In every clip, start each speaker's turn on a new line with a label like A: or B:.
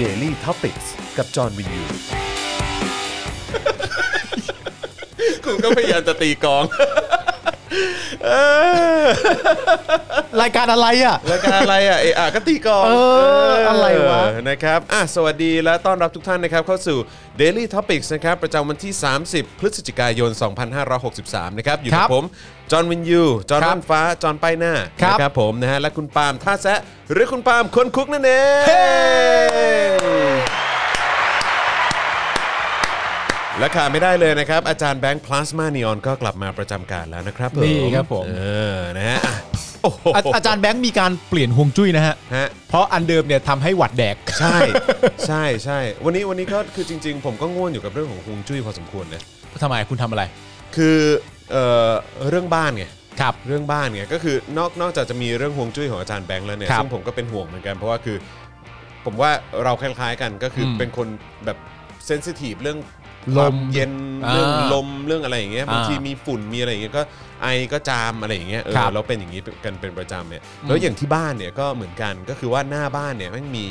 A: Daily t o p i c กกับจอห์นวินยู
B: คุณก็พยายามจะตีกลอง
C: รายการอะไรอ่ะ
B: รายการอะไรอ่ะเอออ่ะก็ตีกลอง
C: เอออะไรวะ
B: เออนะครับอ่ะสวัสดีและต้อนรับทุกท่านนะครับเข้าสู่ Daily Topics นะครับประจำวันที่ 30 พฤศจิกายน 2563 นะครับ อยู่
C: ค
B: กั
C: รั
B: บบ ผมจอห์นวินยูจอห์น
C: ครับ
B: ร่ำฟ้า จอห์นป้ายหน้า
C: ครับ
B: นะครับผมนะฮะและคุณปาล์มท่าแซะหรือคุณปาล์มคนคุกนั่นเอง และขาดไม่ได้เลยนะครับ อาจารย์แบงค์พลาสมานีออนก็กลับมาประจำการแล้วนะครับผม
C: นี่ครับผม
B: เออนะฮะอ่ะโอ้โห
C: อาอาจารย์แบงค์มีการเปลี่ยนฮวงจุ้ยนะฮะ
B: ฮะ
C: เพราะอันเดิมเนี่ยทำให้หวัดแดก
B: ใช่ ใช่ใช่วันนี้วันนี้ก็คือจริง ๆ ผมก็ง่วนอยู่กับเรื่องของฮวงจุ้ยพอสมควรนะ
C: ทำไมคุณทำอะไร
B: คือเอ่อเรื่องบ้านไง
C: ครับ
B: เรื่องบ้านไงก็คือนอกนอกจากจะมีเรื่องฮวงจุ้ยของอาจารย์แบงค์แล้วเนี่ย
C: ครับ
B: ซึ่งผมก็เป็นห่วงเหมือนกันเพราะว่าคือ ผมว่าเราคล้ายๆกันก็คืออ
C: ม
B: เป็นคนแบบเซนซิทีฟเรื่อง
C: ล
B: ความ
C: ม
B: เย็นเรื่อง
C: อ่า
B: ลมเรื่องอะไรอย่างเงี้ย
C: อ่า
B: บางทีมีฝุ่นมีอะไรอย่างเงี้ยก็ไอก็จามอะไรอย่างเงี้ยเออ
C: ครับ
B: เราเป็นอย่างงี้กันเป็นประจำเนี่ยแล้ว
C: อืม
B: อย่างที่บ้านเนี่ยก็เหมือนกันก็คือว่าหน้าบ้านเนี่ยแมันมี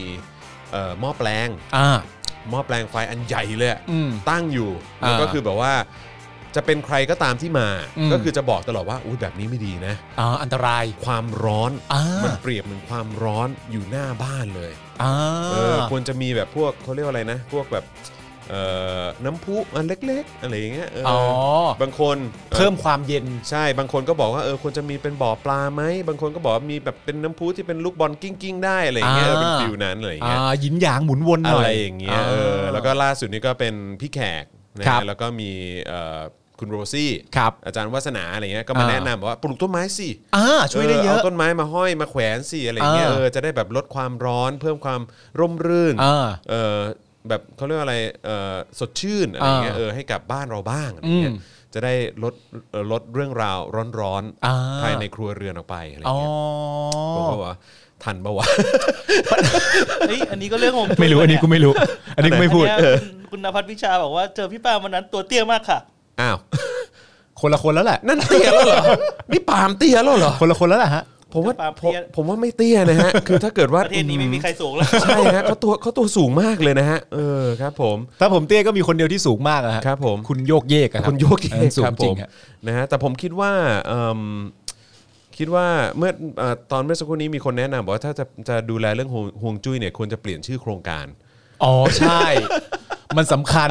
B: เอ่อหม้อแปลง
C: อ่า
B: หม้อแปลงไฟอันใหญ่เลยอะ
C: อืม
B: ตั้งอยู่
C: อ่า
B: แล้วก็คือแบบว่า จะเป็นใครก็ตามที่มา
C: อืม
B: ก็คือจะบอกตลอดว่าอุ้ยแบบนี้ไม่ดีนะ
C: อ่าอันตราย
B: ความร้อน
C: อ่ามั
B: นเปรียบเหมือนความร้อนอยู่หน้าบ้านเลย
C: อ่า
B: เออควรจะมีแบบพวกเขาเรียกว่าอะไรนะ พวกแบบเอ่อน้ำพุอันเล็กๆอะไรอย่างเงี้ยเอออ
C: อ
B: บางคน
C: เพิ่มความเย็น
B: ใช่บางคนก็บอกว่าเออควรจะมีเป็นบ่อปลาไหมบางคนก็บอกว่ามีแบบเป็นน้ำพุที่เป็นลูกบอลกิ้งๆได้อะไรอย่างเงี้ยเออเป็น
C: อ่า
B: ฟิวนั้นอะไรอย่าง
C: อ่า
B: เงี้ย
C: หยินหยางหมุนวนห
B: อะ
C: น่อย
B: ไรอย่างเงี้ยเออแล้วก็ล่าสุดนี้ก็เป็นพี่แขกนะ
C: ครั
B: ฮะ
C: บ
B: แล้วก็มีเอ่อคุณโรซี่
C: ครับ
B: อาจารย์วัฒนาอะไรเงี้ยก็มา
C: อ่า
B: แนะนำบอกว่าปลูกต้นไม้สิ
C: อ่าช่วยได้เยอะ
B: เอาต้นไม้มาห้อยมาแขวนสิอะไรเงี้ย
C: อ่า
B: เออจะได้แบบลดความร้อนเพิ่มความร่มรื่น
C: อ่า
B: เออแบบเขาเรียกว่าอะไรเออสดชื่นอะไรเงี้ย
C: อ่า
B: เออให้กับบ้านเราบ้างอะไรเงี้ย
C: อืม
B: จะได้ลดเอ่อลดเรื่องราวร้อน
C: อ่า
B: ภายในครัวเรือนออกไปอะไร
C: อ๋อ
B: เงี้ยผมก็บอกว่าทันปะ วะ
D: เฮ้ยอันนี้ก็เรื่องของ
C: ไม่รู้อันนี้กูไม่รู้ อันนี้กูไม่พูด
D: อันเนี้ยคุณคุณนภัสวิชาบอกว่าเจอพี่ปาวันนั้นตัวเตี้ยมากค่ะ
B: อ้าว
C: คนละคนแล้วแหละ
B: นั่นเตี้ยแล้วเหรอนี่ปาล์มเตี้ยแล้วเหรอ
C: คนละคนแล้วแหละฮะ
B: ผมว่า
D: ปาล์ม
B: ผ
D: เตี้
B: ม
D: ย
B: ผมว่าไม่เตี้ยนะ ฮะ คือถ้าเกิดว่า
D: ประเทศนี้ไม่มีใครสูงแล้ว
B: ใช่ฮะเขาตัวเขาตัวสูงมากเลยนะฮะ เออครับผม
C: ถ้าผมเตี้ยก็มีคนเดียวที่สูงมากอะฮะ
B: ครับผม
C: คุณโยกเยกอะรับ
B: คุณโยกเอ
C: อันนั้
B: ก
C: นสู
B: ค
C: ง
B: รับ
C: จ
B: ผ
C: ริง
B: ม
C: ฮะ
B: นะฮะแต่ผมคิดว่าเอิ่มคิดว่าเมื่อเอ่อตอนเมื่อสักครู่นี้มีคนแนะนำบอกว่าถ้าจะจะดูแลเรื่องห่วงห่วงจุ้ยเนี่ยควรจะเปลี่ยนชื่อโครงการ
C: อ๋อใช่ มันสำคัญ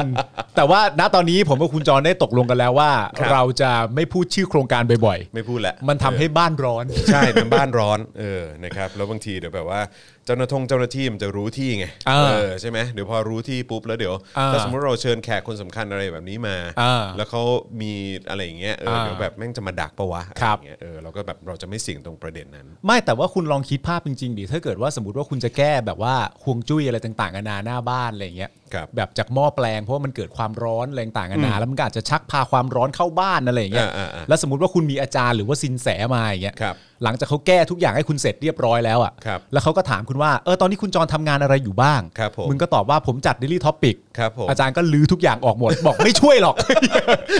C: แต่ว่าณตอนนี้ผมกับคุณจรได้ตกลงกันแล้วว่า
B: ครับ
C: เราจะไม่พูดชื่อโครงการบ่อย
B: ไม่พูดละ
C: ๆ มันทำให้บ้านร้อน
B: ใช่เป็นบ้านร้อน เออนะครับแล้วบางทีเดี๋ยวแบบว่าเจ้าหน้าทงเจ้าหน้าที่มันจะรู้ที่ไง
C: อ่า
B: เออใช่ไหมเดี๋ยวพอรู้ที่ปุ๊บแล้วเดี๋ยว
C: อ่า
B: ถ้าสมมติเราเชิญแขกคนสำคัญอะไรแบบนี้มา
C: อ่า
B: แล้วเขามีอะไรอย่างเงี้ยเอออา เดี๋ยวแบบแม่งจะมาดักปะวะอะไ
C: ครับ
B: อย่างเงี้ยเออเราก็แบบเราจะไม่เสี่ยงตรงประเด็นนั้น
C: ไม่แต่ว่าคุณลองคิดภาพจริงๆดิถ้าเกิดว่าสมมติว่าคุณจะแก้แบบว่าฮวงจุ้ยอะไรต่างๆนานาหน้าบ้านอะไรอย่างเงี้ย
B: ครับ
C: แบบจากหม้อแปลงเพราะว่ามันเกิดความร้อนอะไรต่างๆนานาแล้วมันก็อาจจะชักพาความร้อนเข้าบ้านอะไรอย่างเงี้ย
B: อ่าๆๆ
C: แล้วสมมติว่าคุณมีอาจารย์หรือว่าซินแสมาอย่างเงี้ย
B: ครับ
C: หลังจากเขาแก้ทุกอย่างให้คุณเสร็จเรียบร้อยแล้วอ่ะ
B: ครับ
C: แล้วเขาก็ถามคุณว่าเออตอนนี้คุณจรทำงานอะไรอยู่บ้าง
B: ครับผม
C: งก็ตอบว่าผมจัดดิลี่ท็อปิก
B: ครับผม
C: อาจารย์ก็ลื้อทุกอย่างออกหมด บอกไม่ช่วยหรอก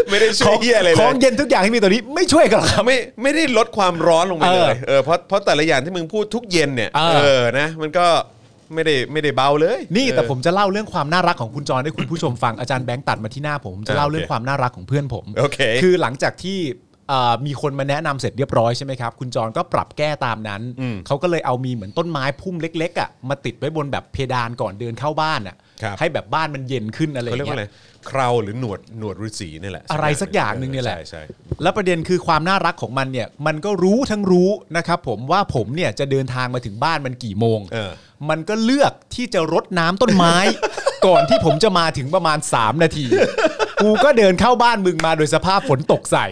B: ไม่ได้ช่วยเฮียอะไร
C: ข
B: เล
C: อง
B: ย
C: เย็นทุกอย่างที่มีตอนนี้ไม่ช่วยกันหรอกครับ
B: ไม่ไม่ได้ลดความร้อนลงไปเลยเออเพราะเพราะแต่ละอย่างที่มึงพูดทุกเย็นเนี่ย
C: เออ
B: เออนะมันก็ไม่ได้ไม่ได้เบาเลย
C: นี่แต่
B: เออ
C: ผมจะเล่าเรื่องความน่ารักของคุณจรให้คุณผู้ชม ฟัง อาจารย์แบงค์ตัดมาที่หน้าผมผมจะเล่าเรื่องความน่ารักของเพื่อนผม
B: โอเค
C: คือหลังจากที่เอ่อมีคนมาแนะนำเสร็จเรียบร้อยใช่ไหมครับ คุณจรก็ปรับแก้ตามนั้น
B: อืม
C: เขาก็เลยเอามีเหมือนต้นไม้พุ่มเล็กๆอ่ะมาติดไว้บนแบบเพดานก่อนเดินเข้าบ้านอ่ะ
B: ครับ
C: ให้แบบบ้านมันเย็นขึ้นอะไรอ
B: เขาเรีย
C: ย่าก ง
B: ว่า
C: เงี้
B: อะไร
C: ย
B: เคราหรือหนวดหนวดฤาษีเนี่ยแหละ
C: อะไรสักอย่างหนึ่งเนี่ยแหละ
B: ใช่ใช่
C: แล้วประเด็นคือความน่ารักของมันเนี่ยมันก็รู้ทั้งรู้นะครับผมว่าผมเนี่ยจะเดินทางมาถึงบ้านมันกี่โมง
B: เออ
C: มันก็เลือกที่จะรดน้ำต้นไม้ ก่อนที่ผมจะมาถึงประมาณ 3 นาที กูก็เดินเข้าบ้านมึงมาโดยสภาพฝนตกใส่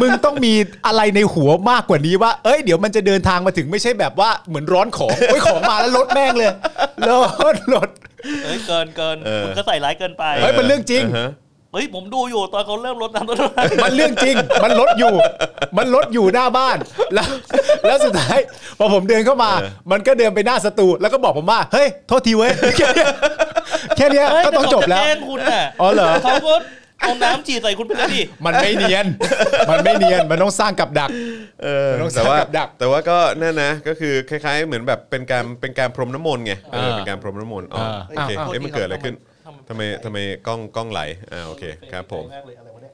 C: มึงต้องมีอะไรในหัวมากกว่านี้ว่า เอ้ยเดี๋ยวมันจะเดินทางมาถึงไม่ใช่แบบว่าเหมือนร้อนของเอ้ยของมาแล้วลดแม่งเลยลดลด
D: เฮ้ยเกินเกินคุณก็ใส่ร้ายเกินไป
C: เฮ้ยมันเรื่องจริง
B: อ่าฮะ
D: เฮ้ยผมดูอยู่ตอนเขาเริ่มลดน้ำต้นไม้
C: มันเรื่องจริง มันลดอยู่ มันลดอยู่หน้าบ้าน แล้ว แล้วสุดท้าย พอผมเดินเข้ามา
B: เออ
C: มันก็เดินไปหน้าสตู แล้วก็บอกผมว่า เฮ้ย โทษทีเว้ย แค่เนี้ยแค่เนี้ย
D: เฮ้ย
C: ก็ต้องจบแล้ว
D: ต่เขาะกล้งคุณน่ะ
C: อ๋อเหรอ
D: เขาก็ เอาน้ำจีดใส่คุณไปเลยดิ
C: มันไม่เนียน มันไม่เนียน มันต้องสร้างกับดัก
B: เออ
C: มันต้อง
B: แต่
C: ส
B: ว่า
C: ร้างกับดัก
B: แต่ว่าก็นั่นนะก็คือคล้ายๆเหมือนแบบเป็นการเป็นการพรมน้ำมนต์ไงเออ
C: เออ
B: เป็นการพรมน้ำมนต์อ๋อ
C: เออ
B: โอเค
D: อ้าว
B: เอ๊ะมันเกิดอะไรขึ้น
D: ทำ
B: ทำไม
D: ไม
B: ทำไมกล้องกล้องไหลอ่าโอเคครับผม
D: แกเลยอะไรวะเนี่ย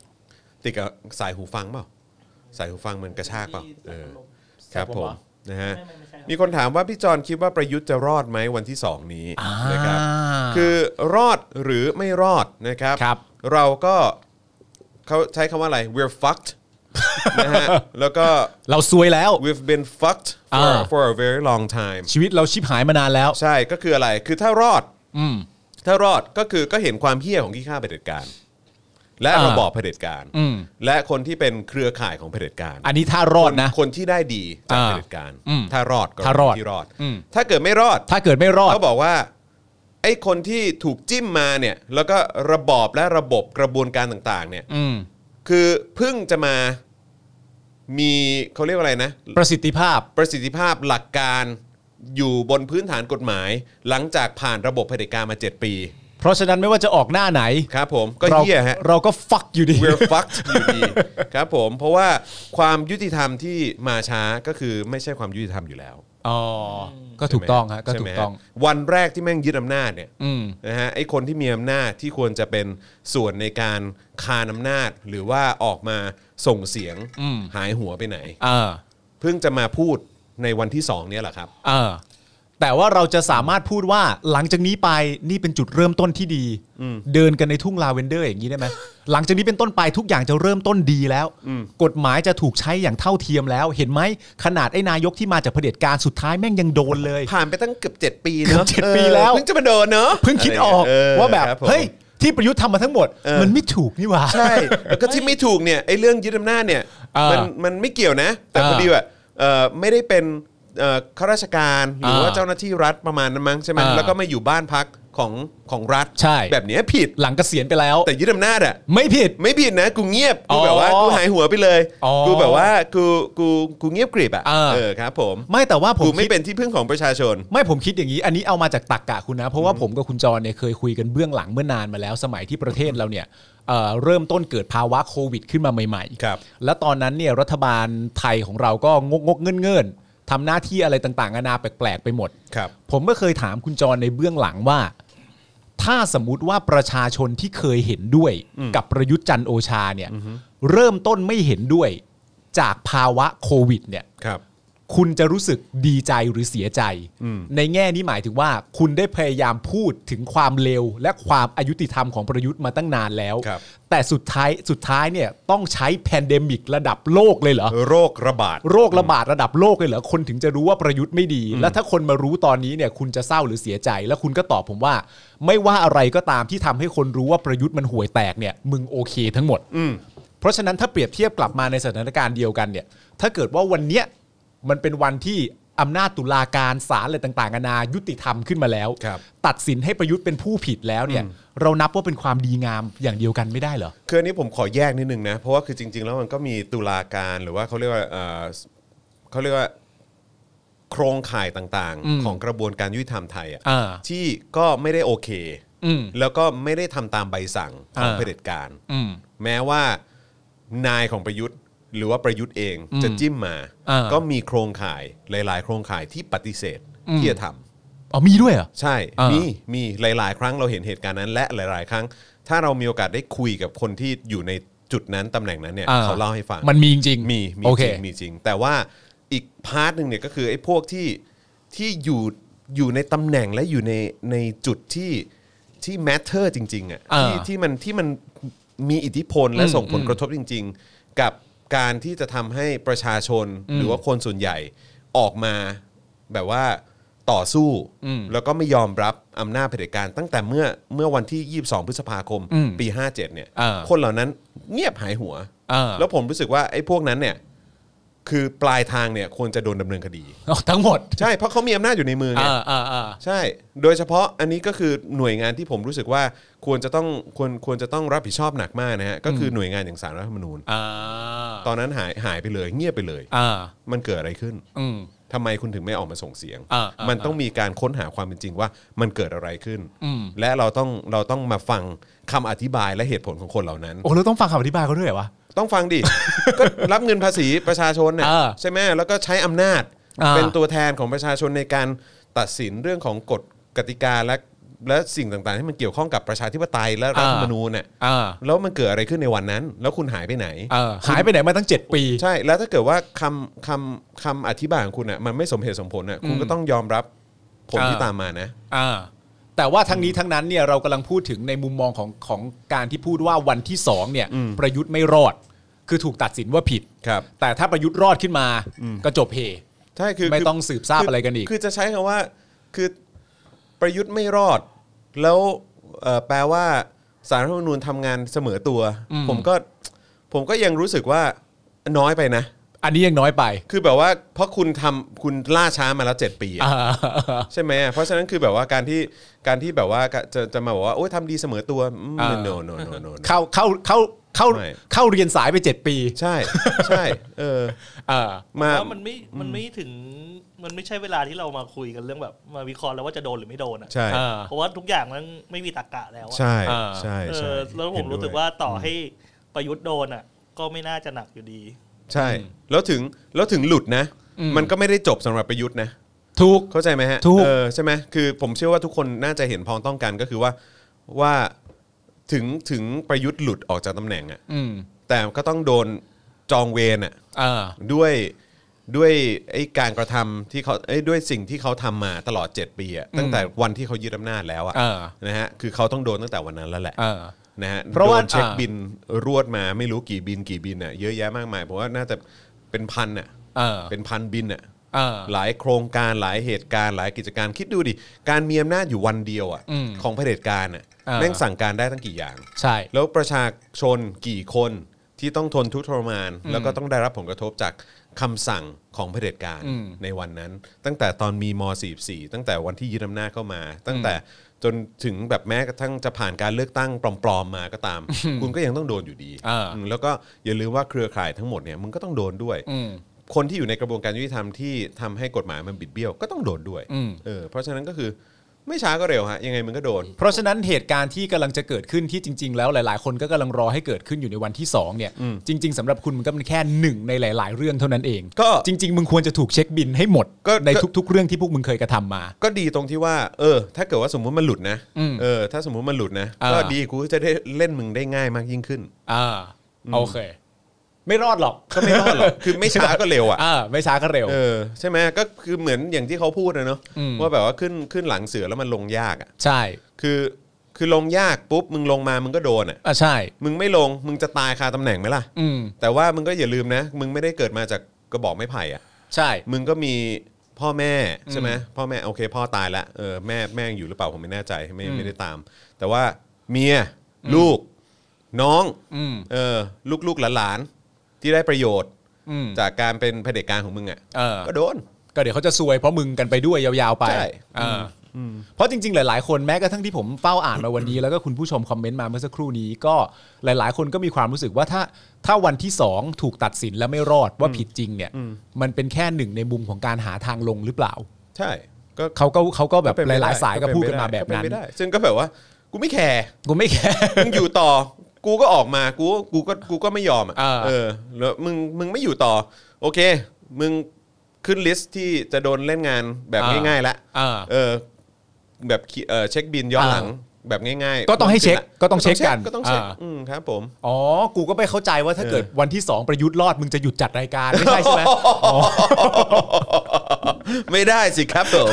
B: ติดกับสายหูฟังเปล่าสายหูฟังมันกระชากเปล่าเออครับผมนะฮะ
D: ไม่ไม่ไม่ใช่
B: มีคนถามว่าพี่จอนคิดว่าประยุทธ์จะรอดไหมวันที่ 2 นี้นะครับ
C: อ่า
B: คือรอดหรือไม่รอดนะครับ
C: ครับ
B: เราก็เขาใช้คำว่าอะไร we're fucked นะฮะแล้วก็
C: เราซวยแล้ว
B: we've been fucked for,
C: อ่า
B: for a very long time
C: ชีวิตเราชิบหายมานานแล้ว
B: ใช่ก็คืออะไรคือถ้ารอดถ้ารอดก็คือก็เห็นความเหี้ยของขี้ข้าเผด็จการ และ
C: อ่า
B: ระบอบเผด็จการ และคนที่เป็นเครือข่ายของเผด็จการ
C: อันนี้ถ้ารอดนะ
B: คนที่ได้ดีจาก
C: อ่า
B: เผด็จการ ถ้ารอดก็
C: ถ้ารอด
B: ที่รอด
C: อืม
B: ถ้าเกิดไม่รอด
C: ถ้าเกิดไม่รอด
B: เขาบอกว่าไอ้คนที่ถูกจิ้มมาเนี่ย แล้วก็ระบอบและระบบกระบวนการต่างๆ เนี่ย
C: อืม
B: คือเพิ่งจะมามีเขาเรียกว่าอะไรนะ
C: ประสิทธิภาพ
B: ประสิทธิภาพหลักการอยู่บนพื้นฐานกฎหมาย หลังจากผ่านระบบเผด็จการมา 7 ปี
C: เพราะฉะนั้นไม่ว่าจะออกหน้าไหน
B: ครับผมก็
C: เรา
B: เหี้ยฮะ
C: เราก็ฟักอยู่ดี
B: we're fucked อยู่ดีครับผมเพราะว่าความยุติธรรมที่มาช้าก็คือไม่ใช่ความยุติธรรมอยู่แล้ว
C: อ๋อ ก็ถูกต้องฮะ ก็
B: ใช่
C: ถู
B: ไหม
C: กต้อง
B: วันแรกที่แม่งยึดอำนาจเนี่ย
C: อืม
B: นะฮะไอ้คนที่มีอำนาจที่ควรจะเป็นส่วนในการคานอำนาจ หรือว่าออกมาส่งเสียง
C: อืม
B: หายหัวไปไหน
C: เออ
B: เพิ่งจะมาพูดในวันที่สองเนี่ยแหละครับ
C: เออแต่ว่าเราจะสามารถพูดว่าหลังจากนี้ไปนี่เป็นจุดเริ่มต้นที่ดี เดินกันในทุ่งลาเวนเดอร์อย่างนี้ได้ไหม หลังจากนี้เป็นต้นไปทุกอย่างจะเริ่มต้นดีแล้ว กฎหมายจะถูกใช้อย่างเท่าเทียมแล้ว เห็นไหมขนาดไอ้นายกที่มาจากเผด็จการสุดท้ายแม่งยังโดนเลย
B: ผ่านไปตั้งเกือบ 7 ปี
C: เกื
B: เน
C: อ
B: อะ
C: บเจ็ด
B: ออ
C: ปีแล้ว
B: เพิ่งจะมาโดนเนอะ
C: เพิ่งคิดออก
B: เ
C: ว่าแบบ
B: ครัผม
C: เฮ้ยที่ประยุทธ์ทำมาทั้งหมด
B: เออ
C: มันไม่ถูกนี่หว่า
B: ใช่ แล้วก็ที่ไม่ถูกเนี่ยไอ้เรื่องยึดอำนาจเนี่ย
C: เออ
B: มันมันไม่เกี่ยวนะ แต่
C: เออ
B: พอดีว่าเอ่อไม่ได้เป็นเอ่อข้าราชการหรือ
C: เออ
B: ว่าเจ้าหน้าที่รัฐประมาณนั้นมั้งใช่ไหม
C: เออ
B: แล้วก็มาอยู่บ้านพักของของรัฐ
C: ใช่
B: แบบเนี้ยผิด
C: หลังเกษียณไปแล้ว
B: แต่ยึดอำนาจอ่ะ
C: ไม่ผิด
B: ไม่ผิดนะกูเงียบ
C: อ๋
B: กู
C: อ
B: แบบว่ากูหายหัวไปเลย
C: อ๋อ
B: กูแบบว่ากูกูกูเงียบกริบอ่ะ
C: เออ
B: เออครับ ผม
C: ไม่แต่ว่าผม
B: กู
C: คิ
B: ไม่
C: ด
B: เป็นที่พึ่งของประชาชน
C: ไม่ผมคิดอย่างนี้ อันนี้เอามาจากตักกะคุณนะ เพราะว่าผมกับคุณจรเนี่ยเคยคุยกันเบื้องหลังเมื่อนานมาแล้ว สมัยที่ประเทศเราเนี่ยเอ่อเริ่มต้นเกิดภาวะโควิดขึ้นมาใหม่ๆ
B: ครับ
C: แล้วตอนนั้นเนี่ยรัฐบาลไทยของเราก็งกงกๆเงินเงินๆทำหน้าที่อะไรต่างๆนานาแปลกๆไปหมด
B: ครับ
C: ผมก็เคยถามคุณจรในเบื้องหลังว่า ถ้าสมมติว่าประชาชนที่เคยเห็นด้วยกับประยุทธ์จันทร์โอชาเนี่ยเริ่มต้นไม่เห็นด้วยจากภาวะโควิดเนี่ย
B: ครับ
C: คุณจะรู้สึกดีใจหรือเสียใจ ในแง่นี้หมายถึงว่า คุณได้พยายามพูดถึงความเลวและความอายุติธรรมของประยุทธ์มาตั้งนานแล้ว แต่สุดท้ายสุดท้ายเนี่ยต้องใช้แพนเดมิกระดับโลกเลยเหรอ
B: โรคระบาด
C: โรคระบาดระดับโลกเลยเหรอ คนถึงจะรู้ว่าประยุทธ์ไม่ดี และถ้าคนมารู้ตอนนี้เนี่ยคุณจะเศร้าหรือเสียใจ แล้วคุณก็ตอบผมว่า ไม่ว่าอะไรก็ตามที่ทำให้คนรู้ว่าประยุทธ์มันห่วยแตกเนี่ยมึงโอเคทั้งหมด เพราะฉะนั้นถ้าเปรียบเทียบกลับมาในสถานการณ์เดียวกันเนี่ย ถ้าเกิดว่าวันเนี้ยมันเป็นวันที่อำนาจตุลาการศาลอะไรต่างๆนานายุติธรรมขึ้นมาแล้ว
B: ครับ
C: ตัดสินให้ประยุทธ์เป็นผู้ผิดแล้วเนี่ย เรานับว่าเป็นความดีงามอย่างเดียวกันไม่ได้เหรอ
B: คืออันนี้ผมขอแยกนิดนึงนะ เพราะว่าคือจริง ๆ แล้วมันก็มีตุลาการหรือว่าเขาเรียกว่าเอ่อเขาเรียกว่าโครงข่ายต่าง
C: อืม
B: ๆ ของกระบวนการยุติธรรมไทยอะ
C: อ่า
B: ที่ก็ไม่ได้โอเค
C: อืม
B: แล้วก็ไม่ได้ทำตามใบสั่งของ
C: อ่า
B: เผด็จการ
C: อืม
B: แม้ว่านายของประยุทธ์ หรือว่าประยุทธ์เอง
C: อืม
B: จะจิ้มมา
C: อ่า
B: ก็มีโครงข่ายหลาย ๆ โครงข่ายที่ปฏิเสธที่จะทำ
C: อ๋อมีด้วยเหรอ
B: ใช่
C: อ่ามี
B: มี มีหลาย ๆ ครั้งเราเห็นเหตุการณ์นั้น และหลาย ๆ ครั้ง ถ้าเรามีโอกาสได้คุยกับคนที่อยู่ในจุดนั้นตำแหน่งนั้นเนี่ย
C: อ่า
B: เขาเล่าให้ฟัง
C: มันมีจริงๆ
B: มีมี
C: โอเค
B: จริงมีจริง แต่ว่าอีกพาร์ทหนึ่งเนี่ยก็คือไอ้พวกที่ที่อยู่อยู่ในตำแหน่งและอยู่ในในจุดที่ที่ matter จริง ๆอ่ะ
C: อ่า
B: ที่ที่มันที่มันมีอิทธิพลและ
C: อืม
B: ส่งผลกระทบจริง ๆ กับการที่จะทำให้ประชาชนหรือว่าคนส่วนใหญ่ออกมาแบบว่าต่อสู้
C: อืม
B: แล้วก็ไม่ยอมรับอำนาจเผด็จการตั้งแต่เมื่อเมื่อวันที่ 22 พฤษภาคม
C: อืม
B: ปี 57 เนี่ย
C: อ่า
B: คนเหล่านั้นเงียบหายหัว
C: อ่า
B: แล้วผมรู้สึกว่าไอ้พวกนั้นเนี่ย คือปลายทางเนี่ยควรจะโดนดำเนินคดี
C: อ๋อทั้งหมด
B: ใช่ เพราะเขามีอำนาจอยู่ในมือไง
C: อ่าอ่าอ่า
B: ใช่ โดยเฉพาะอันนี้ก็คือหน่วยงานที่ผมรู้สึกว่าควรจะต้องควรควรจะต้องรับผิดชอบหนักมากนะฮะ ก็คือหน่วยงานอย่างสารรัฐธรรมนูญ
C: อ่า
B: ตอนนั้นหายหายไปเลย เงียบไปเลย
C: อ่า
B: มันเกิดอะไรขึ้น
C: อืม
B: ทำไมคุณถึงไม่ออกมาส่งเสียง
C: อ่าอ่ามั
B: มันต้องมีการค้นหาความเป็นจริงว่ามันเกิดอะไรขึ้น
C: อืม
B: และเราต้องเราต้องมาฟังคำอธิบายและเหตุผลของคนเหล่านั้น
C: โอ้เราต้องฟังคำอธิบายเขาด้วยเหรอวะ
B: ต้องฟังดิ ก็รับเงินภาษีประชาชนเนี่ย
C: เออ
B: ใช่ไหมแล้วก็ใช้อำนาจ
C: อ่า
B: เป็นตัวแทนของประชาชนในการตัดสินเรื่องของกฎกติกาและและสิ่งต่างๆ ที่มันเกี่ยวข้องกับประชาธิปไตยและรัฐธรรมนูญเนี่ย
C: อ่า
B: แล้วมันเกิดอะไรขึ้นในวันนั้น แล้วคุณหายไปไหน
C: เออหายไปไหนมาตั้ง 7 ปี
B: ใช่แล้วถ้าเกิดว่าคำคำคำอธิบายของคุณอ่ะมันไม่สมเหตุสมผลอ่ะคุณก็ต้องยอมรับผลที่
C: อ่า
B: ตามมานะ
C: อ่าแต่ว่าทั้งนี้ทั้งนั้นเนี่ยเรากำลังพูดถึงในมุมมองของของการที่พูดว่าวันที่สองเนี่ยประยุทธ์ไม่รอด คือถูกตัดสินว่าผิด
B: ครับ
C: แต่ถ้าประยุทธ์รอดขึ้นมาก็จบเฮ
B: ใช่คือ
C: ไม่ต้องสืบทราบอะไรกันอีก
B: คือจะใช้คำว่าคือประยุทธ์ไม่รอด แล้วเอ่อแปลว่าสารรัฐธรรมนูญทำงานเสมอตัว ผมก็ผมก็ยังรู้สึกว่าน้อยไปนะ
C: อันนี้ยังน้อย ไป
B: คือแบบว่าเพราะคุณทำคุณล่าช้ามาแล้ว 7 ปีอะ
C: อ่า
B: ใช่ไหมอะเพราะฉะนั้นคือแบบว่าการที่การที่แบบว่าจะจะมาบอกว่าโอ้ยทำดีเสมอตัวอืม
C: อ่า
B: no no no no no
C: เข้าเข้าเข้าเข้า
B: ไม่
C: เข้าเรียนสายไป 7 ปี
B: ใช่ใช่เออ
C: เออ
B: มา
D: เพราะมันไม่มันไม่ถึงมันไม่ใช่เวลาที่เรามาคุยกันเรื่องแบบมาวิเคราะห์แล้วว่าจะโดนหรือไม่โดนอ่ะ
B: ใช่
C: เออ
D: เพราะว่าทุกอย่างมันไม่มีตรรกะแล้วอะ
B: ใช่
C: อ่า
B: ใช่
D: เอ
B: ใช่
D: อแล้วผม
B: เห็นด้ย
D: รู้สึกว่าต่อให้ประยุทธ์โดนอ่ะ ก็ไม่น่าจะหนักอยู่ดี
B: ใช่ แล้วถึงแล้วถึงหลุดนะ มันก็ไม่ได้จบสำหรับประยุทธ์นะ
C: ถูก
B: เข้าใจไหมฮะ
C: ถูก
B: เออใช่ไหมคือผมเชื่อว่าทุกคนน่าจะเห็นพ้องต้องกันก็คือว่าว่าถึงถึงประยุทธ์หลุดออกจากตำแหน่งอะ่ะ
C: อืม
B: แต่ก็ต้องโดนจองเวรอ่ะ
C: เออ
B: ด้วยด้วยไอ้การกระทำที่เขาไอ้ยด้วยสิ่งที่เขาทำมาตลอด 7 ปีอะ่ะตั้งแต่วันที่เขายึดอำนาจแล้ว
C: เอ
B: อะ่ะ
C: อ
B: นะฮะคือเขาต้องโดนตั้งแต่วันนั้นแล้วแหละ
C: เออ
B: นะฮะ
C: เพราะว่า
B: โดนเช็ค
C: อ่า
B: บินรวดมาไม่รู้กี่บินกี่บินอ่ะเยอะแยะมากมายผมว่าน่าจะเป็นพันอ่ะ
C: เออ
B: เป็นพันบินอ่ะ
C: เออ
B: หลายโครงการหลายเหตุการณ์หลายกิจการคิดดูดิ การมีอำนาจอยู่วันเดียวอ่ะ
C: อืม
B: ของเผด็จการอ่ะ
C: อ่า
B: แม่งสั่งการได้ตั้งกี่อย่าง
C: ใช่
B: แล้วประชาชนกี่คนที่ต้องทนทุกข์ทรมาน แล้วก็ต้องได้รับผลกระทบจากคำสั่งของเผด็จการ
C: อืม
B: ในวันนั้น ตั้งแต่ตอนมีม .44 ตั้งแต่วันที่ยึดอำนาจเข้ามา ตั้งแต่จนถึงแบบแม้กระทั่งจะผ่านการเลือกตั้งปลอมๆมาก็ตาม คุณก็ยังต้องโดนอยู่ดี
C: อ่า
B: อืมแล้วก็อย่าลืมว่าเครือข่ายทั้งหมดเนี่ยมึงก็ต้องโดนด้วย
C: อืม
B: คนที่อยู่ในกระบวนการยุติธรรมที่ทำให้กฎหมายมันบิดเบี้ยวก็ต้องโดนด้วย
C: อืม
B: เออเพราะฉะนั้นก็คือไม่ช้าก็เร็วฮะยังไงมึงก็โดน
C: เพราะฉะนั้นเหตุการณ์ที่กำลังจะเกิดขึ้นที่จริง ๆ แล้วหลาย ๆ คนก็กำลังรอให้เกิดขึ้นอยู่ในวันที่สองเนี่ยจริง ๆสำหรับคุณมันก็เป็นแค่หนึ่งในหลาย ๆ เรื่องเท่านั้นเอง
B: ก็
C: จริง ๆ มึงควรจะถูกเช็คบินให้หมด
B: ก็
C: ในทุก ๆ เรื่องที่พวกมึงเคยกระทำมา
B: ก็ดีตรงที่ว่า เออ ถ้าเกิดว่าสมมุติมันหลุดนะ
C: อืม
B: เออ ถ้าสมมุติมันหลุดนะ
C: อ่า
B: ก็ดีกูจะได้เล่นมึงได้ง่ายมากยิ่งขึ้น
C: อ่าโอเค ไม่รอดหรอก
B: ก็ไม่รอดหรอก คือไม่ช้าก็เร็วอ่ะ
C: อ่าไม่ช้า ก็เร็ว
B: เออใช่ไหมก็คือเหมือนอย่างที่เขาพูดนะเนาะ
C: อืม
B: ว่าแบบว่าขึ้นขึ้นหลังเสือแล้วมันลงยากอ่ะ
C: ใช่
B: คือคือลงยากปุ๊บมึงลงมามึงก็โดนอ่ะ
C: อ่ะใช่
B: มึงไม่ลงมึงจะตายคาตำแหน่งไหมล่ะ
C: อืม
B: แต่ว่ามึงก็อย่าลืมนะ มึงไม่ได้เกิดมาจากกระบอกไม้ไผ่อ่ะ
C: ใช่
B: มึงก็มีพ่อแม่ใช่ไหมพ่อแม่โอเค พ่อตายละเออแม่แม่ยังอยู่หรือเปล่าผมไม่แน่ใจไม่
C: อืม
B: ไม่ได้ตาม แต่ว่าเมียลูก น้อง
C: อืม
B: เออลูกลูกหลานๆที่ได้ประโยชน์
C: อืม
B: จากการเป็นเผด็จการของมึงอ่ะ
C: เออ
B: ก็โดน
C: ก็เดี๋ยวเขาจะซวยเพราะมึงกันไปด้วยยาวๆไป
B: ใช่
C: อ่าเพราะจริงๆ หลายๆ คนแม้กระทั่งที่ผมเฝ้าอ่านมาวันนี้ แล้วก็คุณผู้ชมคอมเมนต์มาเมื่อสักครู่นี้ก็หลายๆ คนก็มีความรู้สึกว่าถ้าถ้าวันที่สองถูกตัดสินแล้วไม่รอดว่าผิดจริงเนี่ย มันเป็นแค่หนึ่งในมุมของการหาทางลงหรือเปล่า
B: ใช่ก็
C: เขาก็เขาก็แบบ
B: เป็น
C: ห
B: ไปได้
C: ลายๆ สายก็พูดกันมา
B: เป็
C: แบบนั้น
B: เป็ไปได้ซึ่งก็แบบว่ากูไม่แคร์
C: กูไม่แคร์
B: มึงอยู่ต่อ กูก็ออกมา กู กูก็ กูก็ไม่ยอมอ่ะ
C: เออ
B: เออ แล้วมึง มึงไม่อยู่ต่อ โอเค มึงขึ้นลิสต์ที่จะโดนเล่นงานแบบ
C: เออ
B: ง่ายๆละ
C: เออ
B: เออ แบบขี้เออเช็คบินย้อนหลังแบบง่าย
C: ก็ต้องให้เช็คก็ต้องเช็คกัน
B: ก็ต้องเช็คอืมครับผม
C: อ๋อ กูก็ไม่เข้าใจว่าถ้าเกิดวันที่สองประยุทธ์รอดมึงจะหยุดจัดรายการไม่ใช่ใช่ไหม
B: ไม่ได้สิครับผม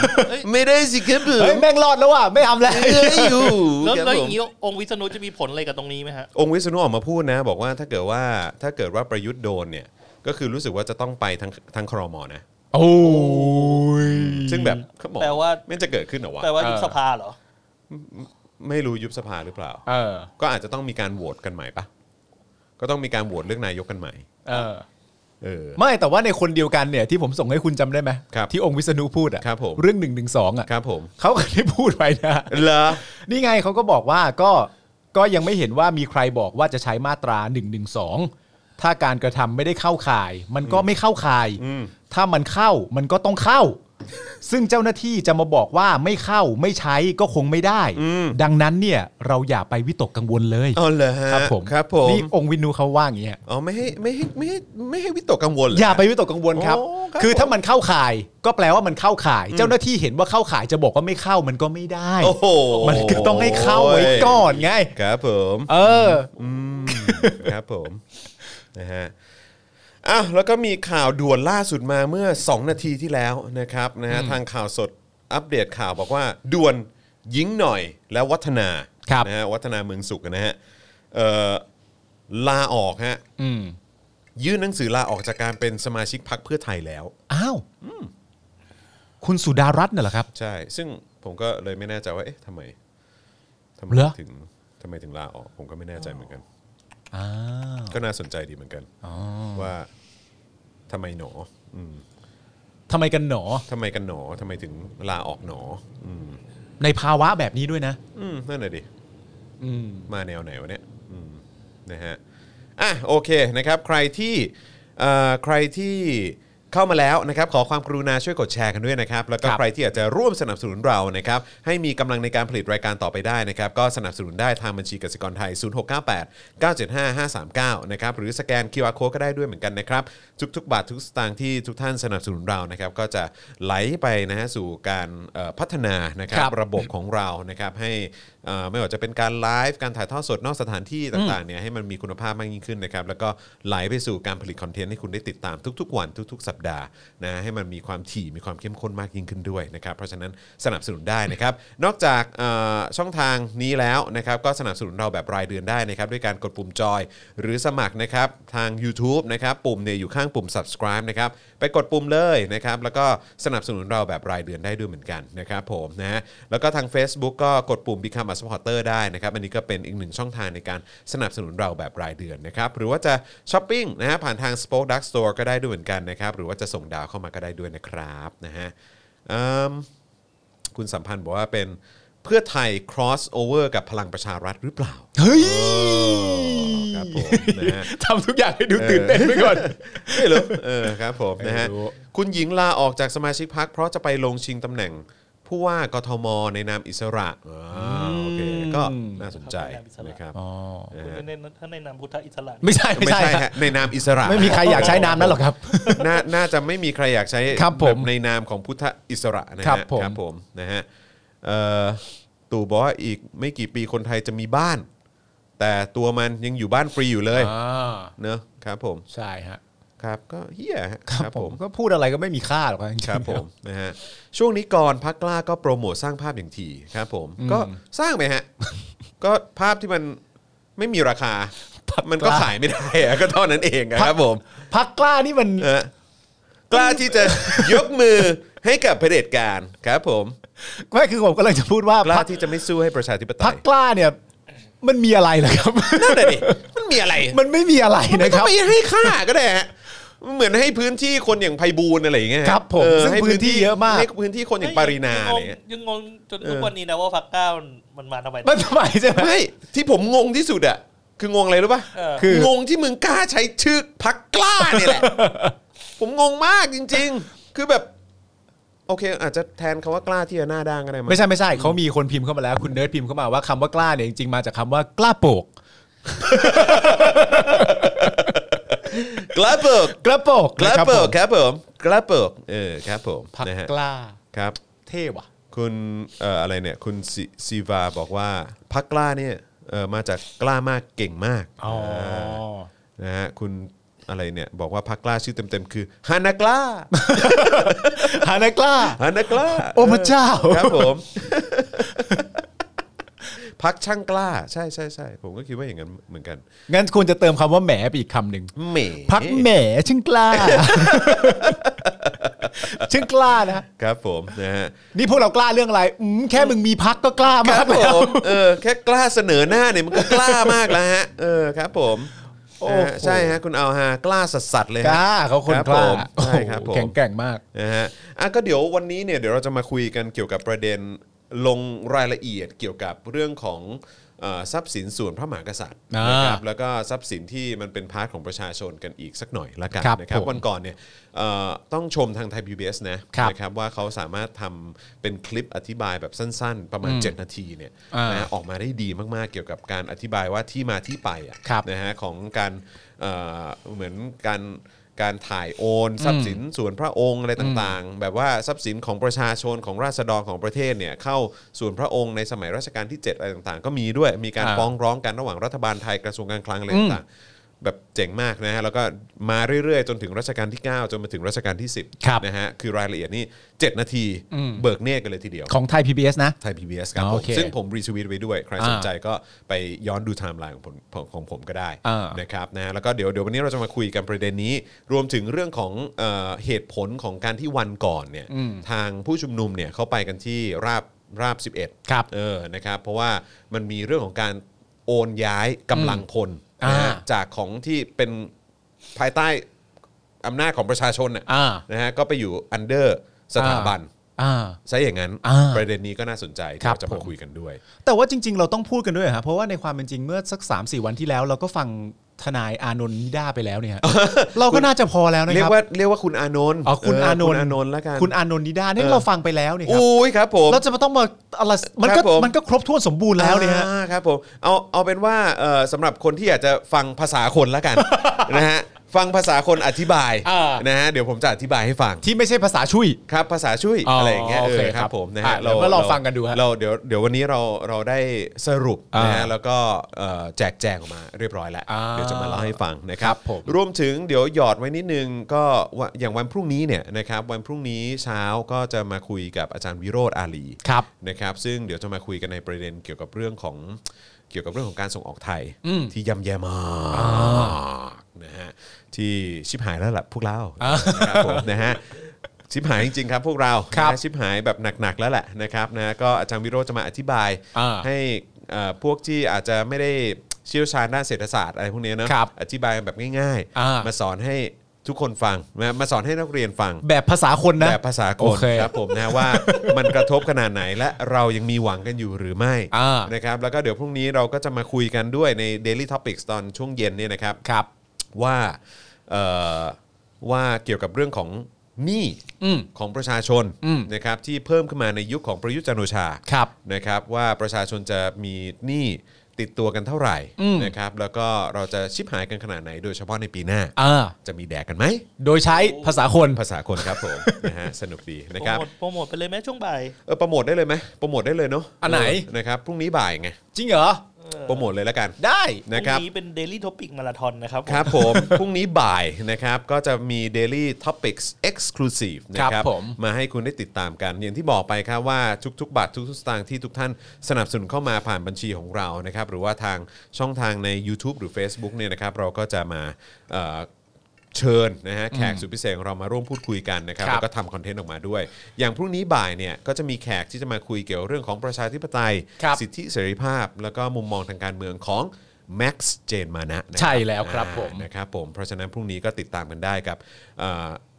B: ไม่ได้สิครับผม
C: เฮ้ยแม่งรอดแล้วว่ะไม่ทำแล้ว
B: เหลือ อยู่
D: แล้ว
B: ครับ
D: แล้วอ
B: ผม
D: ย่างนี้องค์วิษณุจะมีผลอะไรกับตรงนี้ไหมฮะ
B: องค์วิษณุออกมาพูดนะ บอกว่าถ้าเกิดว่าถ้าเกิดว่าประยุทธ์โดนเนี่ย ก็คือรู้สึกว่าจะต้องไปทางทางครมนะ
C: โอ้ย
B: ซึ่งแบบเขาบอก
D: แปลว่า
B: ไม่จะเกิดขึ้นเหรอวะ
D: แปลว่ายุบ
C: เออ
D: สภาเหรอ
B: ไม่รู้ยุบสภาหรือเปล่า
C: เออ
B: ก็อาจจะต้องมีการโหวตกันใหม่ปะก็ต้องมีการโหวตเลือกนายกกันใหม่
C: เออ
B: เออ
C: ไม่แต่ว่าในคนเดียวกันเนี่ยที่ผมส่งให้คุณจำได้ไหม
B: ครับ
C: ที่องค์วิษณุพูดอะ
B: ครับผม
C: เรื่องหนึ่งหนึ่งสองอะ
B: ครับผม
C: เขาก็ได้พูดไปนะ
B: เหรอ
C: นี่ไงเขาก็บอกว่าก็ก็ยังไม่เห็นว่ามีใครบอกว่าจะใช้มาตรา1นึถ้าการกระทำไม่ได้เข้าข่าย มันก็ไม่เข้าข่าย ถ้ามันเข้ามันก็ต้องเข้า ซึ่งเจ้าหน้าที่จะมาบอกว่าไม่เข้าไม่ใช้ก็คงไม่ได้
B: อืม
C: ดังนั้นเนี่ยเราอย่าไปวิตกกังวลเลย
B: เอาเลยฮะ
C: ครับผม
B: ครับผม
C: นี่องค์วินูเขาว่าอย่างเงี้ย
B: อ๋อไม่ให้ไม่ให้ไม่ให้ไม่ให้วิตกกังวลเหร
C: อย่า
B: ฮะ
C: ไปวิตกกังวลครับ
B: โอ้ครับ
C: คือถ้ามันเข้าข่าย ก็แปลว่ามันเข้าข่าย เจ้าหน้าที่เห็นว่าเข้าข่ายจะบอกว่าไม่เข้ามันก็ไม่ได้
B: โอ้โห
C: มันก็ต้องให้เข้าไว้ก่อนไง
B: ครับผม
C: เออ
B: ครับผมนะฮะอ้าวแล้วก็มีข่าวด่วนล่าสุดมาเมื่อ 2 นาทีที่แล้วนะครับนะฮะทางข่าวสดอัปเดตข่าวบอกว่าด่วนหญิงหน่อยและวัฒนา
C: ครับ
B: นะฮะวัฒนาเมืองสุขนะฮะเอ่อลาออกฮะ
C: อืม
B: ยื่นหนังสือลาออกจากการเป็นสมาชิกพักเพื่อไทยแล้ว
C: อ้าวคุณสุดารัตน์น่ะเหรอครับ
B: ใช่ ซึ่งผมก็เลยไม่แน่ใจว่าเอ๊ะทำไมทำไม
C: เหรอ
B: ถึงทำไมถึงลาออก ผมก็ไม่แน่ใจเหมือนกัน
C: อ้าว
B: ก็น่าสนใจดีเหมือนกันว่าทำไมหนออืม
C: ทำไมกันหนอ
B: ทำไมกันหนอทำไมถึงลาออกหนอ อืม
C: ในภาวะแบบนี้ด้วยนะ
B: อืมนั่นแหละดิ
C: อืม
B: มาแนวไหนวะเนี่ยอืมนะฮะอ่ะโอเคนะครับ ใครที่เอ่อใครที่เข้ามาแล้วนะครับ ขอความกรุณาช่วยกดแชร์กันด้วยนะครับ แล้วก็
C: ครับ
B: ใครที่อยากจะร่วมสนับสนุนเรานะครับ ให้มีกำลังในการผลิตรายการต่อไปได้นะครับ ก็สนับสนุนได้ทางบัญชีกสิกรไทย 0698 975 539 นะครับ หรือสแกน QR Code ก็ได้ด้วยเหมือนกันนะครับ ทุกๆ บาททุกสตางค์ที่ทุกท่านสนับสนุนเรานะครับ ก็จะไหลไปนะฮะสู่การเอ่อพัฒนานะครั
C: ครับ บ
B: ระบบของเรานะครับให้เอ่อไม่ว่าจะเป็นการไลฟ์การถ่ายทอดสดนอกสถานที่ต่างๆเนี่ยให้มันมีคุณภาพมากยิ่งขึ้นนะครับแล้วก็ไหลไปสู่การผลิตคอนเทนต์ให้คุณได้ติดตามทุกๆ วันทุก ๆ สัปดาห์นะให้มันมีความถี่มีความเข้มข้นมากยิ่งขึ้นด้วยนะครับเพราะฉะนั้นสนับสนุนได้นะครับ นอกจากเอ่อช่องทางนี้แล้วนะครับก็สนับสนุนเราแบบรายเดือนได้นะครับด้วยการกดปุ่มจอย หรือสมัครนะครับทาง u t u b e นะครับปุ่มเนี่ยอยู่ข้างปุ่ม subscribe นะครับไปกดปุ่มเลยนะครับแล้วก็สนับสนุนเราแบบรายเดือนได้ด้วยเหมือนกันนะครับผมนะฮะแล้วก็ทาง Facebook ก็กดปุ่ม Become a supporter ได้นะครับอันนี้ก็เป็นอีกหนึ่งช่องทางในการสนับสนุนเราแบบรายเดือนนะครับหรือว่าจะช้อปปิ้งนะฮะผ่านทาง Spoke Dark Store ก็ได้ด้วยเหมือนกันนะครับหรือว่าจะส่งดาวเข้ามาก็ได้ด้วยนะครับนะฮะอืมคุณสัมพันธ์บอกว่าเป็นเพื่อไทย cross over กับพลังประชารัฐหรือเปล่า
C: เฮ้ย
B: ครับผมนะฮะ
C: ทำทุกอย่างให้ดูตื่นเต้นไปก่อน
B: ไม่รู้เออครับผมนะฮะ
C: ไม่รู้
B: คุณหญิงลาออกจากสมาชิกพักเพราะจะไปลงชิงตำแหน่ง ผู้ว่ากทมในนามอิสระอ่าโอเคก็น่าสนใจนะครับ
D: คุณไม่เน้นท่านในนามพุทธอิสระนี่
C: ไม่ใช่ไม่
B: ไม่
C: ใช่
B: ใช่
C: ฮะ
B: ฮะในนามอิสระ
C: ไม่มีใครอยากใช้นามนั้นหรอกครับ
B: น่าน่าจะไม่มีใครอยากใช้
C: ครับผม
B: แบบในนามของพุทธอิสระนะฮะ
C: ครับผม
B: ครับผมนะฮะเอ่อตู่บอกว่าอีกไม่กี่ปีคนไทยจะมีบ้าน แต่ตัวมันยังอยู่บ้านฟรีอยู่เลยเนอะครับผม
C: ใช่ฮะ
B: ครับก็เฮียฮะ
C: ครับผมก็พูดอะไรก็ไม่มี ค่าหรอกจงๆ
B: ครับผมนะฮะช่วงนี้ก่อนพักกล้าก็โปรโมทสร้างภาพอย่างทีครับผมก็สร้างไปฮะ ก็ภาพที่มันไม่มีราคา มันก็ขายไม่ได้อะ ก็เท่านั้นเองอะครับผม
C: พักกล้านี่มัน
B: เออกล้าที่จะยกมือให้กับเผด็จการครับผม
C: ไม่คือผมกำลังจะพูดว่าก
B: ล้า
C: พัก
B: ที่จะไม่สู้ให้ประชาธิปไต
C: พัก
B: ย
C: กล้าเนี่ย มันมีอะไรเหรอครับ
B: นั่นแหละดิมันมีอะไร
C: มันไม่มีอะไร
B: มัน
C: นะค
B: ก็
C: รับ
B: ไม่ให้ค่าก็ได้ฮะเหมือนให้พื้นที่คนอย่างไพบูลย์อะไรอย่างเงี้ยฮะ
C: ครับผม
B: เออ
C: ซึ่ง
B: ให้
C: พื้นที่เยอะมาก
B: ให้พื้นที่คนอย่างปารินาอะไรอย่างเงี้ย
D: ยังงงจนทุกวันนี้นะว่าฟักเก้ามันมาทำไม
C: มันทำไมใช่ไหม
B: ไม่ที่ผมงงที่สุดอะคืองงอะไรรู้ป่ะ
D: เออ
C: คือ
B: งงที่มึงกล้าใช้ชื่อพักกล้าเนี่ย แหละ ผมงงมากจริง ๆ คือแบบ โอเค อาจจะแทนคำว่ากล้าที่จะหน้าด้านก็ได้มั้ย
C: ไม่ใช่ไม่ใช่เขามีคนพิมพ์เข้ามาแล้วคุณเนิร์ดพิมพ์เข้ามาว่าคำว่ากล้าเนี่ยจริงๆมาจากคำว่ากล้าโปก
B: กล้าเปิ ก
C: กล้าโปก
B: กล้า
C: นะครับ
B: เปิ
C: ผ
B: ก
C: ม
B: ครับผมกล้าเปิกเออครับผม
C: พัก
B: นะฮะ
C: กล้า
B: ครับ
C: เท่ว่ะ
B: คุณเอ่ออะไรเนี่ยคุณซีวาบอกว่าพักกล้าเนี่ยเอ่อมาจากกล้ามากเก่งมาก
C: อ๋อ
B: นะฮะคุณอะไรเนี่ยบอกว่าพักกล้าชื่อเต็มๆคือฮานากล้า
C: ฮานากล้า
B: ฮานากล้า
C: โอ้พระเจ้า
B: ครับผม พักช่างกล้า ใช่ใช่ใช่ผมก็คิดว่าอย่างนั้นเหมือนกัน
C: งั้นควรจะเติมคำว่าแหมไปอีกคำหนึ่ง
B: เหม
C: พักแหมช่างกล้า ช่างกล้านะ
B: ครับผมนะฮะ
C: นี่พวกเรากล้าเรื่องอะไรอืมแค่มึงมีพักก็กล้า
B: ค
C: มา
B: รั
C: ก
B: บผ
C: แล้ว
B: มเออแค่กล้าเสนอหน้าเนี่ยมันก็กล้ามากแล้วฮะ เออครับ ผมนะฮะใช่ฮะคุณเอาฮะกล้าสัสๆเลยฮะ
C: กล้าเขาคน
B: รับ
C: กล้า
B: ผมใช่ครับ
C: โอ้
B: ผ
C: โห
B: ม
C: แข็งแกร่งมาก
B: นะฮะอ่ะก็เดี๋ยววันนี้เนี่ยเดี๋ยวเราจะมาคุยกันเกี่ยวกับประเด็นลงรายละเอียดเกี่ยวกับเรื่องของ เอ่อทรัพย์สินส่วนพระมหากษัตริย์
C: อ่าน
B: นะครับแล้วก็ทรัพย์สินที่มันเป็นพาร์ทของประชาชนกันอีกสักหน่อยละกัน
C: ครับ
B: นะครับ
C: ผม
B: วันก่อนเนี่ยเอ่อต้องชมทางไทยพีบีนะครับ นะครับว่าเขาสามารถทำเป็นคลิปอธิบายแบบสั้นๆ ประมาณ 7 นาทีเนี่ย
C: อ่าน
B: นะ ออกมาได้ดีมากๆ เกี่ยวกับการอธิบายว่าที่มาที่ไปอะ
C: ครับ
B: นะฮะของการเอ่อเหมือนการการถ่ายโอนทรัพย์สินส่วนพระองค์อะไรต่างๆ แบบว่าทรัพย์สินของประชาชนของราษฎรของประเทศเนี่ยเข้าส่วนพระองค์ในสมัยรัชกาลที่ 7 อะไรต่างๆ ก็มีด้วยมีการ
C: อ่า
B: ฟ้องร้องกันระหว่างรัฐบาลไทยกระทรวงการคลังอะไรต่างๆแบบเจ๋งมากนะฮะแล้วก็มาเรื่อยๆ จนถึงรัชกาลที่ 9 จนมาถึงรัชกาลที่
C: ครับ
B: 10นะฮะคือรายละเอียดนี่7นาทีเบิกเนตรกันเลยทีเดียว
C: ของไทย PBS นะ
B: ไทย PBS ครับ
C: อ๋อ
B: ผ
C: โอ
B: ม
C: เค
B: ซึ่งผมรีทวีตไปด้วย ใคร
C: อ่า
B: สนใจก็ไปย้อนดูไทม์ไลน์ของผมของของผมก็ได้
C: อ่าน
B: นะครับนะแล้วก็เดี๋ยวเดี๋ยววันนี้เราจะมาคุยกันประเด็นนี้ รวมถึงเรื่องของเอ่อเหตุผลของการที่วันก่อนเนี่ยทางผู้ชุมนุมเนี่ยเขาไปกันที่ราบราบ 11
C: ครับ
B: เออ นะครับ เพราะว่ามันมีเรื่องของการโอนย้ายกำลังพล
C: อ่าน
B: นะฮะจากของที่เป็นภายใต้อำนาจของประชาชนน่ะ
C: อ่า
B: นะฮะ ก็ไปอยู่อันเดอร์สถาบัน
C: อ่า
B: ใช่อย่างนั้น
C: อ่า
B: ประเด็นนี้ก็น่าสนใจที่
C: ครับ
B: เรา
C: ผม
B: จะาม คุยกันด้วย
C: แต่ว่าจริง ๆ เราต้องพูดกันด้วยฮะเพราะว่าในความเป็นจริงเมื่อสัก3าสี่วันที่แล้วเราก็ฟังทนายอานนท์นิด้าไปแล้ว เนี่ยฮะ เราก็น่าจะพอแล้วนะ
B: เรีย
C: ครั
B: ก
C: บ
B: ว่าเรียกว่าคุณอานนท์
C: อ๋อคุณ
B: เ
C: อานน
B: คุณ
C: ท์
B: อานนท์แล้วกัน
C: คุณอานนท์นิด้าเนี่ยเราฟังไปแล้วเนี่ยครับ
B: อุ้ยครับผม
C: เราจะมาต้องมาอะไรมันก็มันก็ครบถ้วนสมบูรณ์แล้วเนี่ยฮะ
B: อ่าครับผมเอาเอาเป็นว่าเอ่อสำหรับคนที่อยากจะฟังภาษาคนแล้วกัน นะฮ ะฟังภาษาคนอธิบาย
C: อ่าน
B: นะฮะเดี๋ยวผมจะอธิบายให้ฟัง
C: ที่ไม่ใช่ภาษาช่วย
B: ครับภาษาช่วย
C: อ๋ออ
B: อะไรอย่างเงี้ย
C: โอ
B: เอ
C: เค
B: อ
C: ค
B: ค
C: รั
B: รั
C: บบ
B: ผมนะ
C: อ่ะ
B: ฮะ
C: เดี๋ยวมาลองฟังกันดูฮะ
B: เราเดี๋ยวเดี๋ยววันนี้เราเราได้สรุปนะฮะ
C: อ่า
B: แล้วก็เอ่อแจกแจงออกมาเรียบร้อยแล้ว
C: อ่า
B: เดี๋ยวจะมาเล่าให้ฟังนะค
C: ค
B: รั
C: รับ บผม
B: รวมถึงเดี๋ยวหยอดไว้นิดนึงก็ว่าอย่างวันพรุ่งนี้เนี่ยนะครับวันพรุ่งนี้เช้าก็จะมาคุยกับอาจารย์วิโรธอาลี
C: ครับ
B: นะครับซึ่งเดี๋ยวจะมาคุยกันในประเด็นเกี่ยวกับเรื่องของเกี่ยวกับเรื่องของการส่งออกไทยที่ย่ำแย่มากนะฮะที่ชิบหายแล้วล่ะพวกเรานะครับผมนะฮะ ชิบหายจริงๆครับพวกเรา
C: ครับ
B: นะชิบหายแบบหนักๆแล้วแหละนะครับนะก็อาจารย์วิโรจน์จะมาอธิบาย
C: อ่า
B: ให้เอ่อพวกที่อาจจะไม่ได้เชี่ยวชาญด้านเศรษฐศาสตร์อะไรพวกเนี้ยนะครับอธิบายแบบง่าย
C: อ่าม
B: มาสอนให้ทุกคนฟังนะมาสอนให้นักเรียนฟัง
C: แบบภาษาคนนะ
B: แบบภาษาค
C: โอน เค
B: ครับผมนะว่า มันกระทบขนาดไหนและเรายังมีหวังกันอยู่หรือไม่
C: อ่าน
B: นะครับแล้วก็เดี๋ยวพรุ่งนี้เราก็จะมาคุยกันด้วยใน Daily Topics ตอนช่วงเย็นเนี่ยนะครับ
C: ครับ
B: ว่าเอ่อว่าเกี่ยวกับเรื่องของหนี้
C: อืม
B: ของประชาชน
C: อืม
B: นะครับที่เพิ่มขึ้นมาในยุคของประยุทธ์จันทร์โอชา
C: ครับ
B: นะครับ ว่าประชาชนจะมีหนี้ติดตัวกันเท่าไหร่
C: อืม
B: นะครับ แล้วก็เราจะชิบหายกันขนาดไหนโดยเฉพาะในปีหน้า
C: อ่า
B: จะมีแดกกันไหม
C: โดยใช้ภาษาคน
B: ภาษาคนครับผม นะฮะสนุกดีนะ
D: โป
B: ค
D: ร
B: รับ
D: โมทโปรโมทไปเลยไหมช่วงบ่าย
B: เออโปรโมทได้เลยไหมโปรโมทได้เลยเนาะ
C: อันไหน
B: เนะครับพรุ่งนี้บ่ายไง
C: จริงเหรอ
B: โปรโมทเลยแล้วกัน
C: ได้
B: นะครับ
D: พงนี้เป็นเดลี่ท็อปิกมาราธอนนะครับผม
B: ครับผม พรุ่งนี้บ่ายนะครับ ก็จะมี Daily Topics Exclusive นะค
C: ครั
B: รับบ
C: ผม
B: มาให้คุณได้ติดตามกัน อย่างที่บอกไปครับว่าทุกๆบาททุกๆสตางค์ที่ทุกท่านสนับสนุนเข้ามาผ่านบัญชีของเรานะครับ หรือว่าทางช่องทางใน YouTube หรือ Facebook เนี่ยนะครับ เราก็จะมาเอ่อเชิญนะฮะแขกสุดพิเศษของเรามาร่วมพูดคุยกันนะครับ
C: ครับ
B: แล้วก็ทำคอนเทนต์ออกมาด้วย อย่างพรุ่งนี้บ่ายเนี่ยก็จะมีแขกที่จะมาคุยเกี่ยวเรื่องของประชาธิปไตย
C: ครับ
B: สิทธิเสรีภาพ แล้วก็มุมมองทางการเมืองของแม็กซ์เจนมานะนะครับ
C: ใช่แล้วครับผม
B: อ่านะครับผม เพราะฉะนั้นพรุ่งนี้ก็ติดตามกันได้กับ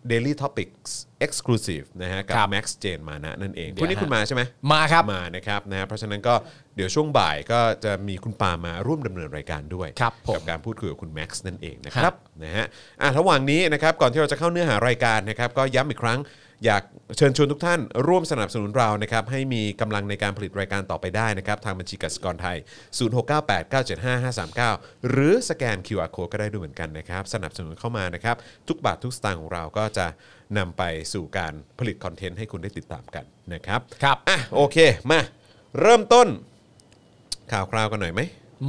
B: เดลี่ท็อปิกส์เอ็กซ์คลูซีฟนะฮะกับ
C: ครับ
B: แม็กซ์เจนมานะนั่นเอง
C: เดี๋
B: พ
C: ยว
B: รุ่งนี้
C: ฮะ
B: คุณมาใช่ไหม
C: มาครับ
B: มานะครับนะฮะเพราะฉะนั้นก็เดี๋ยวช่วงบ่ายก็จะมีคุณปามาร่วมดำเนินรายการด้วย
C: ครับผม
B: กับการพูดคุยกับคุณแม็กซ์นั่นเองนะครับนะฮะอ่ะระหว่างนี้นะครับก่อนที่เราจะเข้าเนื้อหารายการนะครับก็ย้ำอีกครั้งอยากเชิญชวนทุกท่านร่วมสนับสนุนเรานะครับให้มีกำลังในการผลิตรายการต่อไปได้นะครับทางบัญชีกสิกรไทย 0698975539 หรือสแกน QR code ก็ได้ด้วยเหมือนกันนะครับสนับสนุนเข้ามานะครับทุกบาททุกสตางค์ของเราก็จะนำไปสู่การผลิตคอนเทนต์ให้คุณได้ติดตามกันนะครับ
C: ครับ
B: อ่ะโอเคมาเริ่มต้นข่าวคราวกันหน่อยไหม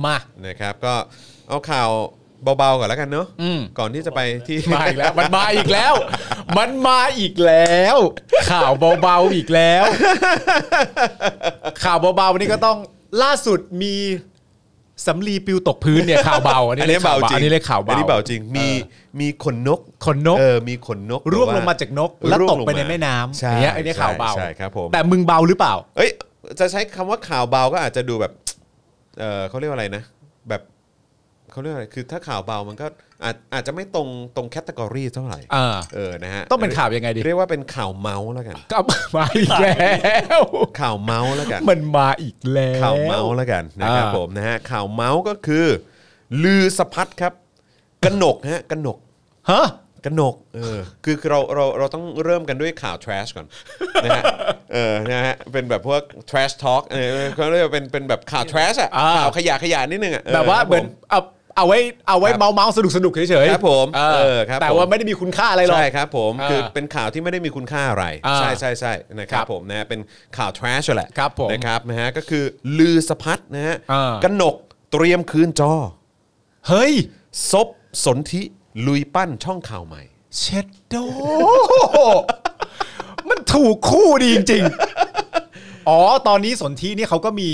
C: มา
B: นะครับก็เอาข่าวเบาๆก่อนแล้วกันเนอะ
C: อืม
B: ก่อนที่จะไปที่
C: มาอีกแล้ว มันมาอีกแล้ว มันมาอีกแล้ว ข่าวเบาๆอีกแล้ว ข่าวเบาๆวันนี้ก็ต้องล่าสุดมีสำลีปลิวตกพื้นเนี่ยข่าวเบา อัน
B: อั
C: นี้
B: นนี้
C: เรียกข่า
B: เบาว จ
C: เบา
B: ริง
C: อันนี้เรียกข่าวเบา
B: อันนี้เบาจริงมีมีขนนก
C: ขนนก
B: เออมีขนนก
C: ร่วง
B: แต่
C: ลงมาจากนก
B: ร่
C: แล้ว
B: ง
C: ตกไปใน
B: ลงา
C: แม่น้ำ
B: ใช่
C: อันเนี้ยอันนี้ข่าวเบา
B: ใช่ครับผม
C: แต่มึงเบาหรือเปล่า
B: เอ้ยจะใช้คำว่าข่าวเบาก็อาจจะดูแบบเออเขาเรียกว่าอะไรนะ แบบเขาเรียกว่าอะไรคือถ้าข่าวเบามันก็ อาจอาจจะไม่ตรงตรงแคตตากรีเท่าไหร่
C: เออ
B: เออนะฮะ
C: ต้องเป็นข่าวยังไงดี
B: เรียกว่าเป็นข่าวเมาส์แล้วกัน
C: ก็มาอีก แล้ว
B: ข่าวเมาส์แล้วกัน
C: มันมาอีกแล้ว
B: ข่าวเมาส์แล้วกันนะครับ
C: อ่า
B: ผมนะฮะข่าวเมาส์ก็คือ ลือสะพัดครับกนกฮะกนก
C: ฮะ
B: กนกเออคือคือเราเราเราต้องเริ่มกันด้วยข่าว trash ก่อน นะฮะเออนะฮะเป็นแบบพวก trash talk เออเขาเรียกว่าเป็นเป็นแบบข่าว trash อ่ะ
C: อ่า
B: ข่าวขยะขยะนิดนึงอ่ะ
C: แบบว่าเหมือนเอาเอาไว้เอาไว้
B: ครับ
C: เมาเมาสนุกสนุกๆเฉยๆ
B: ครับผม
C: เอ
B: เอ
C: อ
B: อครับ
C: แต่
B: ผม
C: ว่าไม่ได้มีคุณค่าอะไรหรอก
B: ใช่ครับผม
C: อ่า
B: คือเป็นข่าวที่ไม่ได้มีคุณค่าอะไร
C: อ่า
B: ใช่ใช่ใช่นะครั
C: ครับ บ
B: ผมนะเป็นข่าว trash แหละ
C: ครับผม
B: นะครับนะฮะก็คือลือสะพัดนะฮะ
C: อ่า
B: กนกเตรียมคืนจอ
C: เฮ้ย
B: ซบสนธิลุยปั้นช่องข่าวใหม่
C: เช็ดโด มันถูกคู่ดีจริง ๆ อ๋อ ตอนนี้สนธิเนี่ยเขาก็มี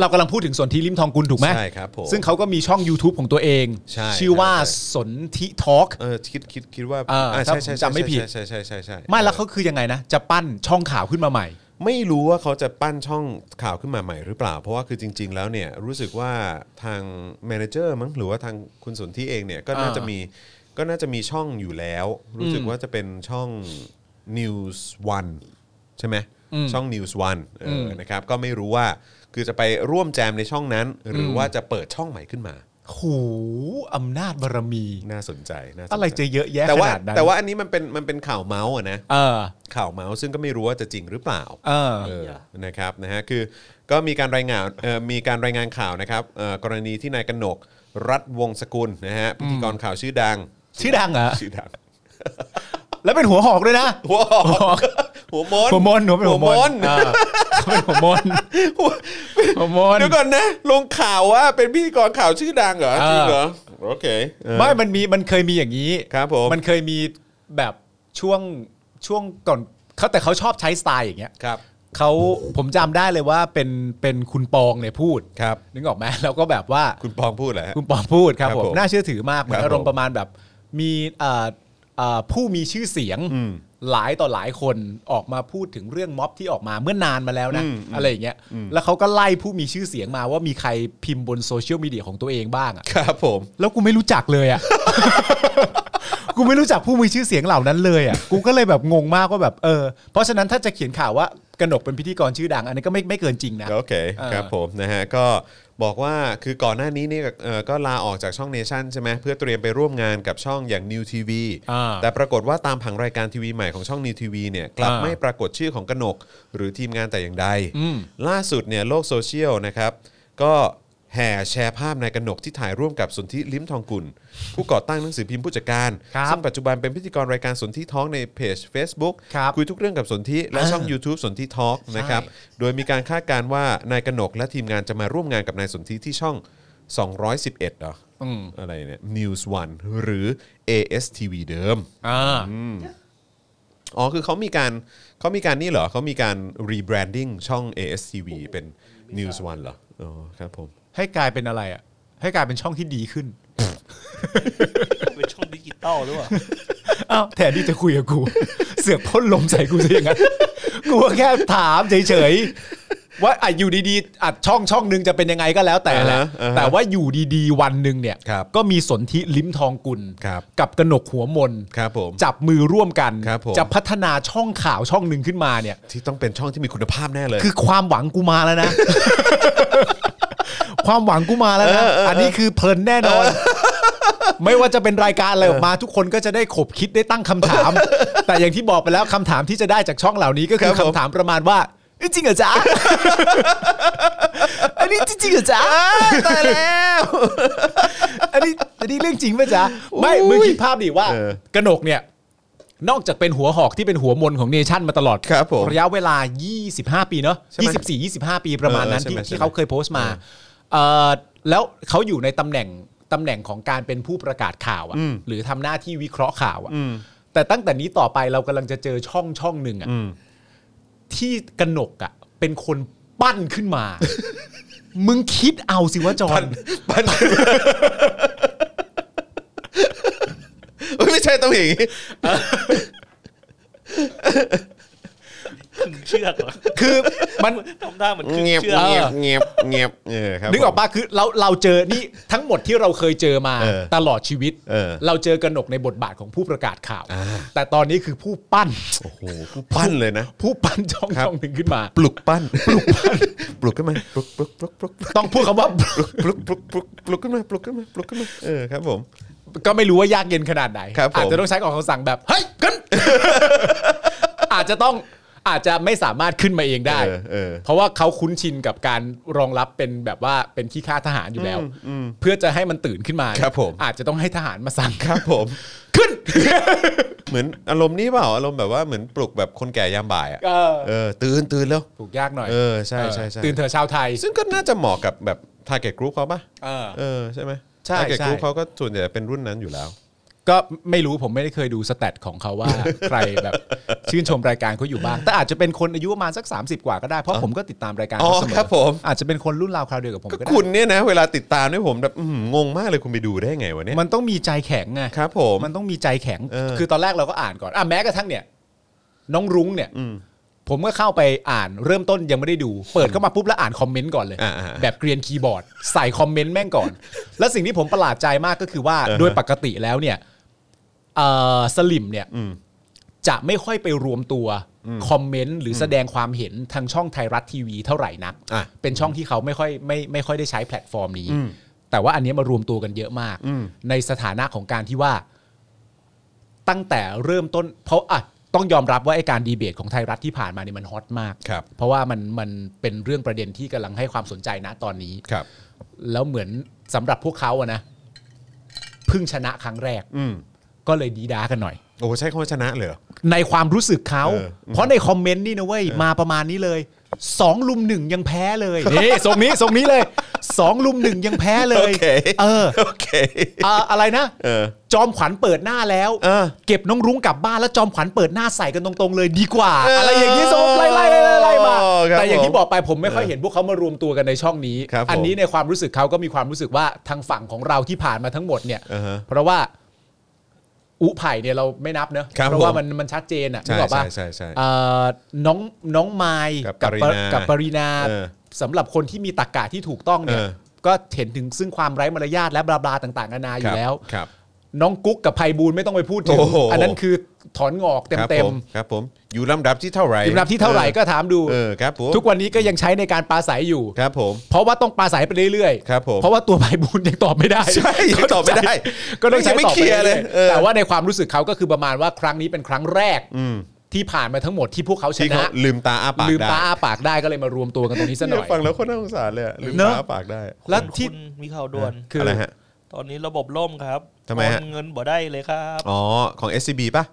C: เรากำลังพูดถึงสนธิลิมทองกุลถูกไหม
B: ใช่ครับผม
C: ซึ่งเขาก็มีช่อง YouTube ของตัวเอง
B: ใช่
C: ชื่อว่า
B: ใช่
C: สนธิทอล์ก
B: เออคิดคิดคิดว่า
C: อ่า
B: อ่า
C: ถ้า
B: ใช่ใช่
C: ผมจำไม่ผิด
B: ใช่ใช่ใช่ใช่ใช่
C: ไม่แล้วเขาคือยังไงนะ จะปั้นช่องข่าวขึ้นมาใหม่
B: ไม่รู้ว่าเขาจะปั้นช่องข่าวขึ้นมาใหม่หรือเปล่า เพราะว่าคือจริง ๆ แล้วเนี่ยรู้สึกว่าทางแมเนเจอร์มั้งหรือว่าทางคุณสนที่เองเนี่ยก็น่า
C: อ่า
B: จะมีก็น่าจะมีช่องอยู่แล้ว รู้สึกว่าจะเป็นช่อง News One ใช่ไหมช่อง News One เอออ
C: ม
B: นะครับก็ไม่รู้ว่าคือจะไปร่วมแจมในช่องนั้น หรือว่าจะเปิดช่องใหม่ขึ้นมา
C: หูอำนาจบารมี
B: น่าสนใจน่าสนใจ
C: อะไรจะเยอะแยะ
B: แต่
C: ข
B: ว่า
C: นาดนั้น
B: แต่ว่าอันนี้มันเป็นมันเป็นข่าวเมาส์อะนะ
C: เออ
B: ข่าวเมาส์ซึ่งก็ไม่รู้ว่าจะจริงหรือเปล่า
C: เออ
B: เออนะครับนะฮะคือก็มีการรายงานเอ่อมีการรายงานข่าวนะครับเอ่อกรณีที่นายกนก รัฐวงศ์สกุลนะฮะพิธีกรข่าวชื่อดัง
C: ชื่อดังเหรอ
B: ชื่อดัง
C: แล้วเป็นหัวหอกด้วยนะ
B: หัวหอกหัวมน
C: หัวมนหัวเป็นหัวมน
B: น
C: อ่าเขาเป็นหัวมน
B: หัว
C: หัวมน
B: เดี๋ยวก่อนนะ ลงข่าวว่าเป็นพิธีกรข่าวชื่อดังเหรอ
C: เออ
B: จริงเหรอโอเคเออ
C: ไม่มันมี มันเคยมีอย่างนี้
B: ครับผม
C: มันเคยมีแบบช่วง ช่วงก่อนเขาแต่เขาชอบใช้สไตล์อย่างเงี้ย
B: ครับ
C: เขาผมจำได้เลยว่าเป็น เป็นคุณปองเนี่ยพูด
B: ครับ
C: นึกออกไหมแล้วก็แบบว่า
B: คุณปองพูดเหรอฮะ
C: คุณปองพูดครับ
B: ครับ
C: ผม
B: ผม
C: น่าเชื่อถือมากเหมือ
B: ค
C: น
B: รับ
C: อารม
B: ผ
C: ณ์
B: ม
C: ประมาณแบบ มีเอ่อเอ่อผู้มีชื่อเสียง
B: อืม
C: หลายต่อหลายคนออกมาพูดถึงเรื่องม็อบที่ออกมาเมื่อนานมาแล้วนะ
B: อืมอืม
C: อะไรอย่างเงี้ยแล้วเขาก็ไล่ผู้มีชื่อเสียงมาว่ามีใครพิมพ์บนโซเชียลมีเดียของตัวเองบ้างอะ
B: ครับผม
C: แล้วกูไม่รู้จักเลย อ่ะ กูไม่รู้จักผู้มีชื่อเสียงเหล่านั้นเลยอ่ะ กูก็เลยแบบงงมากว่าแบบเออ เพราะฉะนั้นถ้าจะเขียนข่าวว่ากนกเป็นพิธีกรชื่อดัง อันนี้ก็ไม่ไม่เกินจริงนะ
B: โอเค
C: เออ
B: ครับผมนะฮะก็บอกว่าคือก่อนหน้านี้เนี่ยเอ่อก็ลาออกจากช่องเนชั่นใช่ไหมเพื่อเตรียมไปร่วมงานกับช่องอย่าง New TV
C: อ่า
B: แต่ปรากฏว่าตามผังรายการทีวีใหม่ของช่อง New TV เนี่ยกลับ
C: อ่า
B: ไม่ปรากฏชื่อของกนก หรือทีมงานแต่อย่างใด
C: อืม
B: ล่าสุดเนี่ยโลกโซเชียลนะครับก็แห่แชร์ภาพนายกนกที่ถ่ายร่วมกับสนธิลิ้มทองกุล ผู้ก่อตั้งหนังสือพิมพ์ผู้จัดการ
C: ครับ
B: ซึ่งปัจจุบันเป็นพิธีกรรายการสนธิท้องในเพจ Facebook
C: ครับ
B: คุยทุกเรื่องกับสนธิและช่อง YouTube สนธิทอล์กนะครับ
C: ใช่
B: โดยมีการคาดการณ์ว่านายกนกและทีมงานจะมาร่วมงานกับนายสนธิที่ช่อง 211เหรอ
C: อืม
B: อะไรเนี่ย News One หรือ ASTV เดิม
C: อ่า
B: อ๋อ คือเขามีการเขามีการนี่เหรอเขามีการ rebranding ช่อง ASTV เป็น News One เหรอ อ๋อ ครับผม
C: ให้กลายเป็นอะไรอ่ะ ให้กลายเป็นช่องที่ดีขึ้น
D: เป็นช่องดิจิตอลหรือเปล่า
C: อ้าวแทนที่จะคุยกับกู เสือกพ่นลมใส่กูซะอย่างนั้น กูก็แค่ถามเฉยๆ ว่าอ่ะอยู่ดีๆอัดช่องช่องหนึ่งจะเป็นยังไงก็แล้วแต่แหละ
B: อ่าฮะอ่าฮะ
C: แต่ว่าอยู่ดีๆ วันหนึ่งเนี่ย
B: ครับ
C: ก็มีสนธิลิ้มทองกุล
B: ครับ
C: กับกนกหัวมน
B: ครับผม
C: จับมือร่วมกัน
B: ครับผม
C: จะพัฒนาช่องข่าวช่องหนึ่งขึ้นมาเนี่ย
B: ที่ต้องเป็นช่องที่มีคุณภาพแน่เลย
C: คือความหวังกูมาแล้วนะ ความหวังกูมาแล้วนะ อันนี้คือเพลินแน่นอน ไม่ว่าจะเป็นรายการอะไรออกมา ทุกคนก็จะได้ขบคิดได้ตั้งคำถาม แต่อย่างที่บอกไปแล้วคำถามที่จะได้จากช่องเหล่านี้ก็คือ
B: ค
C: คำ
B: รับผม
C: ถามประมาณว่าเอ้ยจริงเหรอจ๊ะ อันนี้จริงเหรอจ๊ะตายแล้ว อันนี้อันนี้เรื่องจริงป่ะจ๊ะไม่มึงคิดภาพดิว่า
B: เออก
C: นกเนี่ย นอกจากเป็นหัวหอกที่เป็นหัวมนของเนชั่นมาตลอด
B: ครับผม
C: ระยะเวลา 25 ปีเนาะ
B: ใช่ไหม
C: 24 25 ปีประมาณนั้น
B: เออ
C: ที่
B: ใช่ไหมใช่ไหม
C: ที่เขาเคยโพสต์มาเออแล้วเขาอยู่ในตำแหน่งตำแหน่งของการเป็นผู้ประกาศข่าวอะ
B: อืม
C: หรือทำหน้าที่วิเคราะห์ข่าวอะ
B: อืม
C: แต่ตั้งแต่นี้ต่อไปเรากำลังจะเจอช่องช่องหนึ่งอะ
B: อืม
C: ที่กนกอะ่ะ เป็นคนปั้นขึ้นมา มึงคิดเอาสิว่าจอน
B: ปั้นเอ้ยไม่ใช่ต้องอย่างนี้
D: ถึง เชือกเหรอ
C: คือมัน
D: ทำได้เหมือนขึง
B: เงียบ
D: เชือก
B: เงียบเงียบเงียบเออครับ
C: นึกออกปะคือเราเราเจอนี่ทั้งหมดที่เราเคยเจอมา
B: เออ
C: ตลอดชีวิต
B: เออ
C: เราเจอกระหนกในบทบาทของผู้ประกาศข่าว แต่ตอนนี้คือผู้ปั้น
B: โอ้โหผู้ปั้นเลยนะ
C: ผู้ปั้นช่อง
B: ครับ
C: ช่องหนึ่งขึ้นมา
B: ปลุกปั้นปลุกปั้นปลุกขึ้นมาปลุกปลุกปลุกปลุก
C: ต้องพูดคำว่า
B: ปลุกปลุกปลุกปลุกขึ้นมาปลุกขึ้นมาปลุกขึ้นมาเออครับผม
C: ก็ไม่รู้ว่ายากเย็นขนาดไหน
B: ครับผม
C: อาจจะต้องใช้ออกคำสั่งแบบเฮ้ยขึ้น อาจจะต้องอาจจะไม่สามารถขึ้นมาเองได้
B: เออเออ
C: เพราะว่าเขาคุ้นชินกับการรองรับเป็นแบบว่าเป็นขี้ข้าทหารอยู่แล้ว เพื่อจะให้มันตื่นขึ้นมา
B: ครับผม
C: อาจจะต้องให้ทหารมาสั่ง
B: ครับผม
C: ขึ้น
B: เหมือนอารมณ์นี้เปล่าอารมณ์แบบว่าเหมือนปลุกแบบคนแก่ยามบ่ายอ่ะ
C: เออ
B: เออตื่นตื่นแล้ว
C: ถูกยากหน่อย
B: เออใช่ใช่ใช่
C: ตื่นเธอะชาวไทย
B: ซึ่งก็น่าจะเหมาะกับแบบ target group เขาปะ
C: เออ
B: เออใช่ไหม
C: ใช่
B: target
C: ใช่
B: group เขาก็ส่วนใหญ่เป็นรุ่นนั้นอยู่แล้ว
C: ก็ไม่รู้ผมไม่ได้เคยดูสแตทของเขาว่า ใครแบบชื่นชมรายการเขาอยู่บ้าง แต่อาจจะเป็นคนอายุประมาณสัก 30 กว่าก็ได้ เพราะผมก็ติดตามรายการเขาเสม
B: อ๋อ
C: อ
B: ครับผม
C: อาจจะเป็นคนรุ่นราวคราวเดียวกับผม
B: ก็
C: ก็
B: คุ
C: ได้
B: ณเนี่ยนะ เวลาติดตามเนี่ยผมแบบอื้อหืองงมากเลยคุณไปดูได้ไงวะเนี่ย
C: มันต้องมีใจแข็งไง
B: ครับผม
C: มันต้องมีใจแข็ง
B: เออ
C: คือตอนแรกเราก็อ่านก่อนอ่ะแม้กระทั่งเนี่ย น้องรุ้งเนี่ย ผมก็เข้าไปอ่านเริ่มต้นยังไม่ได้ดู เปิดเข้ามาปุ๊บแล้วอ่านคอมเมนต์ก่อนเลย
B: อ่าอ่า
C: แบบเกรียนคีย์บอร์ด ใส่คอมเมนต์แม่งก่อน แล้วสิ่งที่ผมประหลาดใจมากก็คือว่า
B: อ่าฮะ
C: โดยปกติแล้วเนี่ยเอ่อสลิมเนี่ย
B: อืม
C: จะไม่ค่อยไปรวมตัวคอมเมนต์หรือแสดงความเห็นทางช่องไทยรัฐทีวีเท่าไหร่นัก
B: อ่ะ
C: เป็นช่องที่เขาไม่ค่อยไม่ไม่ค่อยได้ใช้แพลตฟอร์มนี้
B: อืม
C: แต่ว่าอันเนี้ยมารวมตัวกันเยอะมาก
B: อืม
C: ในสถานะของการที่ว่า ตั้งแต่เริ่มต้น เพราะอ่ะต้องยอมรับว่าไอการดีเบตของไทยรัฐที่ผ่านมาเนี่ยมันฮอตมาก
B: ครับ
C: เพราะว่ามันมันเป็นเรื่องประเด็นที่กำลังให้ความสนใจนะตอนนี้
B: ครับ
C: แล้วเหมือนสำหรับพวกเขาอะนะเพิ่งชนะครั้งแรก
B: อืม
C: ก็เลยดีด้ากันหน่อย
B: โอ้ใช่คำว่าชนะเลยเหรอ
C: ในความรู้สึกเขา
B: เออ
C: เพราะในคอมเมนต์นี่นะเว้ย มาประมาณนี้เลยสองลุมหนึ่งยังแพ้เลย นี่ทรงนี้ทรงนี้เลย สองลุมหนึ่งยังแพ้เลย
B: โอเค
C: เออ
B: โอ เค
C: อ่ะอะไรนะ
B: เออ
C: จอมขวัญเปิดหน้าแล้ว
B: เออ
C: เก็บน้องรุ้งกลับบ้านแล้วจอมขวัญเปิดหน้าใส่กันตรงๆเลยดีกว่า
B: เอออ
C: อะไรอย่างนี้ส่งไล่ไล่ไล่ไล่มา
B: ครับ
C: แต่อย่างที่
B: ผม
C: บอกไปผมไม่ค่อยเห็นพวกเขามารวมตัวกันในช่องนี้
B: ครับผม
C: อันี้ในความรู้สึกเขาก็มีความรู้สึกว่าทางฝั่งของเราที่ผ่านมาทั้งหมดเนี่ย
B: อ่าฮะ
C: เพราะว่าอุไผ่เนี่ยเราไม่นับเนอะ
B: ครับ
C: เพราะว่า
B: ผม
C: มันมันชัดเจนอ่ะ
B: ใช่
C: นึกออกป่ะ
B: ใช่ใช่ใช่
C: เอ่อน้องน้องไม้
B: กับ
C: กั
B: ปรินากั
C: กับปรินา
B: เออ
C: สำหรับคนที่มีตรรกะที่ถูกต้องเนี่ย
B: เออ
C: ก็เห็นถึงซึ่งความไร้มารยาทและบลาบลาต่างๆนานาอ
B: ครับ
C: ยู่แล้ว
B: ครับ
C: น้องกุ๊กกับไพบูลย์ไม่ต้องไปพูดถึง
B: โอ้โห
C: อันนั้นคือถอนงอกเต็ม
B: ครับ
C: เต็ม
B: ผครับผม อยู่ลำดับที่เท่าไหร่
C: ลำดับที่เท่าไหร่ก็ถามดู
B: เออครับผม
C: ทุกวันนี้ก็ยังใช้ในการปราศัยอยู่
B: ครับผม
C: เพราะว่าต้องปราศัยไปเรื่อย
B: ครับผม
C: เพราะว่าตัวไพบูลย์ยังตอบไม่ได้
B: ใช่ยังตอบไม่ได้
C: ก็ต้องใช้
B: ยังไม่
C: ต่อป
B: เคลียร์เลยเออ
C: แต่ว่าในความรู้สึกเขาก็คือประมาณว่าครั้งนี้เป็นครั้งแรกที่ผ่านมาทั้งหมดที่พวกเขาช
B: ที่เขา
C: นะ
B: ลืมตาอ้าปาก
C: ลืม
B: ได้
C: ตาอ้าปากได้ก็เลยมารวมตัวกันตรงนี้ซะหน่อย
B: ฟังแล้วคนน่าสงสารเลยอะลืม
C: เนอะ
B: ตาอ้าปากได้
C: แล้วที่
D: คุณมีข่าวด่วน
C: คือ
B: อะ
C: อ
B: ไรฮะ
D: ตอนนี้ระบบล่มครับ
B: ทำไมฮะ
D: โอนเงินบ่ได้เลยครับ
B: อ๋อ ของ SCB ป่ะ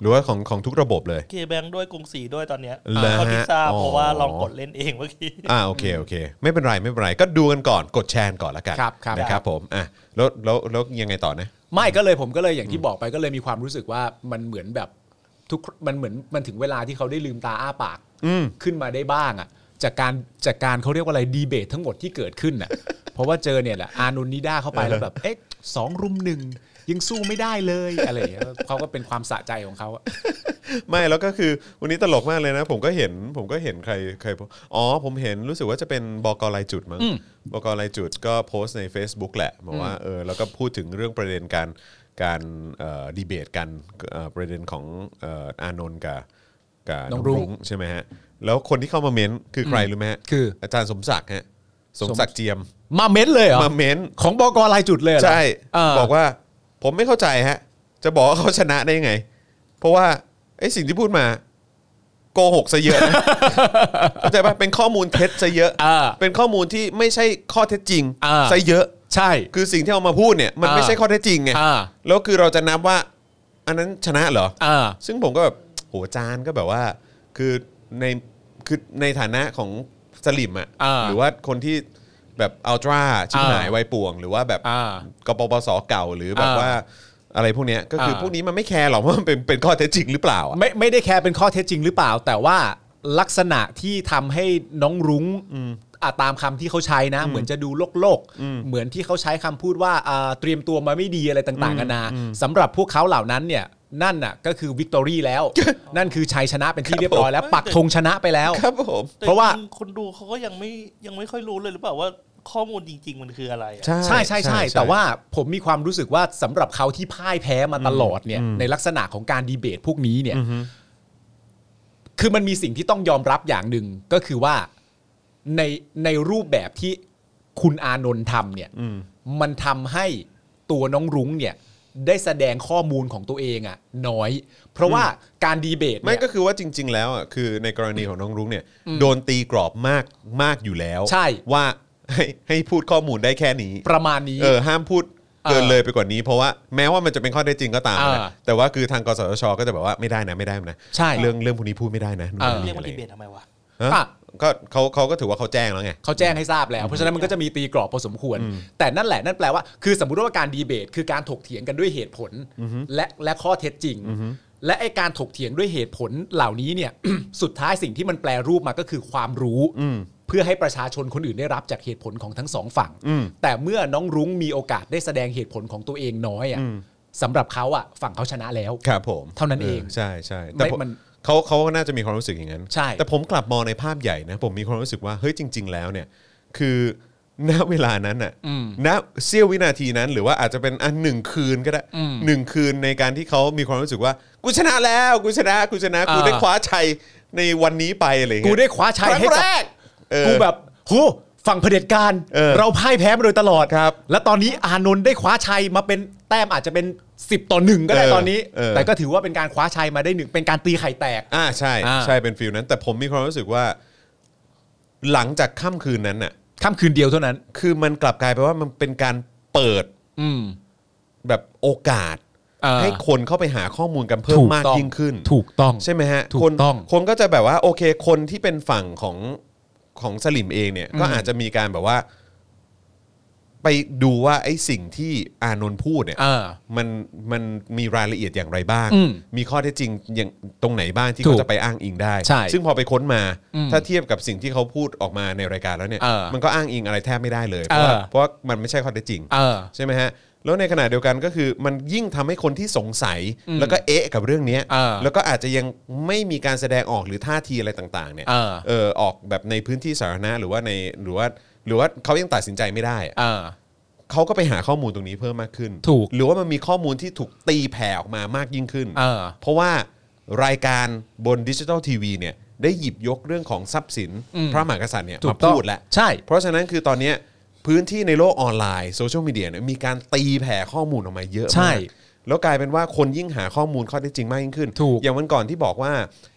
B: หรือว่าของของทุกระบบเลย
D: เคแบงด้วยกรุงศรีด้วยตอนเนี้ย
B: เหรอฮะ
D: เท่าที่ทราบ
B: อ๋อ
D: เพราะว่าลองกดเล่นเองเมื่อกี้
B: อ่าโอเคโอเค ไม่เป็นไรไม่เป็นไร ก็ดูกันก่อนกดแชร์ก่อนละกัน
C: ครับครับ
B: นะครับผมอ่ะแล้วแล้วแล้วยังไงต่อนะ
C: ไม่ก็เลยผมก็เลยอย่างที่บอกไปก็เลยมีความรู้สึกว่ามันเหมือนแบบทุกมันเหมือนมันถึงเวลาที่เขาได้ลืมตาอ้าปาก ขึ้นมาได้บ้างอ่ะจากการจากการเขาเรียกว่าอะไรดีเบตทั้งหมดที่เกิดขึ้นอ่ะ เพราะว่าเจอเนี่ยแหละอานนท์นิด้าเข้าไปแล้วแบบเอ๊ะสองรุมหนึ่งยังสู้ไม่ได้เลยอะไรอย่างเงี้ยเขาก็เป็นความสะใจของเขาอะ
B: ไม่แล้วก็คือวันนี้ตลกมากเลยนะ ผมก็เห็นผมก็เห็นใครใครโพสอ๋อผมเห็นรู้สึกว่าจะเป็นบกลายจุดมั้งบกลายจุดก็โพสต์ใน Facebook แหละบอกว่าเออแล้วก็พูดถึงเรื่องประเด็นการการดีเบตกันเอ่อประเด็นของเอ่ออานนท์กับกับ
C: น้อง
B: น้อ
C: งรุ้
B: รุ้
C: ง
B: งใช่ไหมฮะแล้วคนที่เข้ามาเม้นคือใครรู้ไหมฮะ
C: คือ
B: อาจารย์สมศักดิ์ฮะสม
C: สม
B: ศักดิ์เจียม
C: มาเม้นเลยเหรอ
B: มาเม้น
C: ของบกลายจุดเลยเหรอ
B: ใช่
C: เ
B: บอกว่าผมไม่เข้าใจฮะ จะบอกว่าเขาชนะได้ยังไง เพราะว่าไอ้สิ่งที่พูดมา โกหกซะเยอะนะ เข้าใจป่ะเป็นข้อมูลเท็จซะเยอะ
C: เออ
B: เป็นข้อมูลที่ไม่ใช่ข้อเท็จจริง
C: เออ
B: ซะเยอะ
C: ใช่
B: คือสิ่งที่เอามาพูดเนี่ย มัน
C: เออ
B: ไม่ใช่ข้อเท็จจริงไง
C: เออ
B: แล้วคือเราจะนับว่า อันนั้นชนะเหรอ
C: อ่า
B: ซึ่งผมก็แบบโหจานก็แบบว่า คือในคือในฐานะของสลิมอ่ะ
C: อ่า
B: หรือว่าคนที่แบบอัลตร้าชิบหาย
C: อ่า
B: วัยป่วง หรือว่าแบบ
C: อ่าก
B: ปปสเก่าหรือแบบ
C: อ่า
B: ว่าอะไรพวกเนี้ยก็คืออา พวกนี้มันไม่แคร์หรอกว่า มันเป็นเป็นข้อเท็จจริงหรือเปล่าอะ
C: ไม่ไม่ได้แคร์เป็นข้อเท็จจริงหรือเปล่า แต่ว่าลักษณะที่ทำให้น้องรุ้งอ่ะตามคำที่เขาใช้นะ เหมือนจะดูโลกโลกๆเหมือนที่เขาใช้คำพูดว่าอ่าเตรียมตัวมาไม่ดีอะไรต่างๆกันานาสำหรับพวกเขาเหล่านั้นเนี่ย นั่นน่ะก็คือวิกตอรี่ แล้ว นั่นคือชัยชนะเป็นที่เรียบร้อยแล้ว ปักธงชนะไปแล้ว
B: ครับผม
C: เพราะว่า
D: แต่จงๆคนดูเขาก็ยังไม่ยังไม่ค่อยรู้เลยหรือเปล่าว่าข้อมูลจริง ๆ มันคืออะไรอะ
C: ใช่ใช่ใช่แต่ว่าผมมีความรู้สึกว่าสำหรับเขาที่พ่ายแพ้มาตลอดเนี่ย ในลักษณะของการดีเบตพวกนี้เนี่ย คือมันมีสิ่งที่ต้องยอมรับอย่างหนึ่งก็คือว่าในในรูปแบบที่คุณอานนท์ทำเนี่ย
B: อืม
C: มันทำให้ตัวน้องรุ้งเนี่ย ได้แสดงข้อมูลของตัวเองอะน้อย เพราะว่าการดีเบต
B: ไม่
C: เนี่ย
B: ก็คือว่าจริง ๆ แล้วอ่ะคือในกรณีของน้องรุ้งเนี่ยโดนตีกรอบมากมากอยู่แล้ว
C: ใช่
B: ว่าให้ให้พูดข้อมูลได้แค่นี้
C: ประมาณนี้
B: เออห้ามพูดเกิน
C: เออ
B: เลยไปกว่านี้ เพราะว่าแม้ว่ามันจะเป็นข้อได้จริงก็ตามนะ
C: อ่า
B: แต่ว่าคือทางกสทชก็จะแบบว่าไม่ได้นะไม่ได้นะ
C: ใช่
B: เรื่องเรื่องพวกนี้พูดไม่ได้นะ
C: เออ
D: เรียกว่า
B: อะไร
D: ดีเบตทำไมวะ
B: ฮะ
C: อ่ะ
B: ก็เขาเขาก็ถือว่าเขาแจ้งแล้วไง
C: เขาแจ้งให้ทราบแล้ว เพราะฉะนั้นมันก็จะมีตีกรอบพอสมควร แต่นั่นแหละนั่นแปลว่า คือสมมติว่าการดีเบต คือการถกเถียงกันด้วยเหตุผล และและข้อเท็จจริง และไอการถกเถียงด้วยเหตุผลเหล่านี้เนี่ย สุดท้ายสิ่งที่มันแปลรูปมาก็คือความรู้ เพื่อให้ประชาชนคนอื่นได้รับจากเหตุผลของทั้งสองฝั่ง แต่เมื่อน้องรุ้งมีโอกาสได้แสดงเหตุผลของตัวเองน้อยอ่ะสำหรับเขาอ่ะฝั่งเขาชนะแล้ว
B: ครับผม
C: เท่านั้นเอง
B: ใช่ใช่แต่
C: ไม่
B: ผม
C: มัน
B: เขาเขาก็น่าจะมีความรู้สึกอย่างนั้น
C: ใช่
B: แต่ผมกลับมองในภาพใหญ่นะ ผมมีความรู้สึกว่าเฮ้ยจริง ๆ แล้วเนี่ย คือณเวลานั้นน่ะณเสี้ยววินาทีนั้น หรือว่าอาจจะเป็นอันหนึ่งคืนก็ได้หนึ่งคืนในการที่เขามีความรู้สึกว่ากูชนะแล้วกูชนะกูชนะกูได้คว้าชัยในวันนี้ไปอะไรอย่าง
C: กู
B: เงี้ย
C: ได้คว้าชัยให้
B: ค
C: กับ
B: รั้งแรกเออ
C: กูแบบโหฝั่งเผด็จการ
B: เออ
C: เราพ่ายแพ้มาโดยตลอด
B: ครับ
C: และตอนนี้อานนท์ได้คว้าชัยมาเป็นแต้มอาจจะเป็น 10 ต่อหนึ่งก็ได้
B: เออ
C: ตอนนี้
B: เออ
C: แต่ก็ถือว่าเป็นการคว้าชัยมาได้หนึ่งเป็นการตีไข่แตก
B: อ่าใช่
C: อ่า
B: ใช่เป็นฟิลนั้น แต่ผมมีความรู้สึกว่า หลังจากค่ำคืนนั้นน่ะ
C: ค่ำคืนเดียวเท่านั้น
B: คือมันกลับกลายไปว่ามันเป็นการเปิด
C: อืม
B: แบบโอกาส
C: เออ
B: ให้คนเข้าไปหาข้อมูลกันเพิ่ม
C: ถูก
B: มาก
C: ต้อง
B: ยิ่งขึ้น
C: ถูกต้อง
B: ใช่ไหมฮะ
C: ถูก
B: คน
C: ต้อง
B: คนก็จะแบบว่าโอเคคนที่เป็นฝั่งของของสลิมเองเนี่ย ก็อาจจะมีการแบบว่า ไปดูว่าไอ้สิ่งที่อานนท์พูดเนี่ย
C: เออ
B: มันมันมีรายละเอียดอย่างไรบ้าง
C: อืม
B: มีข้อเท็จจริงอย่างตรงไหนบ้างที่
C: ถูก
B: เขาจะไปอ้างอิงได้
C: ใช่
B: ซึ่งพอไปค้นมา
C: อืม
B: ถ้าเทียบกับสิ่งที่เขาพูดออกมาในรายการแล้วเนี่ย
C: เออ
B: มันก็อ้างอิงอะไรแทบไม่ได้เลย เพราะว่า
C: เออ
B: เพราะว่ามันไม่ใช่ข้อเท็จจริง
C: เออ
B: ใช่ไหมฮะ แล้วในขณะเดียวกันก็คือมันยิ่งทำให้คนที่สงสัยแล้วก็เอ๊ะกับเรื่องเนี้ย
C: เออ
B: แล้วก็อาจจะยังไม่มีการแสดงออกหรือท่าทีอะไรต่างๆเนี่ย
C: เออ
B: เออออกแบบในพื้นที่สาธารณะหรือว่าในหรือว่าหรือว่าเขายังตัดสินใจไม่ได้อะ
C: เออ
B: เขาก็ไปหาข้อมูลตรงนี้เพิ่มมากขึ้น
C: ถูก
B: หรือว่ามันมีข้อมูลที่ถูกตีแผ่ออกมามากยิ่งขึ้น
C: เออ
B: ราะว่ารายการบนดิจิทัลทีวีเนี่ยได้หยิบยกเรื่องของทรัพย์สิน
C: อืม
B: พระมหากษัตริย์เนี่ย
C: ถู
B: มาก
C: ต้อง
B: พูดแล้ว
C: ใช่
B: เพราะฉะนั้นคือตอนเนี้ยพื้นที่ในโลกออนไลน์โซเชียลมีเดียเนี่ยมีการตีแผ่ข้อมูลออกมาเยอะ
C: ใช่
B: มากแล้วกลายเป็นว่าคนยิ่งหาข้อมูลข้อเท็จจริงมากยิ่งขึ้น
C: ถูก
B: อย่างวันก่อนที่บอกว่า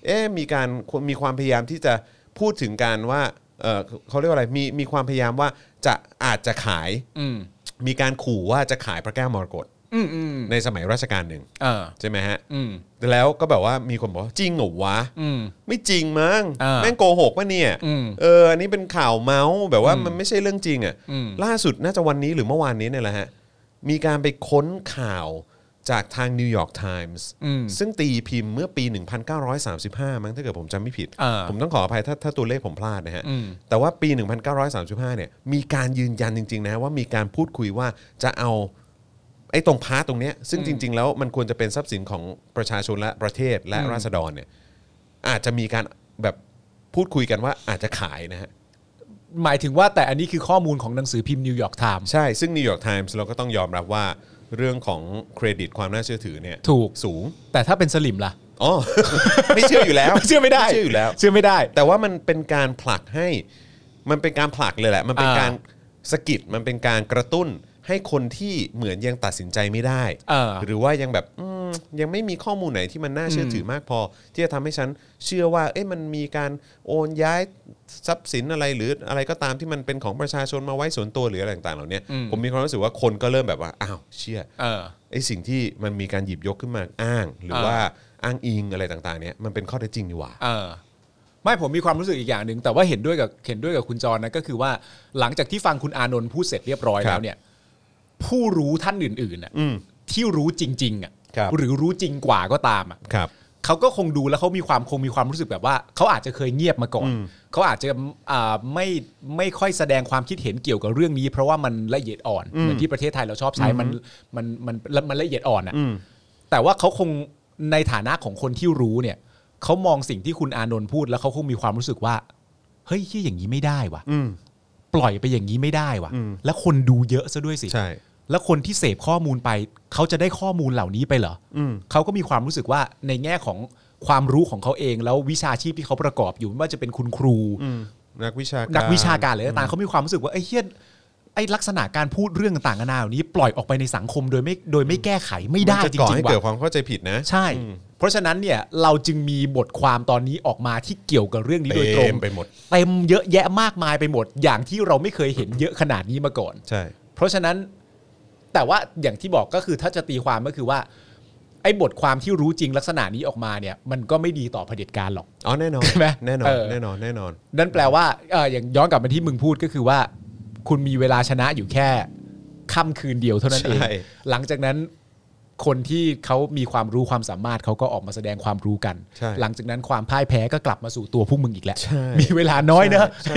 B: เอ๊ะมีการมีความพยายามที่จะพูดถึงการว่าเออเขาเรียกว่าอะไรมีมีความพยายามว่าจะอาจจะขาย
C: อืม
B: มีการขู่ว่าจะขายพระแก้วมรกต
C: อืมอืม
B: ในสมัยรัชกาลหนึ่ง
C: เออ
B: ใช่ไหมฮะ
C: อืม
B: แล้วก็แบบว่ามีคนบอกว่าจริงเหรอวะ
C: อืม
B: ไม่จริงมั้ง
C: อ่า
B: แม่งโกหกปะเนี่ย
C: อืม
B: เอออันนี้เป็นข่าวเมาส์แบบว่ามันไม่ใช่เรื่องจริงอะ
C: อืม
B: ่ะล่าสุดน่าจะวันนี้หรือเมื่อวานนี้เนี่ยแหละฮะ มีการไปค้นข่าวจากทางนิวยอร์กไทมส์ซึ่งตีพิมพ์เมื่อปี 1935 มั้งถ้าเกิดผมจำไม่ผิด
C: อ่า
B: ผมต้องขออภัยถ้าถ้าตัวเลขผมพลาดนะฮะ
C: อืม
B: แต่ว่าปี 1935 เนี่ย มีการยืนยันจริง ๆ นะว่ามีการพูดคุยว่าจะเอาไอ้ตรงพาร์ตตรงเนี้ยซึ่งจริง ๆ แล้วมันควรจะเป็นทรัพย์สินของประชาชนและประเทศและราษฎรเนี่ย อาจจะมีการแบบพูดคุยกันว่าอาจจะขายนะฮะ
C: หมายถึงว่าแต่อันนี้คือข้อมูลของหนังสือพิมพ์นิวยอร์กไทม์
B: ใช่ ซึ่งนิวยอร์กไทมส์เราก็ต้องยอมรับว่าเรื่องของเครดิตความน่าเชื่อถือเนี่ย
C: ถูก
B: สูง
C: แต่ถ้าเป็นสลิมล่ะ
B: อ๋อ ไม่เชื่ออยู่แล้ว
C: เชื่อไม่ได้
B: เชื่ออยู่แล้ว
C: เชื่อไม่ได้
B: แต่ว่ามันเป็นการผลักให้มันเป็นการผลักเลยแหละ มันเป็น
C: อ่า
B: การสะกิดมันเป็นการกระตุ้นให้คนที่เหมือนยังตัดสินใจไม่ได้
C: เออ
B: หรือว่ายังแบบอืมยังไม่มีข้อมูลไหนที่มันน่าเชื่อถือมากพอ ที่จะทำให้ฉันเชื่อว่า เอ๊ะมันมีการโอนย้ายทรัพย์สินอะไรหรืออะไรก็ตามที่มันเป็นของประชาชนมาไว้ส่วนตัวหรืออะไรต่างๆเหล่านี้
C: อืม
B: ผมมีความรู้สึกว่าคนก็เริ่มแบบว่าอ้าวเชื่อ
C: เออ
B: ไอ้สิ่งที่มันมีการหยิบยกขึ้นมาอ้าง หรืออา ว่าอ้างอิงอะไรต่างๆ เนี่ยมันเป็นข้อเท็จจริงดีหว่า
C: เออไม่ผมมีความรู้สึกอีกอย่างหนึ่งแต่ว่าเห็นด้วยกับเห็นด้วยกับคุณจรนะก็คือว่าหลังจากที่ฟังคุณอานนท์พูดเสร็จเรียบร้อย
B: ครับ
C: แล้วเนี่ย ผู้รู้ท่านอื่นๆน่ะ
B: อืม
C: ที่รู้จริงๆอ่ะ
B: ครับ
C: หรือรู้จริงกว่าก็ตามอ่ะ
B: ครับ
C: เขาก็คงดูแล้วเขามีความคงมีความรู้สึกแบบว่าเขาอาจจะเคยเงียบมาก่อนเขาอาจจะอ่าไม่ไม่ค่อยแสดงความคิดเห็นเกี่ยวกับเรื่องนี้ เพราะว่ามันละเอียดอ่อนเหมือนที่ประเทศไทยเราชอบใช้มันมันมันมันละเอียดอ่อนอ่ะ แต่ว่าเขาคง ในฐานะของคนที่รู้เนี่ยเขามองสิ่งที่คุณอานนท์พูดแล้วเขาคงมีความรู้สึกว่า เฮ้ยเฮียอย่างนี้ไม่ได้วะ
B: อืม
C: ปล่อยไปอย่างนี้ไม่ได้วะ
B: อืม
C: แล้วคนดูเยอะซะด้วยสิ
B: ใช่
C: แล้วคนที่เสพข้อมูลไปเขาจะได้ข้อมูลเหล่านี้ไปเหรออ
B: ม
C: เขาก็มีความรู้สึกว่าในแง่ของความรู้ของเขาเอง แล้ววิชาชีพที่เขาประกอบอยู่ไม่ว่าจะเป็นคุณครู
B: อืมนักวิชาการ
C: นักวิชาการหรืออะไรต่างๆเขามีความรู้สึกว่าไอ้เฮียไอ้ลักษณะการพูดเรื่องต่างๆนานาเหล่านี้ ปล่อยออกไปในสังคมโดยไม่โดยไม่แก้ไขไม่ได้
B: น
C: จ
B: ก่อ
C: ริง
B: ให้
C: ๆว่ะ
B: เกิดความเข้าใจผิดนะ
C: ใช่ เพราะฉะนั้นเนี่ยเราจึงมีบทความตอนนี้ออกมาที่เกี่ยวกับเรื่องนี้โดยตรง
B: เต็มไปหมด
C: เต็มเยอะแยะมากมายไปหมด อย่างที่เราไม่เคยเห็นเยอะขนาดนี้มาก่อน
B: ใช่
C: เพราะฉะนั้นแต่ว่าอย่างที่บอกก็คือถ้าจะตีความก็คือว่า ไอ้บทความที่รู้จริงลักษณะนี้ออกมาเนี่ย มันก็ไม่ดีต่อเผด็จการหรอก
B: อ๋อแน่นอน
C: ใช่ไหม
B: แน่นอ
C: เอน อ
B: แน่นอนแน่นอน
C: นั่นแปลว่าเอออย่างย้อนกลับมาที่มึงพูดก็คือว่า คุณมีเวลาชนะอยู่แค่ค่ำคืนเดียวเท่านั้นเอง
B: ใช่
C: หลังจากนั้นคนที่เขามีความรู้ความสามารถเขาก็ออกมาแสดงความรู้กัน
B: ใช่
C: หลังจากนั้นความพ่ายแพ้ก็กลับมาสู่ตัวพวกมึงอีกแหละ
B: ใช่
C: มีเวลาน้อยเนอะ
B: ใช่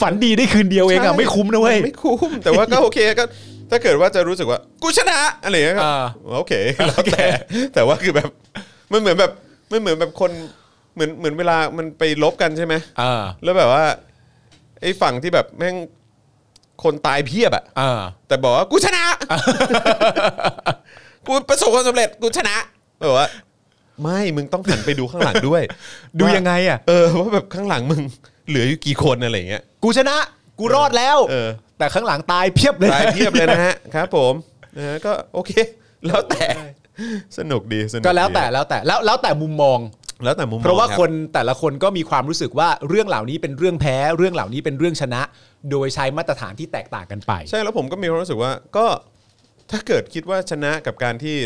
C: ฝันดีได้คืนเดียวเองอะไม่คุ้มนะเว้ย
B: ไม่คุ้ม แต่ว่าก็โอเคก็ถ้าเกิดว่าจะรู้สึกว่ากูชนะอะไรอย่างเงี้ยก็
C: อ่า
B: โอเคแล้วแต่แต่ว่าคือแบบมันเหมือนแบบมันเหมือนแบบคนเหมือนเหมือนเวลามันไปลบกันใช่ไหม
C: อ่า
B: แล้วแบบว่าไอ้ฝั่งที่แบบแม่งคนตายเพียบอะ
C: อ่า
B: แต่บอกว่ากูชนะ กูประสบความสำเร็จกูชนะแบบว่า ไม่มึงต้องหันไปดูข้างหลังด้วย
C: ดูยังไงอะ
B: เออว่าแบบข้างหลังมึงเหลืออยู่กี่คนอะไรอย่างเงี้ย
C: กูชนะ กูรอดแล้ว
B: เออ
C: แต่ข้างหลังตายเพียบเลย
B: ตายเพียบเลยนะฮ ะ ครับผมนะฮะก็โอเค แล้ว แต่สนุกดีสนุกดี
C: ก็แล้วแต่แล้วแต่แล้วแล้วแต่มุมมอง
B: แล้วแต่มุมมอง
C: เพราะว่า
B: บ
C: คนแต่ละคนก็มีความรู้สึกว่าเรื่องเหล่านี้เป็นเรื่องแพ้ เรื่องเหล่านี้เป็นเรื่องชนะ โดยใช้มาตรฐานที่แตกต่างกันไป
B: ใช่แล้วผมก็มีความรู้สึกว่าก็ถ้าเกิดคิดว่าชนะกับการที่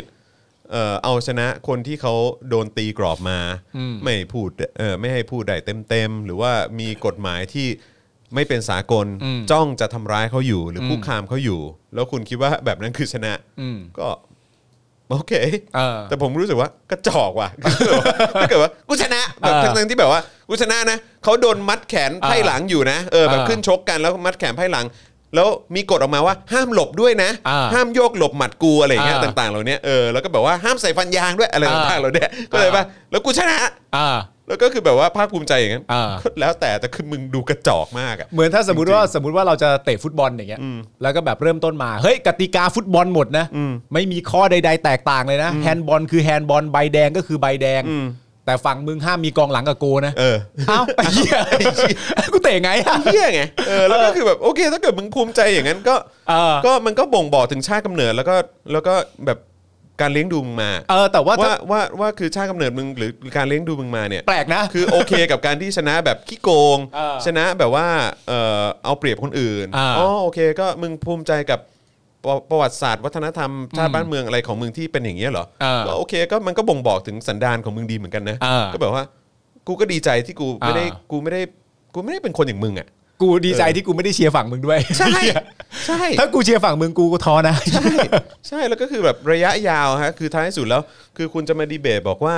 B: เอ่อเอาชนะคนที่เขาโดนตีกรอบมา ไม่พูดเอ่อไม่ให้พูดได้เต็มๆ หรือว่ามีกฎหมายที่ไม่เป็นสากลจ้องจะทำร้ายเขาอยู่ หรืออคุกคามเขาอยู่ แล้วคุณคิดว่าแบบนั้นคือชนะ
C: อืม
B: ก็โอเค
C: เออ
B: แต่ผมรู้สึกว่ากระจอกว่ะ ถ้าเกิดว่ากูชนะแบบ
C: เออ
B: ทั้งๆที่แบบว่ากูชนะนะเขาโดนมัดแขนไพ่หลังอยู่นะเออแบบ
C: เออ
B: ขึ้นชกกันแล้วมัดแขนไพ่หลัง แล้วมีกฎออกมาว่าห้ามหลบด้วยนะ
C: อ่า
B: ห้ามโยกหลบหมัดกูอะไรอย่างเงี้ย
C: อ่า
B: ต่างๆเหล่าเนี้ยเออแล้วก็แบบว่าห้ามใส่ฟันยางด้วยอะไร
C: อ่า
B: ต่างๆเหล่าเนี้ยก็เลยป่ะแล้วกูชนะ
C: อ่า
B: แล้วก็คือแบบว่าภาคภูมิใจอย่างนั้น
C: อ่า
B: ก็แล้วแต่แต่คือมึงดูกระจอกมากอ่ะ
C: เหมือนถ้าสมมติว่าสมมติว่าเราจะเตะฟุตบอลอย่างเงี้ยแล้วก็แบบเริ่มต้นมาเฮ้ยกติกาฟุตบอลหมดนะไม่มีข้อใด ๆ แตกต่างเลยนะแฮนด์บอลคือแฮนด์บอลใบแดงก็คือใบแดง แต่ฝั่งมึงห้ามมีกองหลังกับโกนะ
B: เออ
C: เอ้าไอ้เหี้ยกูเตะไงอะ
B: เฮี้ยไงเออแล้วก็คือแบบโอเค ถ้าเกิดมึงภูมิใจอย่างนั้นก็
C: เออ
B: ก็มันก็บ่งบอกถึงชาติกำเนิดแล้วก็แล้วก็แบบการเลี้ยงดูมึงมา
C: เออแต่ว่าถ้า
B: ว่าว่าว่าคือชาติกำเนิดมึงหรือการเลี้ยงดูมึงมาเนี่ย
C: แปลกนะ
B: คือโอเคกับการที่ชนะแบบขี้โกง
C: เออ
B: ชนะแบบว่าเออเอาเปรียบคนอื่น
C: อ่า
B: อโอเคก็มึงภูมิใจกับประประวัติศาสตร์ วัฒนธรรมชาติบ้านเมืองอะไรของมึงที่เป็นอย่างเงี้ยเหรอ
C: เออ
B: ก็โอเคก็มันก็บ่งบอกถึงสันดานของมึงดีเหมือนกันนะ
C: เออ
B: ก็แบบว่ากูก็ดีใจที่กูไม่ได้
C: อ่ากู
B: กูไม่ได้กูไม่ได้เป็นคนอย่างมึงอ่ะ
C: กูดีใจที่กูไม่ได้เชียร์ฝั่งมึงด้วย
B: ใช่
C: เหี้ย
B: ใช่
C: ถ้ากูเชียร์ฝั่งมึงกูก็ท้อนะ
B: ใช่ใช่แล้วก็คือแบบระยะยาวฮะคือท้ายสุดแล้ว คือคุณจะมาดีเบตบอกว่า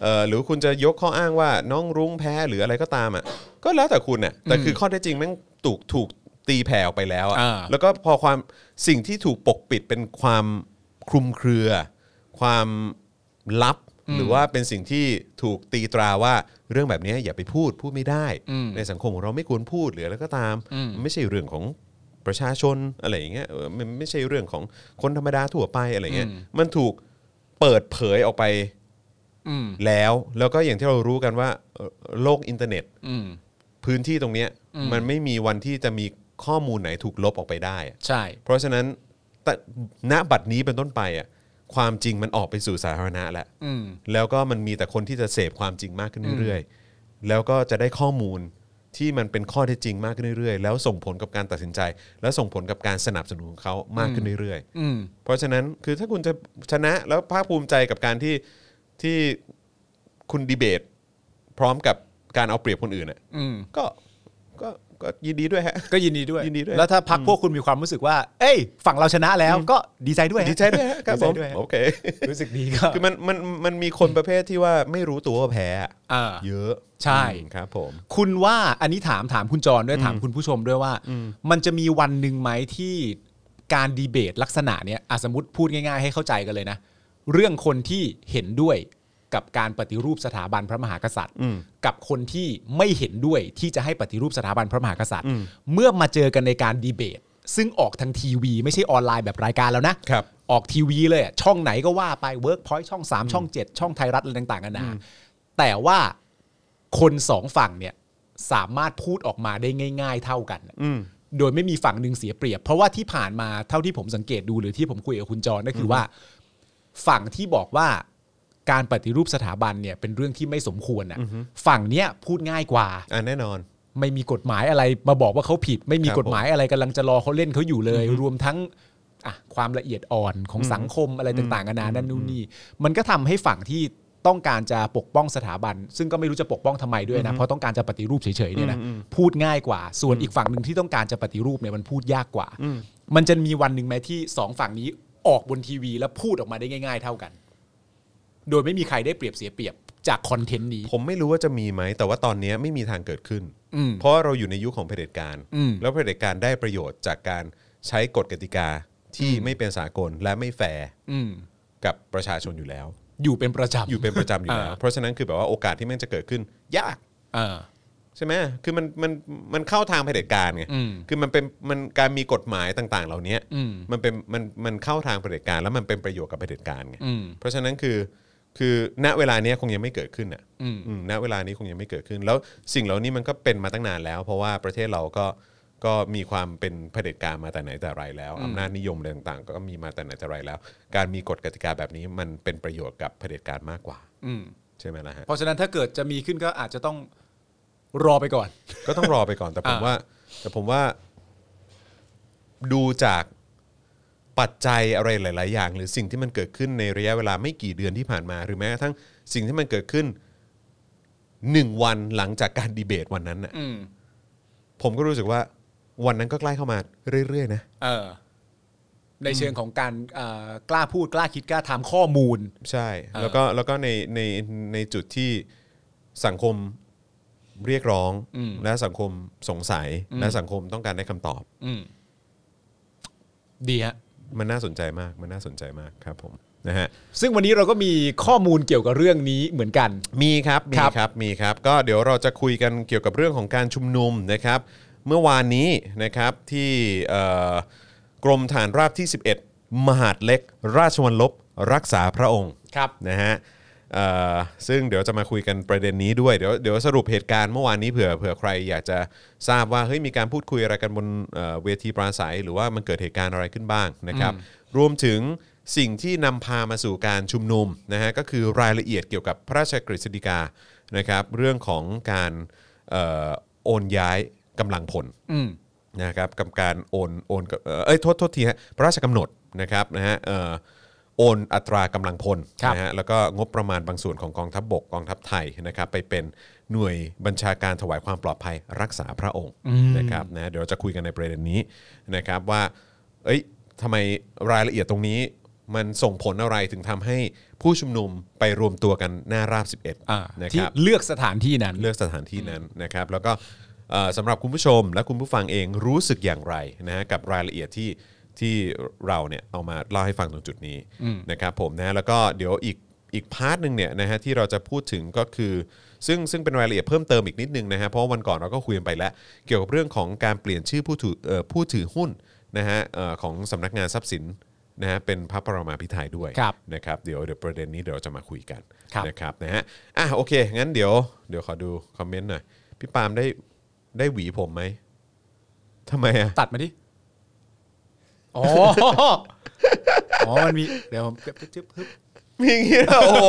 B: เอ่อหรือคุณจะยกข้ออ้างว่าน้องรุ้งแพ้หรืออะไรก็ตามอ่ะก็แล้วแต่คุณน่ะแต่คือข้อเท็จจริงแม่งถูกถูกตีแผ่ออกไปแล้วอ่ะ
C: อ่า
B: แล้วก็พอความสิ่งที่ถูกปกปิดเป็นความคลุมเครือ ความลับ หรือว่าเป็นสิ่งที่ถูกตีตราว่าเรื่องแบบนี้อย่าไปพูดพูดไม่ได้ ในสังคมของเราไม่ควรพูดหรืออะไรก็ตามมันไม่ใช่เรื่องของประชาชนอะไรอย่างเงี้ยเออมันไม่ใช่เรื่องของคนธรรมดาทั่วไปอะไรเงี้ยมันถูกเปิดเผยออกไป
C: อืม
B: แล้ว แล้วก็อย่างที่เรารู้กันว่าเอ่อโลกอินเทอร์เน็ต
C: อืม
B: พื้นที่ตรงเนี้ยมันไม่มีวันที่จะมีข้อมูลไหนถูกลบออกไปได้อะ
C: ใช่
B: เพราะฉะนั้นแต่ณบัดนี้เป็นต้นไปอ่ะความจริงมันออกไปสู่สาธารณะแล้ว
C: อืม
B: แล้วก็มันมีแต่คนที่จะเสพความจริงมากขึ้นเรื่อยๆ แล้วก็จะได้ข้อมูลที่มันเป็นข้อเท็จจริงมากขึ้นเรื่อยๆ แล้วส่งผลกับการตัดสินใจ แล้วส่งผลกับการสนับสนุนของเขามากขึ้นเรื่อย
C: อืม
B: ๆ เพราะฉะนั้นคือถ้าคุณจะชนะแล้วภาคภูมิใจกับการที่ที่คุณดีเบต พร้อมกับการเอาเปรียบคนอื่นอ่ะ
C: อืม
B: ก็ก็ก็ยินดีด้วยฮะ
C: ก็ยินดีด้วย
B: ยินดีด้วย
C: แล้วถ้าพักพวกคุณมีความรู้สึกว่า เอ้ย ฝั่งเราชนะแล้วก็ดีใจด้วยฮะ
B: ดีใจด้วยฮะครับ
C: ดี
B: ผ
C: ใจ
B: ม
C: ด้วยฮะ
B: โอเค
C: รู้สึกดีก็
B: คือมันมันมันมีคนประเภทที่ว่าไม่รู้ตัวว่าแพ้อะ
C: อ่า
B: เยอะ
C: ใช่
B: อืมครับผม
C: คุณว่าอันนี้ถามถามคุณจรด้วยถามคุณผู้ชมด้วยว่า มันจะมีวันหนึ่งไหมที่การดีเบตลักษณะเนี้ยอ่ะสมมติพูดง่ายๆให้เข้าใจกันเลยนะ เรื่องคนที่เห็นด้วย กับการปฏิรูปสถาบันพระมหากษัตริย์ กับคนที่ไม่เห็นด้วยที่จะให้ปฏิรูปสถาบันพระมหากษัตริย์ เมื่อมาเจอกันในการดีเบต ซึ่งออกทางทีวี ไม่ใช่ออนไลน์แบบรายการแล้วนะ
B: ครับ
C: ออกทีวีเลยอะช่องไหนก็ว่าไปเวิร์กพอยช่อง 3 ช่อง 7 ช่องไทยรัฐอะไรต่างๆกันานาแต่ว่าคนสองฝั่งเนี่ยสามารถพูดออกมาได้ง่าย ๆ เท่ากันอะโดยไม่มีฝั่งหนึ่งเสียเปรียบ เพราะว่าที่ผ่านมาเท่าที่ผมสังเกตดูหรือที่ผมคุยกับคุณจรก็คือว่า ฝั่งที่บอกว่าการปฏิรูปสถาบันเนี่ยเป็นเรื่องที่ไม่สมควรอ่ะฝั่งเนี้ยพูดง่ายกว่า
B: อ่าแน่นอน
C: ไม่มีกฎหมายอะไรมาบอกว่าเขาผิด ไม่มี
B: ครับ
C: กฎหมายอะไรกำลังจะรอเขาเล่นเขาอยู่เลย รวมทั้งอ่ะความละเอียดอ่อนของสังคมอะไรต่างๆนานานั่นนู่นนี่มันก็ทำให้ฝั่งที่ต้องการจะปกป้องสถาบัน ซึ่งก็ไม่รู้จะปกป้องทำไมด้วยนะเพราะต้องการจะปฏิรูปเฉยๆเนี่ยนะพูดง่ายกว่า ส่วนอีกฝั่งหนึ่งที่ต้องการจะปฏิรูปเนี่ยมันพูดยากกว่า มันจะมีวันหนึ่งไหมที่สองฝั่งนี้ออกบนทีวีแล้วพูดออกมาได้ง่าย ๆ เท่ากัน โดยไม่มีใครได้เปรียบเสียเปรียบจากคอนเทนต์นี้
B: ผมไม่รู้ว่าจะมีไหม แต่ว่าตอนเนี้ยไม่มีทางเกิดขึ้น
C: อืม
B: เพราะเราอยู่ในยุคของเผด็จการ
C: อืม
B: แล้วเผด็จการได้ประโยชน์จากการใช้กฎกติกาที่
C: อืม
B: ไม่เป็นสากลและไม่แฟร์
C: อืม
B: กับประชาชนอยู่แล้ว
C: อยู่เป็นประจำ
B: อยู่เป็นประจำอยู่แล้ว
C: อ่า
B: เพราะฉะนั้นคือแบบว่าโอกาสที่มันจะเกิดขึ้น ยาก
C: เออ
B: ใช่ไหมคือมันมันมันเข้าทางเผด็จการไง
C: อืม
B: คือมันเป็นมันการมีกฎหมายต่างๆ เหล่านี้
C: อืม
B: มันเป็นมันมันเข้าทางเผด็จการ แล้วมันเป็นประโยชน์กับเผด็จการไง
C: อืม
B: เพราะฉะนั้นคือคือณเวลาเนี้ยคงยังไม่เกิดขึ้นอ่ะ
C: อืม
B: อืมณเวลานี้คงยังไม่เกิดขึ้น แล้วสิ่งเหล่านี้มันก็เป็นมาตั้งนานแล้ว เพราะว่าประเทศเราก็ก็มีความเป็นเผด็จการมาแต่ไหนแต่ไรแล้วอำนาจนิยมอะไรต่างๆ ก็มีมาแต่ไหนแต่ไรแล้ว การมีกฎกติกาแบบนี้มันเป็นประโยชน์กับเผด็จการมากกว่า
C: อืม
B: ใช่ไหมล่ะฮะ
C: เพราะฉะนั้นถ้าเกิดจะมีขึ้นก็อาจจะต้องรอไปก่อน
B: ก็ต้องรอไปก่อนแต่ผม
C: อ่า
B: ว่า แต่ผมว่าดูจากปัจจัยอะไรหลาย ๆ อย่าง หรือสิ่งที่มันเกิดขึ้นในระยะเวลาไม่กี่เดือนที่ผ่านมา หรือแม้กระทั่งสิ่งที่มันเกิดขึ้น หนึ่งวันหลังจากการดีเบตวันนั้นน่ะ
C: อืม
B: ผมก็รู้สึกว่าวันนั้นก็ใกล้เข้ามาเรื่อยๆนะ
C: เออ ในเชิงของการเอ่อกล้าพูดกล้าคิดกล้าถามข้อมูล
B: ใช่ แล้วก็แล้วก็ในในในจุดที่สังคมเรียกร้อง
C: อืม
B: และสังคมสงสัย และสังคมต้องการได้คำตอบ
C: อืม ดีฮะ
B: มันน่าสนใจมากมันน่าสนใจมากครับผมนะฮะ
C: ซึ่งวันนี้เราก็มีข้อมูลเกี่ยวกับเรื่องนี้เหมือนกัน
B: มีครับ มี
C: ครับ
B: ครับ มีครับ ก็เดี๋ยวเราจะคุยกันเกี่ยวกับเรื่องของการชุมนุมนะครับ เมื่อวานนี้นะครับที่เอ่อกรมฐานราบที่ 11 มหาดเล็ก ราชวัลลบรักษาพระองค์
C: ครับ
B: นะฮะเอ่อซึ่งเดี๋ยวจะมาคุยกันประเด็นนี้ด้วย เดี๋ยวเดี๋ยวสรุปเหตุการณ์เมื่อวานนี้เผื่อเผื่อใครอยากจะทราบว่าเฮ้ยมีการพูดคุยอะไรกันบนเอ่อเวทีปราศัย หรือว่ามันเกิดเหตุการณ์อะไรขึ้นบ้างนะครับ รวมถึงสิ่งที่นำพามาสู่การชุมนุมนะฮะก็คือรายละเอียดเกี่ยวกับพระราชกฤษฎีกานะครับ เรื่องของการเออโอนย้ายกำลังพล
C: อืม
B: นะครับกับการโอนโอนกับเอ่อเอ้ยโทษโทษทีฮะพระราชกำหนดนะครับนะฮะเอ่อโอนอัตรากำลังพล
C: ครับ
B: นะฮะแล้วก็งบประมาณบางส่วนของกองทัพบบกกองทัพไทยนะครับไปเป็นหน่วยบัญชาการถวายความปลอดภัยรักษาพระองค์นะครับนะเดี๋ยวเราจะคุยกันในประเด็นนี้นะครับว่า เอ้ยทำไมรายละเอียดตรงนี้ มันส่งผลอะไรถึงทำให้ผู้ชุมนุมไปรวมตัวกันหน้าราบ
C: อ่า
B: 11นะค
C: ที่
B: รับ
C: เลือกสถานที่นั้น
B: เลือกสถานที่นั้นนะครับแล้วก็เอ่อสำหรับคุณผู้ชมและคุณผู้ฟังเองรู้สึกอย่างไรนะฮะกับรายละเอียดที่ที่เราเนี่ยเอามาเล่าให้ฟังตรงจุดนี้นะครับผมนะแล้วก็เดี๋ยวอีกอีกพาร์ทหนึ่งเนี่ยนะฮะที่เราจะพูดถึงก็คือ ซึ่งซึ่งเป็นรายละเอียดเพิ่มเติมอีกนิดนึงนะฮะเพราะวันก่อนเราก็คุยกันไปแล้ว เกี่ยวกับเรื่องของการเปลี่ยนชื่อผู้ถือเอ่อผู้ถือหุ้นนะฮะเอ่อของสำนักงานทรัพย์สินนะฮะเป็นพระปรมาภิไธยด้วย
C: ครับ
B: นะครับเดี๋ยวเดี๋ยวประเด็นนี้เดี๋ยวจะมาคุยกัน
C: ครับ
B: นะครับนะฮะอ่ะโอเค งั้นเดี๋ยวเดี๋ยวขอดูคอมเมนต์หน่อย พี่ปาล์มได้ได้หวีผมไหมทำไมอ่ะ
C: ตัดมาดิ อ๋อ อ๋อ มันมี เดี๋ยวผมจึ๊บ
B: มีอย่างงี้ด้วยโอ้โห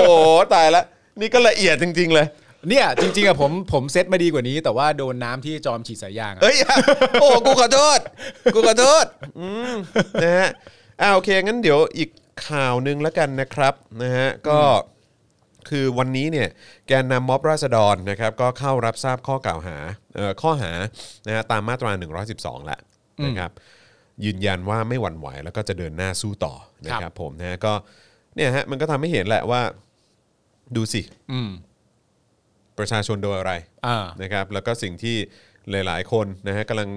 B: ตายละนี่ก็ละเอียดจริง ๆ เลย
C: เนี่ยจริงๆอะผมผมเซ็ตมาดีกว่านี้ แต่ว่าโดนน้ำที่จอมฉีดสายยางอะ
B: เอ้ยอ่ะโอ้กูขอโทษกูขอโทษอืมนะฮะอ่าโอเค งั้นเดี๋ยวอีกข่าวหนึ่งแล้วกันนะครับนะฮะก็คือวันนี้เนี่ยแกนนำม็อบราษฎรนะครับก็เข้ารับทราบข้อกล่าวหาเอ่อข้อหานะฮะตามมาตรา 112แหละนะครับยืนยันว่าไม่หวั่นไหวแล้วก็จะเดินหน้าสู้ต่อนะค
C: ครั
B: รับบ ผมนะฮะก็เนี่ยฮะมันก็ทำให้เห็นแหละว่าดูสิ
C: อืม
B: ประชาชนโดนอะไร
C: อ่า
B: นะครับแล้วก็สิ่งที่หลาย ๆ คนนะฮะกำลัง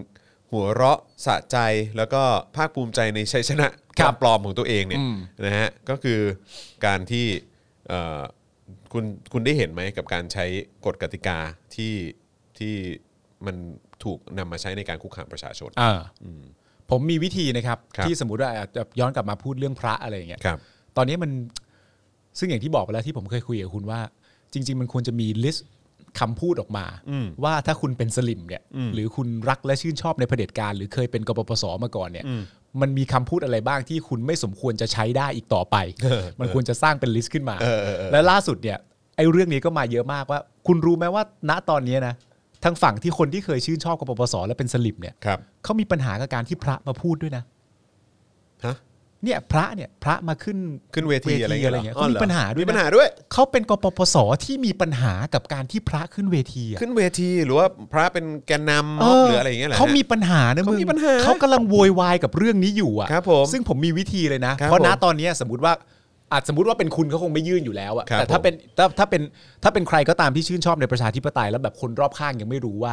B: หัวเราะสะใจแล้วก็ภาคภูมิใจในชัยชนะ
C: ครั
B: กา
C: บ
B: รปลอมของตัวเองเนี่ย
C: อืม
B: นะฮะก็คือการที่เอ่อ คุณคุณได้เห็นไหมกับการใช้กฎกติกาที่ที่มันถูกนำมาใช้ในการคุกคามประชาชน
C: อ่าผมมีวิธีนะครับ
B: ครับ
C: ที่สมมติว่าอาจจะย้อนกลับมาพูดเรื่องพระอะไรอย่างเงี้ย
B: ครับ
C: ตอนนี้มันซึ่งอย่างที่บอกไปแล้วที่ผมเคยคุยกับคุณว่า จริง ๆ มันควรจะมีลิสต์คำพูดออกมา ว่าถ้าคุณเป็นสลิมเนี่ย หรือคุณรักและชื่นชอบในเผด็จการ หรือเคยเป็นกบพศมาก่อนเนี่ย มันมีคำพูดอะไรบ้างที่คุณไม่สมควรจะใช้ได้อีกต่อไป มันควรจะสร้างเป็นลิสต์ขึ้นมา และล่าสุดเนี่ยไอ้เรื่องนี้ก็มาเยอะมากว่า คุณรู้ไหมว่า ณตอนนี้นะทางฝั่งที่คนที่เคยชื่นชอบกบพศและเป็นสลิมเนี่ย
B: ครับ
C: เขามีปัญหากับการที่พระมาพูดด้วยนะ
B: ฮะ
C: เนี่ยพระเนี่ยพระมาขึ้น
B: ขึ้นเวทีอะไร
C: อะไรเงี้ยเขามี
B: หรอ
C: ปัญหาด้วยนะ
B: มีปัญหาด้วย
C: เขาเป็นกปปสที่มีปัญหากับการที่พระขึ้นเวทีอะ
B: ขึ้นเวทีหรือว่าพระเป็นแกนนำม็อบหรืออะไรอย่างเงี้ยเหรอฮะ
C: เขามีปัญหานะมึง
B: เขามีปัญหา
C: เขากำลังโวยวายกับเรื่องนี้อยู่อ่ะ
B: ครับผม
C: ซึ่งผมมีวิธีเลยนะ
B: ครับ
C: เพราะณ
B: ผม
C: ตอนเนี้ยสมมติว่าอาจสมมติว่าเป็นคุณเขาคงไม่ยื่นอยู่แล้วอะ
B: ครับ
C: แต่ถ้า
B: ผม
C: เป็นถ้าถ้าเป็นถ้าเป็นใครก็ตามที่ชื่นชอบในประชาธิปไตยแล้วแบบคนรอบข้างยังไม่รู้ว่า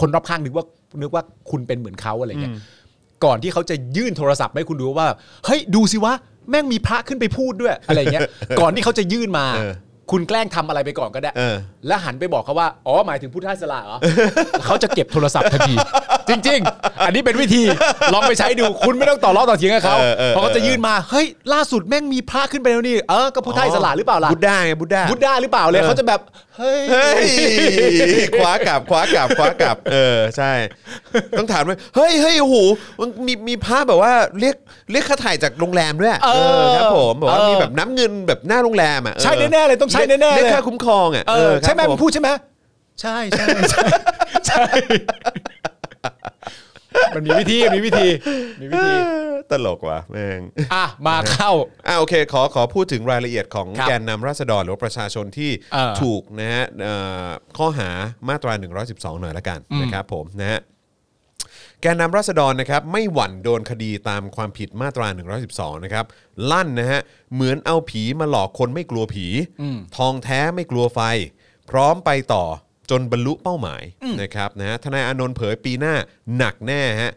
C: คนรอบข้างนึกว่านึกว่าคุณเป็นเหมือนเขาอะไรเงี้ยก่อนที่เขาจะยื่นโทรศัพท์ให้คุณดูว่าเฮ้ยดูสิวะแม่งมีพระขึ้นไปพูดด้วยอะไรเงี้ย ก่อนที่เขาจะยื่นมา คุณแกล้งทำอะไรไปก่อนก็ได้
B: เออ
C: แล้วหันไปบอกเขาว่า อ๋อ หมายถึงพุทธอิสระเหรอ เขาจะเก็บโทรศัพท์ทันที จริง ๆ อันนี้เป็นวิธี ลองไปใช้ดู คุณไม่ต้องต่อรองต่อเถียงกับเขา
B: เออเออ
C: เพราะเขาจะยื่นมา เฮ้ย ล่าสุดแม่งมีพระขึ้นไปแล้วนี่ เออ ก็พุทธอิสระหรือเปล่าล่ะ
B: บุดด้าไงบุดด้า
C: บุดด้าหรือเปล่าเลย
B: เออ
C: เขาจะแบบ เฮ้ย
B: เฮ้ยคว้ากลับคว้ากลับคว้ากลับ เออใช่ ต้องถามว่าเฮ้ยเฮ้ยโอ้โหมันมีมีภาพแบบว่าเรียกเรียกค่าถ่ายจากโรงแรมด้วย
C: เออ
B: ครับผมบอกว่า
C: เออ
B: มีแบบน้ำเงินแบบหน้าโรงแรมอ่ะเออ
C: ใช่แน่ๆเลย ต้องใช่แน่ๆ
B: เรีย
C: เล
B: ก
C: ย
B: ค่าคุ้มครองอ่ะ
C: เออ
B: ครับ
C: ใช่ไหม
B: ผ
C: มึงพูดใช่ไหมใช่ใช่ใช่ใช่ มันมีวิธีมันมีวิธีมีวิ
B: เอ
C: ธี
B: อตลกว่ะแม่ง
C: อ่ะ มาเข้า
B: อ่าโอเคขอขอพูดถึงรายละเอียดของ
C: ครับ
B: แกนนำราษฎรหรือว่าประชาชนที่
C: เออ
B: ถูกนะฮะเอ่อข้อหามาตรา 112 หน่อยละกันนะครับผมนะฮะแกนนำราษฎรนะครับไม่หวั่นโดนคดีตามความผิดมาตรา 112 นะครับลั่นนะฮะเหมือนเอาผีมาหลอกคนไม่กลัวผี ทองแท้ไม่กลัวไฟ พร้อมไปต่อจนบรรลุเป้าหมายนะครับนะฮะทนายอานนท์เผยปีหน้าหนักแน่ฮะ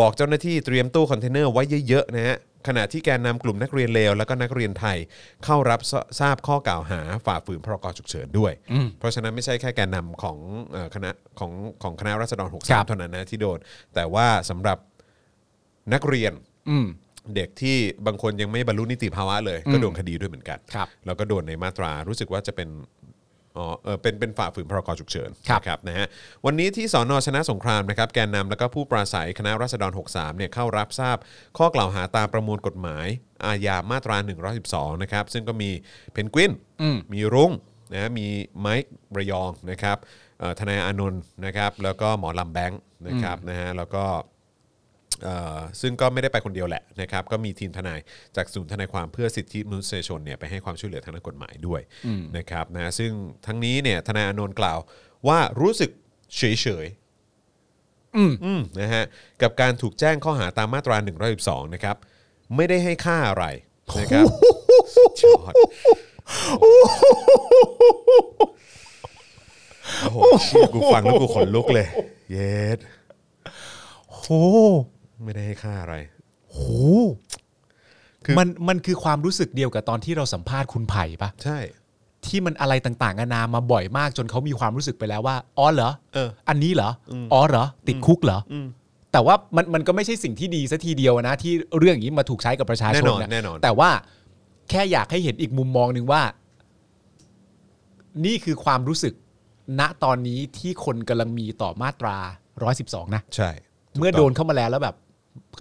B: บอกเจ้าหน้าที่เตรียมตู้คอนเทนเนอร์ไว้เยอะๆนะฮะ ขณะที่แกนนำกลุ่มนักเรียนเลวและก็นักเรียนไทยเข้ารับทราทราบข้อกล่าวหาฝ่าฝืนพรกฉุกเฉินด้วย เพราะฉะนั้นไม่ใช่แค่แกนนำของเอ่อคณะของของคณะรัษฎร
C: ครับ
B: 63เท่านั้นนะที่โดน แต่ว่าสำหรับนักเรียน
C: อืม
B: เด็กที่บางคนยังไม่บรรลุนิติภาวะเลย ก็โดนคดีด้วยเหมือนกัน
C: ครับ
B: แล้วก็โดนในมาตรารู้สึกว่าจะเป็นอ๋อเออเป็นเป็นฝ่าฝืนพรกฉุกเฉิน
C: ครับ
B: นะนะฮะวันนี้ที่สอนอชนะสงครามนะครับแกนนำแล้วก็ผู้ปราศัยคณะรัษฎร 63เนี่ยเข้ารับทราบข้อกล่าวหาตามประมวลกฎหมาย อาญามาตรา 112นะครับซึ่งก็มีเพนกวินมีรุ้งนะมีไมค์ระยองนะครับเอ่อทนายอานนท์นะครับแล้วก็หมอลำแบงค์นะครับนะฮะแล้วก็ เอ่อซึ่งก็ไม่ได้ไปคนเดียวแหละนะครับก็มีทีมทนายจากศูนย์ทนายความเพื่อสิทธิมนุษยชนเนี่ยไปให้ความช่วยเหลือทางด้านกฎหมายด้วยนะครับนะซึ่งทั้งนี้เนี่ยทนายอานนท์กล่าวว่ารู้สึกเฉยเฉยๆอืมนะฮะกับการถูกแจ้งข้อหาตามมาตรา1นึนะครับไม่ได้ให้ค่าอะไรนะครับสุดยอดโอ้โหเชี่ยกูฟังแล้วกูขนลุกเลย เย็ด
C: โห
B: ไม่ได้ให้ค่าอะไร
C: โอ้โหมันมันคือความรู้สึกเดียวกับตอนที่เราสัมภาษณ์คุณไผ่ปะ
B: ใช่
C: ที่มันอะไรต่างๆนานามาบ่อยมากจนเขามีความรู้สึกไปแล้วว่าอ๋อเหรอ
B: เอออั
C: อันนี้เหรออ๋อเหรอ ติดคุกเหรออแต่ว่ามันมันก็ไม่ใช่สิ่งที่ดีซะทีเดียวนะที่เรื่องอย่างนี้มาถูกใช้กับประชาช
B: แน่น
C: น
B: อน
C: นะ
B: แน่นอน
C: แต่ว่าแค่อยากให้เห็นอีกมุมมองหนึ่งว่า นี่คือความรู้สึก ณตอนนี้ที่คนกำลังมีต่อมาตรา 112 นะ
B: ใช่ถูก
C: เมื่อ
B: ต้ง
C: โดนเข้ามาแล้วแล้วแบบ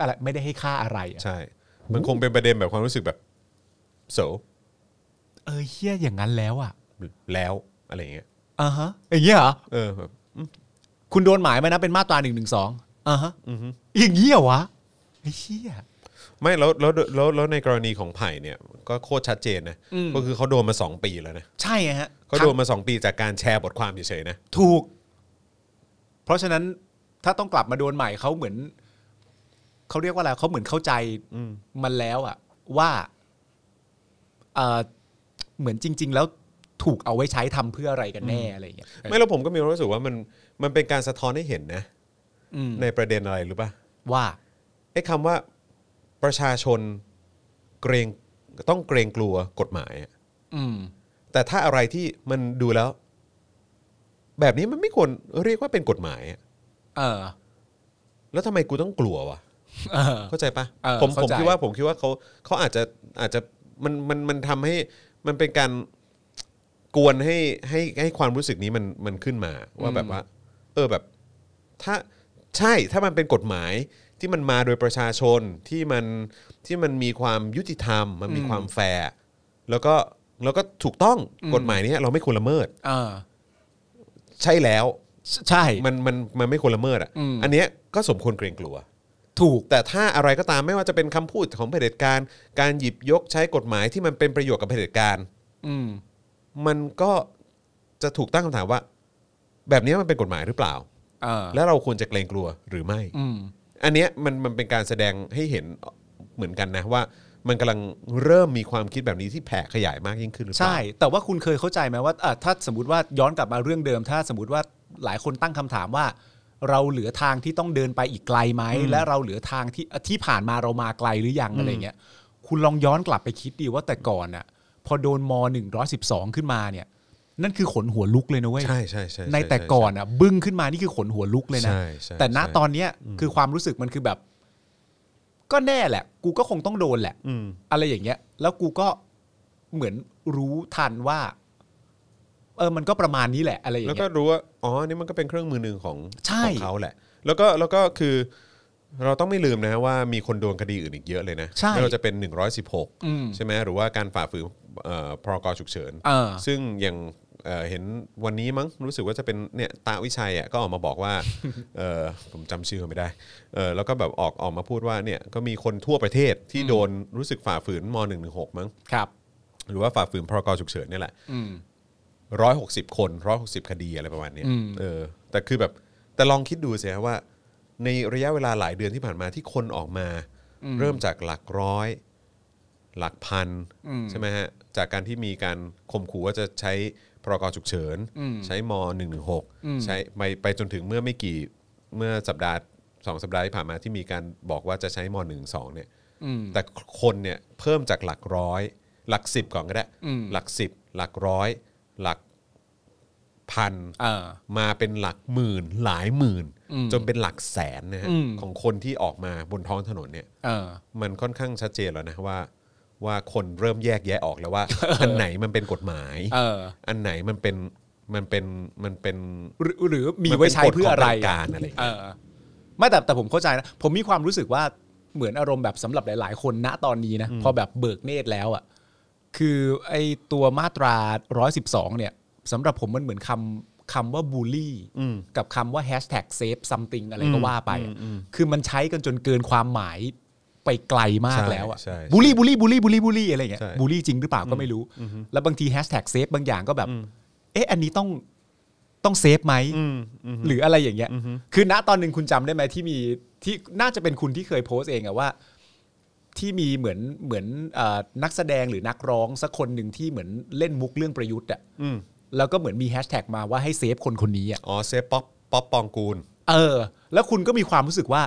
C: อะไรไม่ได้ให้ค่าอะไรอะ
B: ใช่ มันคงเป็นประเด็นแบบความรู้สึกแบบโส
C: เออเฮี้ยอย่างนั้นแล้วอ่ะ
B: แล้วอะไรอย่างเงี้ย
C: อ่าฮะอย่างเงี้ยเหรอ
B: เออแบบ
C: คุณโดนหมายมานะเป็นมาตราหนึ่งหนึ่งสองอ่าฮะอย่างเงี้ยเหรอวะไอ้เชี่ย
B: ไม่แล้วแล้วแล้วแล้วแล้วในกรณีของไผ่เนี่ย ก็โคตรชัดเจนนะ
C: อืม
B: ก็คือเขาโดนมา 2 ปีแล้วนะ
C: ใช่ไงฮะ
B: เขาโดนมา 2 ปีจากการแชร์บทความเฉยๆนะ
C: ถูก เพราะฉะนั้นถ้าต้องกลับมาโดนใหม่เขาเหมือนเขาเรียกว่าอะไรเขาเหมือนเข้าใจมันแล้วอะว่าเออเหมือนจริง ๆ แล้วถูกเอาไว้ใช้ทำเพื่ออะไรกันแน่อะไรอย่างเงี้ย
B: ไม่แล้วผมก็มีความรู้สึกว่ามันมันเป็นการสะท้อนให้เห็นนะ
C: อืม
B: ในประเด็นอะไรรู้ป่ะ
C: ว่า
B: ไอ้คำว่าประชาชนเกรงต้องเกรงกลัวกฎหมายอะ
C: อืม
B: แต่ถ้าอะไรที่มันดูแล้ว แบบนี้มันไม่ควรเรียกว่าเป็นกฎหมายอะ
C: เออ
B: แล้วทำไมกูต้องกลัววะ
C: เออ
B: เข้าใจปะ
C: เออ
B: ผมผ
C: เข้าม ใจ
B: คิดว่าผมคิดว่าเขาเขาอาจจะอาจจะมันมันมันทำให้มันเป็นการกวนให้ให้ให้ความรู้สึกนี้มันมันขึ้นมา ว่าแบบว่า เออแบบ ถ้าใช่ถ้ามันเป็นกฎหมายที่มันมาโดยประชาชนที่มันที่มันมีความยุติธรรม มันมีความแฟร์แล้วก็แล้วก็ถูกต้องกฎหมายเนี้ยเราไม่ควรละเมิด
C: เออ
B: ใช่แล้ว
C: ใช่
B: มันมันมันไม่ควรละเมิดอ่ะ
C: อืม
B: อันเนี้ยก็สมควรเกรงกลัว
C: ถูก
B: แต่ถ้าอะไรก็ตามไม่ว่าจะเป็นคำพูดของเผด็จการ การหยิบยกใช้กฎหมายที่มันเป็นประโยชน์กับเผด็จการ
C: อืม
B: มันก็จะถูกตั้งคำถามว่า แบบนี้มันเป็นกฎหมายหรือเปล่า
C: เออ
B: และเราควรจะเกรงกลัวหรือไม่
C: อืม
B: อันเนี้ยมันมันเป็นการแสดงให้เห็นเหมือนกันนะว่า มันกำลังเริ่มมีความคิดแบบนี้ที่แผ่ขยายมากยิ่งขึ้นหรือเปล่า
C: ใช่ แต่ว่าคุณเคยเข้าใจไหมว่าอ่ะถ้าสมมติว่าย้อนกลับมาเรื่องเดิม ถ้าสมมติว่าหลายคนตั้งคำถามว่า เราเหลือทางที่ต้องเดินไปอีกไกลไหม และเราเหลือทางที่ที่ผ่านมาเรามาไกลหรือยังอะไรเงี้ย คุณลองย้อนกลับไปคิดดีว่าแต่ก่อนอะพอโดนม .112 ขึ้นมาเนี่ย นั่นคือขนหัวลุกเลยนะเว้ย
B: ใช่ใช่ใช่ช่
C: ในแต่ก่อนอ่ะ บึ้งขึ้นมานี่คือขนหัวลุกเลยนะ
B: ใช่ใช่
C: แต่ณ
B: ใช่
C: ตอนเนี้ยคือความรู้สึกมันคือแบบ ก็แน่แหละ กูก็คงต้องโดนแหละ
B: อืม
C: อะไรอย่างเงี้ย แล้วกูก็เหมือนรู้ทันว่า เออมันก็ประมาณนี้แหละ อะไรอย่าง
B: แล้วก็
C: เงี้ย
B: รู้ว่า อ๋อ นี่มันก็เป็นเครื่องมือหนึ่งของ
C: ใช่
B: ของเขาแหละ แล้วก็ แล้วก็คือ เราต้องไม่ลืมนะฮะว่ามีคนโดนคดีอื่นอีกเยอะเลยนะ
C: ใช่
B: ไม่ว่าจะเป็น
C: อืม
B: 116 ใช่ไหมหรือว่าการฝ่าฝืนเอ่อพรกฉุกเฉิน
C: เออ
B: ซึ่งอย่างเอ่อเห็นวันนี้มั้งรู้สึกว่าจะเป็นเนี่ยตาวิชัยอ่ะก็ออกมาบอกว่า เอ่อผมจำชื่อเขาไม่ได้เออแล้วก็แบบออกออกมาพูดว่าเนี่ยก็มีคนทั่วประเทศที่โดนรู้สึกฝ่าฝืนม .116 มั้ง
C: ครับ
B: หรือว่าฝ่าฝืนพรกฉุกเฉินเนี่ยแหละ
C: อืม
B: ร้อยหกสิบคนร้อยหกสิบคดีอะไรประมาณเนี้ย
C: อืม
B: เออ แต่คือแบบแต่ลองคิดดูสิฮะว่า ในระยะเวลาหลายเดือนที่ผ่านมาที่คนออกมา เริ่มจากหลักร้อย หลักพันใช่ไหมฮะ จากการที่มีการข่มขู่ว่าจะใช้พรกฉุกเฉิน ใช้ม .116 ใช้ไปไปจนถึงเมื่อไม่กี่เมื่อสัปดาห์สองสัปดาห์ที่ผ่านมาที่มีการบอกว่าจะใช้ม .12 เนี่ย
C: อืม
B: แต่คนเนี่ยเพิ่มจากหลักร้อย หลักสิบก่อนก็ได้
C: อืม
B: หลักสิบหลักร้อย หลักพัน
C: เออ
B: มาเป็นหลักหมื่น หลายหมื่น
C: อืม
B: จนเป็นหลักแสนนะฮะ
C: อืม
B: ของคนที่ออกมาบนท้องถนนเนี่ย
C: เออ
B: มันค่อนข้างชัดเจนแล้วนะว่า ว่าคนเริ่มแยกแยะออกแล้ว ว่า อันไหนมันเป็นกฎหมาย
C: เออ
B: อันไหนมันเป็นมันเป็นมันเป็น
C: หรือหรือมีไว้ใช้เพื่ออะไร
B: มันเป็นกฎขงทางการอะไรอย่าง
C: เอ
B: เงี้
C: อ
B: ย
C: ไม่แต่แต่ผมเข้าใจนะ ผมมีความรู้สึกว่าเหมือนอารมณ์แบบสำหรับหลาย ๆ คนณตอนนี้นะ พอแบบเบิกเนตรแล้วอะ่ะคือไอตัวมาตรา112 เนี่ยสำหรับผมมันเหมือนคำคำว่าบูลลี่ กับคำว่าแฮชแท็กเซฟซัมติงอะไรก็ว่าไปอะคือมันใช้กันจนเกินความหมายไปไกลมากแล้วอะ
B: ใช่
C: บูลลี่บูลลี่บูลลี่บูลลี่บูลลี่อะไรอย่างเงี้ย
B: ใช่
C: บูลลี่จริงหรือเปล่าก็ไม่รู้ แล้วบางทีแฮชแท็กเซฟบางอย่างก็แบบ เอ๊ะอันนี้ต้องต้องเซฟไหม
B: อืมอืม
C: หรืออะไรอย่างเงี้ย คือณตอนหนึ่งคุณจำได้ไหมที่มีที่น่าจะเป็นคุณที่เคยโพสต์เองอะว่า ที่มีเหมือนเหมือนเออนักแสดงหรือนักร้องสักคนหนึ่งที่เหมือนเล่นมุกเรื่องประยุทธ์อะ
B: อืม
C: แล้วก็เหมือนมีแฮชแท็กมาว่าให้เซฟคนคนนี้อะ
B: อ๋อเซฟป๊อปป๊อปปองกูล
C: เออ แล้วคุณก็มีความรู้สึกว่า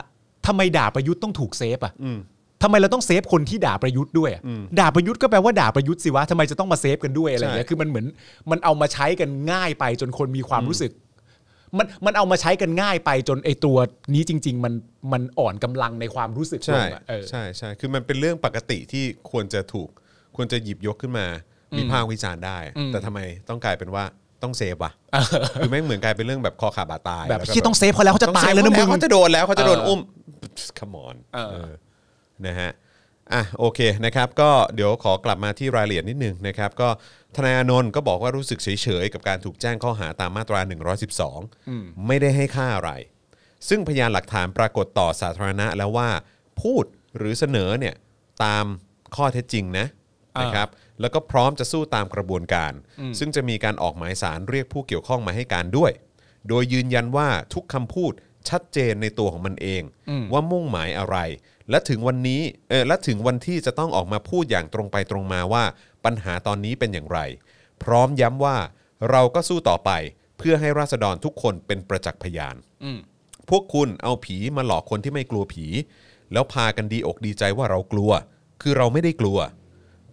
C: ทำไมด่าประยุทธ์ต้องถูกเซฟอะ
B: อืม
C: ทำไมเราต้องเซฟคนที่ด่าประยุทธ์ด้วยอะด่าประยุทธ์ก็แปลว่าด่าประยุทธ์สิวะทำไมจะต้องมาเซฟกันด้วยอะไรอย่างเงี้ย คือมันเหมือนมันเอามาใช้กันง่ายไปจนคนมีความรู้สึก มันมันเอามาใช้กันง่ายไปจนไอตัวนี้จริง ๆ มันมันอ่อนกำลังในความรู้สึกล
B: ใช่
C: งอะเออ
B: ใช่ใช่คือมันเป็นเรื่องปกติที่ควรจะถูก ควรจะหยิบยกขึ้นมาวิพากษ์วิจารณ์ได้ แต่ทำไมต้องกลายเป็นว่าต้องเซฟวะคือแม่งเหมือนกลายเป็นเรื่องแบบคอขาดบาดตาย
C: แบบ
B: ล้วก็
C: ที่ต้องเซฟเขาแล้วเขาจะ
B: อง
C: ตา
B: ซ
C: ย
B: ฟ
C: แล้วนะมึง
B: เขาจะโดนแล้วเขาจะโดน
C: เอออุ้
B: อุ้มขมอน
C: เออ
B: นะฮะอ่ะโอเคนะครับก็เดี๋ยวขอกลับมาที่รายละเอียดนิดนึงนะครับก็ธนาโนนท์ก็บอกว่ารู้สึกเฉยๆ กับการถูกแจ้งข้อหาตามมาตรา 112 ไม่ได้ให้ค่าอะไร ซึ่งพยานหลักฐานปรากฏต่อสาธารณะแล้วว่าพูดหรือเสนอเนี่ยตามข้อเท็จจริงนะ
C: อ่าน
B: นะครับแล้วก็พร้อมจะสู้ตามกระบวนการ ซึ่งจะมีการออกหมายสารเรียกผู้เกี่ยวข้องมาให้การด้วย โดยยืนยันว่าทุกคำพูดชัดเจนในตัวของมันเอง ว่ามุ่งหมายอะไร และถึงวันนี้เออและถึงวันที่จะต้องออกมาพูดอย่างตรงไปตรงมาว่าปัญหาตอนนี้เป็นอย่างไร พร้อมย้ำว่าเราก็สู้ต่อไปเพื่อให้ราษฎรทุกคนเป็นประจักษ์พยาน พวกคุณเอาผีมาหลอกคนที่ไม่กลัวผี แล้วพากันดีอกดีใจว่าเรากลัว คือเราไม่ได้กลัว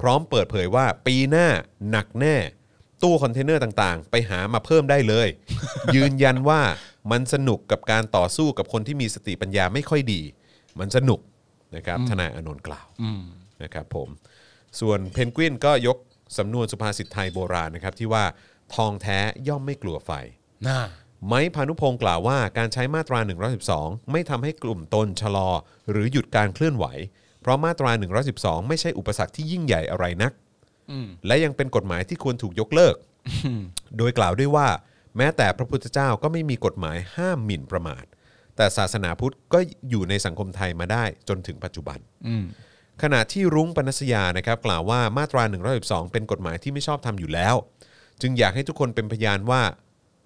B: พร้อมเปิดเผยว่าปีหน้าหนักแน่ ตู้คอนเทนเนอร์ต่างๆ ไปหามาเพิ่มได้เลย ยืนยันว่ามันสนุกกับการต่อสู้กับคนที่มีสติปัญญาไม่ค่อยดี มันสนุกนะครับทนายอานนท์กล่าวนะครับผม ส่วนเพนกวินก็ยกสำนวนสุภาษิตไทยโบราณนะครับที่ว่าทองแท้ย่อมไม่กลัวไฟ
C: น่า
B: ไม้พานุพงศ์กล่าวว่าการใช้มาตรา 112 ไม่ทำให้กลุ่มตนชะลอ หรือหยุดการเคลื่อนไหว เพราะมาตรา 112 ไม่ใช่อุปสรรคที่ยิ่งใหญ่อะไรนัก และยังเป็นกฎหมายที่ควรถูกยกเลิก โดยกล่าวด้วยว่า แม้แต่พระพุทธเจ้าก็ไม่มีกฎหมายห้ามหมิ่นประมาท แต่ศาสนาพุทธก็อยู่ในสังคมไทยมาได้จนถึงปัจจุบัน ขณะที่รุ้งปนัสยานะครับกล่าวว่ามาตรา 112 เป็นกฎหมายที่ไม่ชอบทำอยู่แล้ว จึงอยากให้ทุกคนเป็นพยานว่า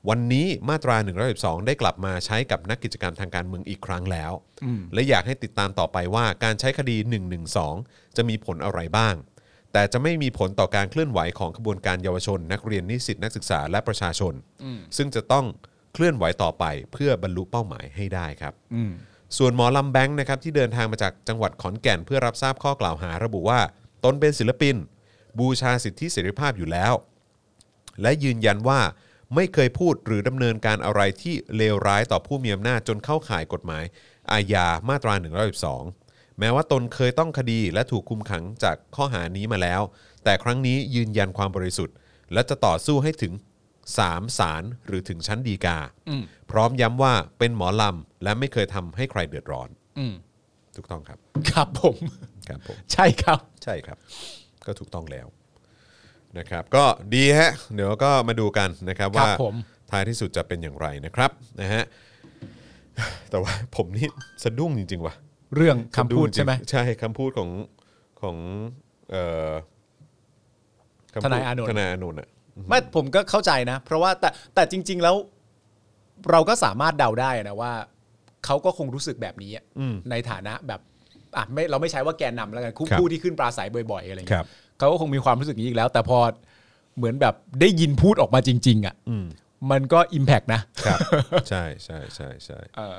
B: วันนี้มาตรา 112 ได้กลับมาใช้กับนักกิจกรรมทางการเมืองอีกครั้งแล้ว และอยากให้ติดตามต่อไปว่าการใช้คดี 112 จะมีผลอะไรบ้าง แต่จะไม่มีผลต่อการเคลื่อนไหวของขบวนการเยาวชน นักเรียนนิสิตนักศึกษาและประชาชน ซึ่งจะต้องเคลื่อนไหวต่อไปเพื่อบรรลุเป้าหมายให้ได้ครับ ส่วนหมอลำแบงค์นะครับที่เดินทางมาจากจังหวัดขอนแก่นเพื่อรับทราบข้อกล่าวหาระบุว่า ตนเป็นศิลปิน บูชาสิทธิเสรีภาพอยู่แล้ว และยืนยันว่าไม่เคยพูดหรือดำเนินการอะไรที่เลวร้ายต่อผู้มีอำนาจจนเข้าข่ายกฎหมาย อาญามาตรา 112 แม้ว่าตนเคยต้องคดีและถูกคุมขังจากข้อหานี้มาแล้ว แต่ครั้งนี้ยืนยันความบริสุทธิ์ และจะต่อสู้ให้ถึงสามศาลหรือถึงชั้นฎีกา พร้อมย้ำว่าเป็นหมอลำ และไม่เคยทำให้ใครเดือดร้อน
C: อืม
B: ถูกต้องครับ
C: ครับผม
B: ครับผม
C: ใช่ครับ
B: ใช่ครับ ก็ถูกต้องแล้วนะครับ ก็ดีฮะ เดี๋ยวก็มาดูกันนะครับ
C: ครับ
B: ว่า
C: ผม
B: ท้ายที่สุดจะเป็นอย่างไรนะครับนะฮะแต่ว่าผมนี่สะดุ้งจริง ๆ ว่ะ
C: เรื่องคำพูด
B: สะงจริงๆ
C: ใช่ไหม
B: ใช่คำพูดของของเอ่อคำพูด
C: ทนายอานนท์
B: ทนายอานนท์อ่ะ
C: ไม่ผมก็เข้าใจนะ เพราะว่าแต่แต่จริง ๆ แล้ว เราก็สามารถเดาได้นะว่าเขาก็คงรู้สึกแบบนี้อะในฐานะแบบอ่ะไม่เราไม่ใช้ว่าแกนนำแล้วกันคู่ผู้ที่ขึ้นปราศัยบ่อยๆอะไรอย่างเงี้ยเขาก็คงมีความรู้สึกอย่างนี้อีกแล้ว แต่พอเหมือนแบบได้ยินพูดออกมาจริง ๆ อ่ะมันก็อิมแพกนะครับ
B: ใช่ใช่ใช่ใช่
C: เออ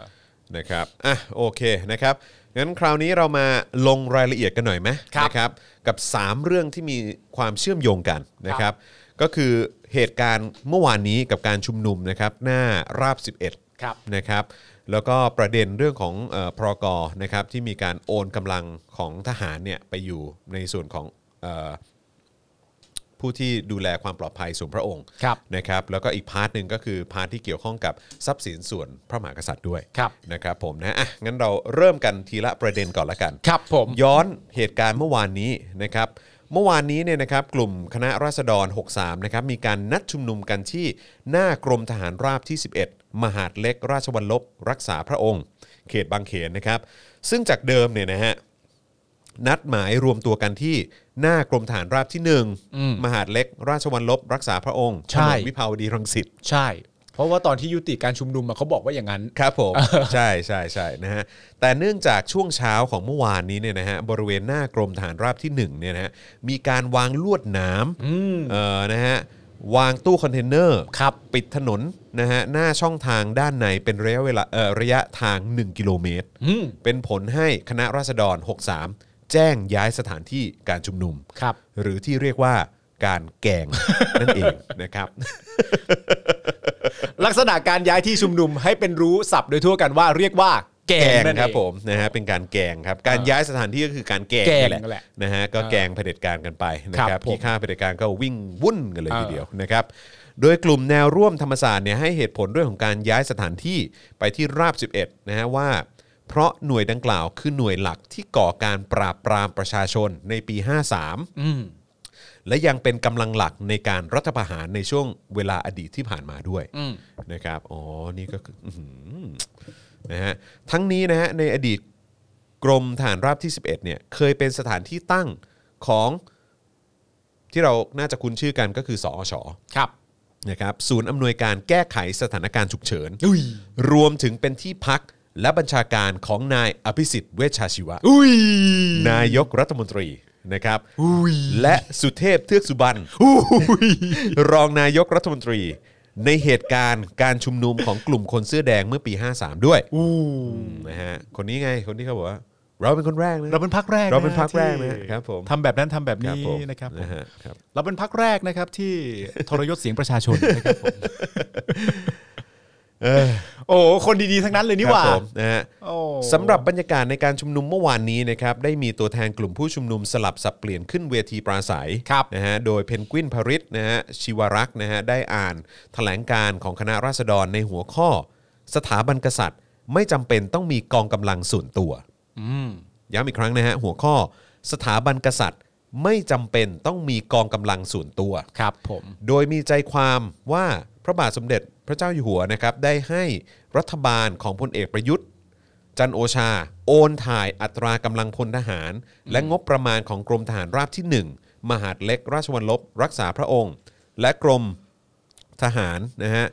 B: นะครับ อ่ะ โอเค นะครับ งั้นคราวนี้เรามาลงรายละเอียดกันหน่อยไหม
C: ครับ
B: นะครับ กับ 3 เรื่องที่มีความเชื่อมโยงกันนะครับ ก็คือเหตุการณ์เมื่อวานนี้กับการชุมนุมนะครับ หน้าราบ 11
C: ครับ
B: นะครับ แล้วก็ประเด็นเรื่องของเออพรกนะครับ ที่มีการโอนกำลังของทหารเนี่ยไปอยู่ในส่วนของเออผู้ที่ดูแลความปลอดภัยส่วนพระองค์
C: ครับ
B: นะครับ แล้วก็อีกพาร์ทหนึ่งก็คือพาร์ทที่เกี่ยวข้องกับทรัพย์สินส่วนพระมหากษัตริย์ด้วย
C: ครับ
B: นะครับผมนะอ่ะงั้นเราเริ่มกันทีละประเด็นก่อนละกัน
C: ครับผม
B: ย้อนเหตุการณ์เมื่อวานนี้นะครับ เมื่อวานนี้เนี่ยนะครับ กลุ่มคณะราษฎร 63 นะครับ มีการนัดชุมนุมกันที่หน้ากรมทหารราบที่ 11 มหาดเล็กราชวัลลบรักษาพระองค์ เขตบางเขนนะครับ ซึ่งจากเดิมเนี่ยนะฮะ นัดหมายรวมตัวกันที่หน้ากรมฐานราบที่หนึ่งมหาดเล็ก ราชวัลลบรักษาพระองค์ถ
C: ใช่
B: นนวิภาวดีรังสิต
C: ใช่ เพราะว่าตอนที่ยุติการชุมนุมอะเขาบอกว่าอย่างนั้น
B: ครับผม ใช่ใช่ใช่นะฮะแต่เนื่องจากช่วงเช้าของเมื่อวานนี้เนี่ยนะฮะบริเวณหน้ากรมฐานราบที่1เนี่ยนะฮะมีการวางลวดหน้ำเออนะฮะวางตู้คอนเทนเนอร์
C: ครับ
B: ปิดถนนนะฮะหน้าช่องทางด้านในเป็นระยะเวลาเออระยะทาง 1 กิโลเมตร
C: อืม
B: เป็นผลให้คณะราษฎร 63 แจ้งย้ายสถานที่การชุมนุม
C: ครับ
B: หรือที่เรียกว่าการแกง นั่นเองนะครับ
C: ลักษณะการย้ายที่ชุมนุมให้เป็นรู้ศัพท์โดยทั่วกันว่าเรียกว่าแก
B: แก
C: ง
B: ง
C: นั่นเอง
B: ครับผมนะฮะเป็นการแกงครับการย้ายสถานที่ก็คือการแกง
C: แกง
B: นี่แหละ
C: นั่นแหละ
B: นะฮะก็แกงเผด็จการกันไปนะค
C: ค
B: รั
C: รั
B: บบ
C: ผม
B: พี่ข้าเผด็จการก็วิ่งวุ่นกันเลย
C: เออ
B: ทีเดียวนะครับโดยกลุ่มแนวร่วมธรรมศาสตร์เนี่ยให้เหตุผลเรื่องของการย้ายสถานที่ไปที่ราบ 11นะฮะว่า เพราะหน่วยดังกล่าวคือหน่วยหลักที่ก่อการปราบปรามประชาชนในปี 53
C: อืม
B: และยังเป็นกำลังหลักในการรัฐประหารในช่วงเวลาอดีตที่ผ่านมาด้วย
C: อืม
B: นะครับอ๋อนี่ก็คืออื้อหือนะฮะทั้งนี้นะฮะในอดีตกรมฐานราบที่ 11เนี่ยเคยเป็นสถานที่ตั้งของที่เราน่าจะคุ้นชื่อกันก็คือสอช
C: ครับ
B: นะครับศูนย์อำนวยการแก้ไขสถานการณ์ฉุกเฉิน
C: อุ้ย
B: รวมถึงเป็นที่พักและบัญชาการของนายอภิสิทธิ์เวชชาชีวะ
C: อุ้ย
B: นายกรัฐมนตรีนะครับและสุเทพเทือกสุบรรณรองนายกรัฐมนตรี ในเหตุการณ์การชุมนุมของกลุ่มคนเสื้อแดงเมื่อปี 53 ด้วยนะฮะคนนี้ไงคนที่เขาบอกว่า เราเป็นคนแรกนะ
C: เราเป็นพักแรกะ
B: เราเป็นพรรคแรก
C: ที่
B: นะครับผม
C: ทำแบบนั้นทำแบบ
B: ครั
C: นี้
B: บผม
C: นะครับผม
B: นะฮะครับ
C: เราเป็นพักแรกนะครับที่ทรยศเสียงประชาชนนะครับผมโอ้คนดีๆทั้งนั้นเลยนี่หว่า
B: ครับผมนะฮะ
C: โอ้
B: สำหรับบรรยากาศในการชุมนุมเมื่อวานนี้นะครับได้มีตัวแทนกลุ่มผู้ชุมนุมสลับสับเปลี่ยนขึ้นเวทีปราศัยนะฮะโดยเพนกวินพริตนะฮะชิวรักษ์นะฮะได้อ่านแถลงการของคณะราษฎรในหัวข้อ สถาบันกษัตริย์ ไม่จำเป็นต้องมีกองกำลังส่วนตัวย้ำอีกครั้งนะฮะหัวข้อ สถาบันกษัตริย์ไม่จำเป็นต้องมีกองกำลังส่วนตัว
C: ครับผม
B: โดยมีใจความว่าพระบาทสมเด็จพระเจ้าอยู่หัวนะครับได้ให้รัฐบาลของพลเอกประยุทธ์ จันทร์โอชา โอนถ่ายอัตรากำลังพลทหาร และงบประมาณของกรมทหารราบที่ 1 มหาดเล็กราชวัลลบรักษาพระองค์ และกรมทหารนะฮะ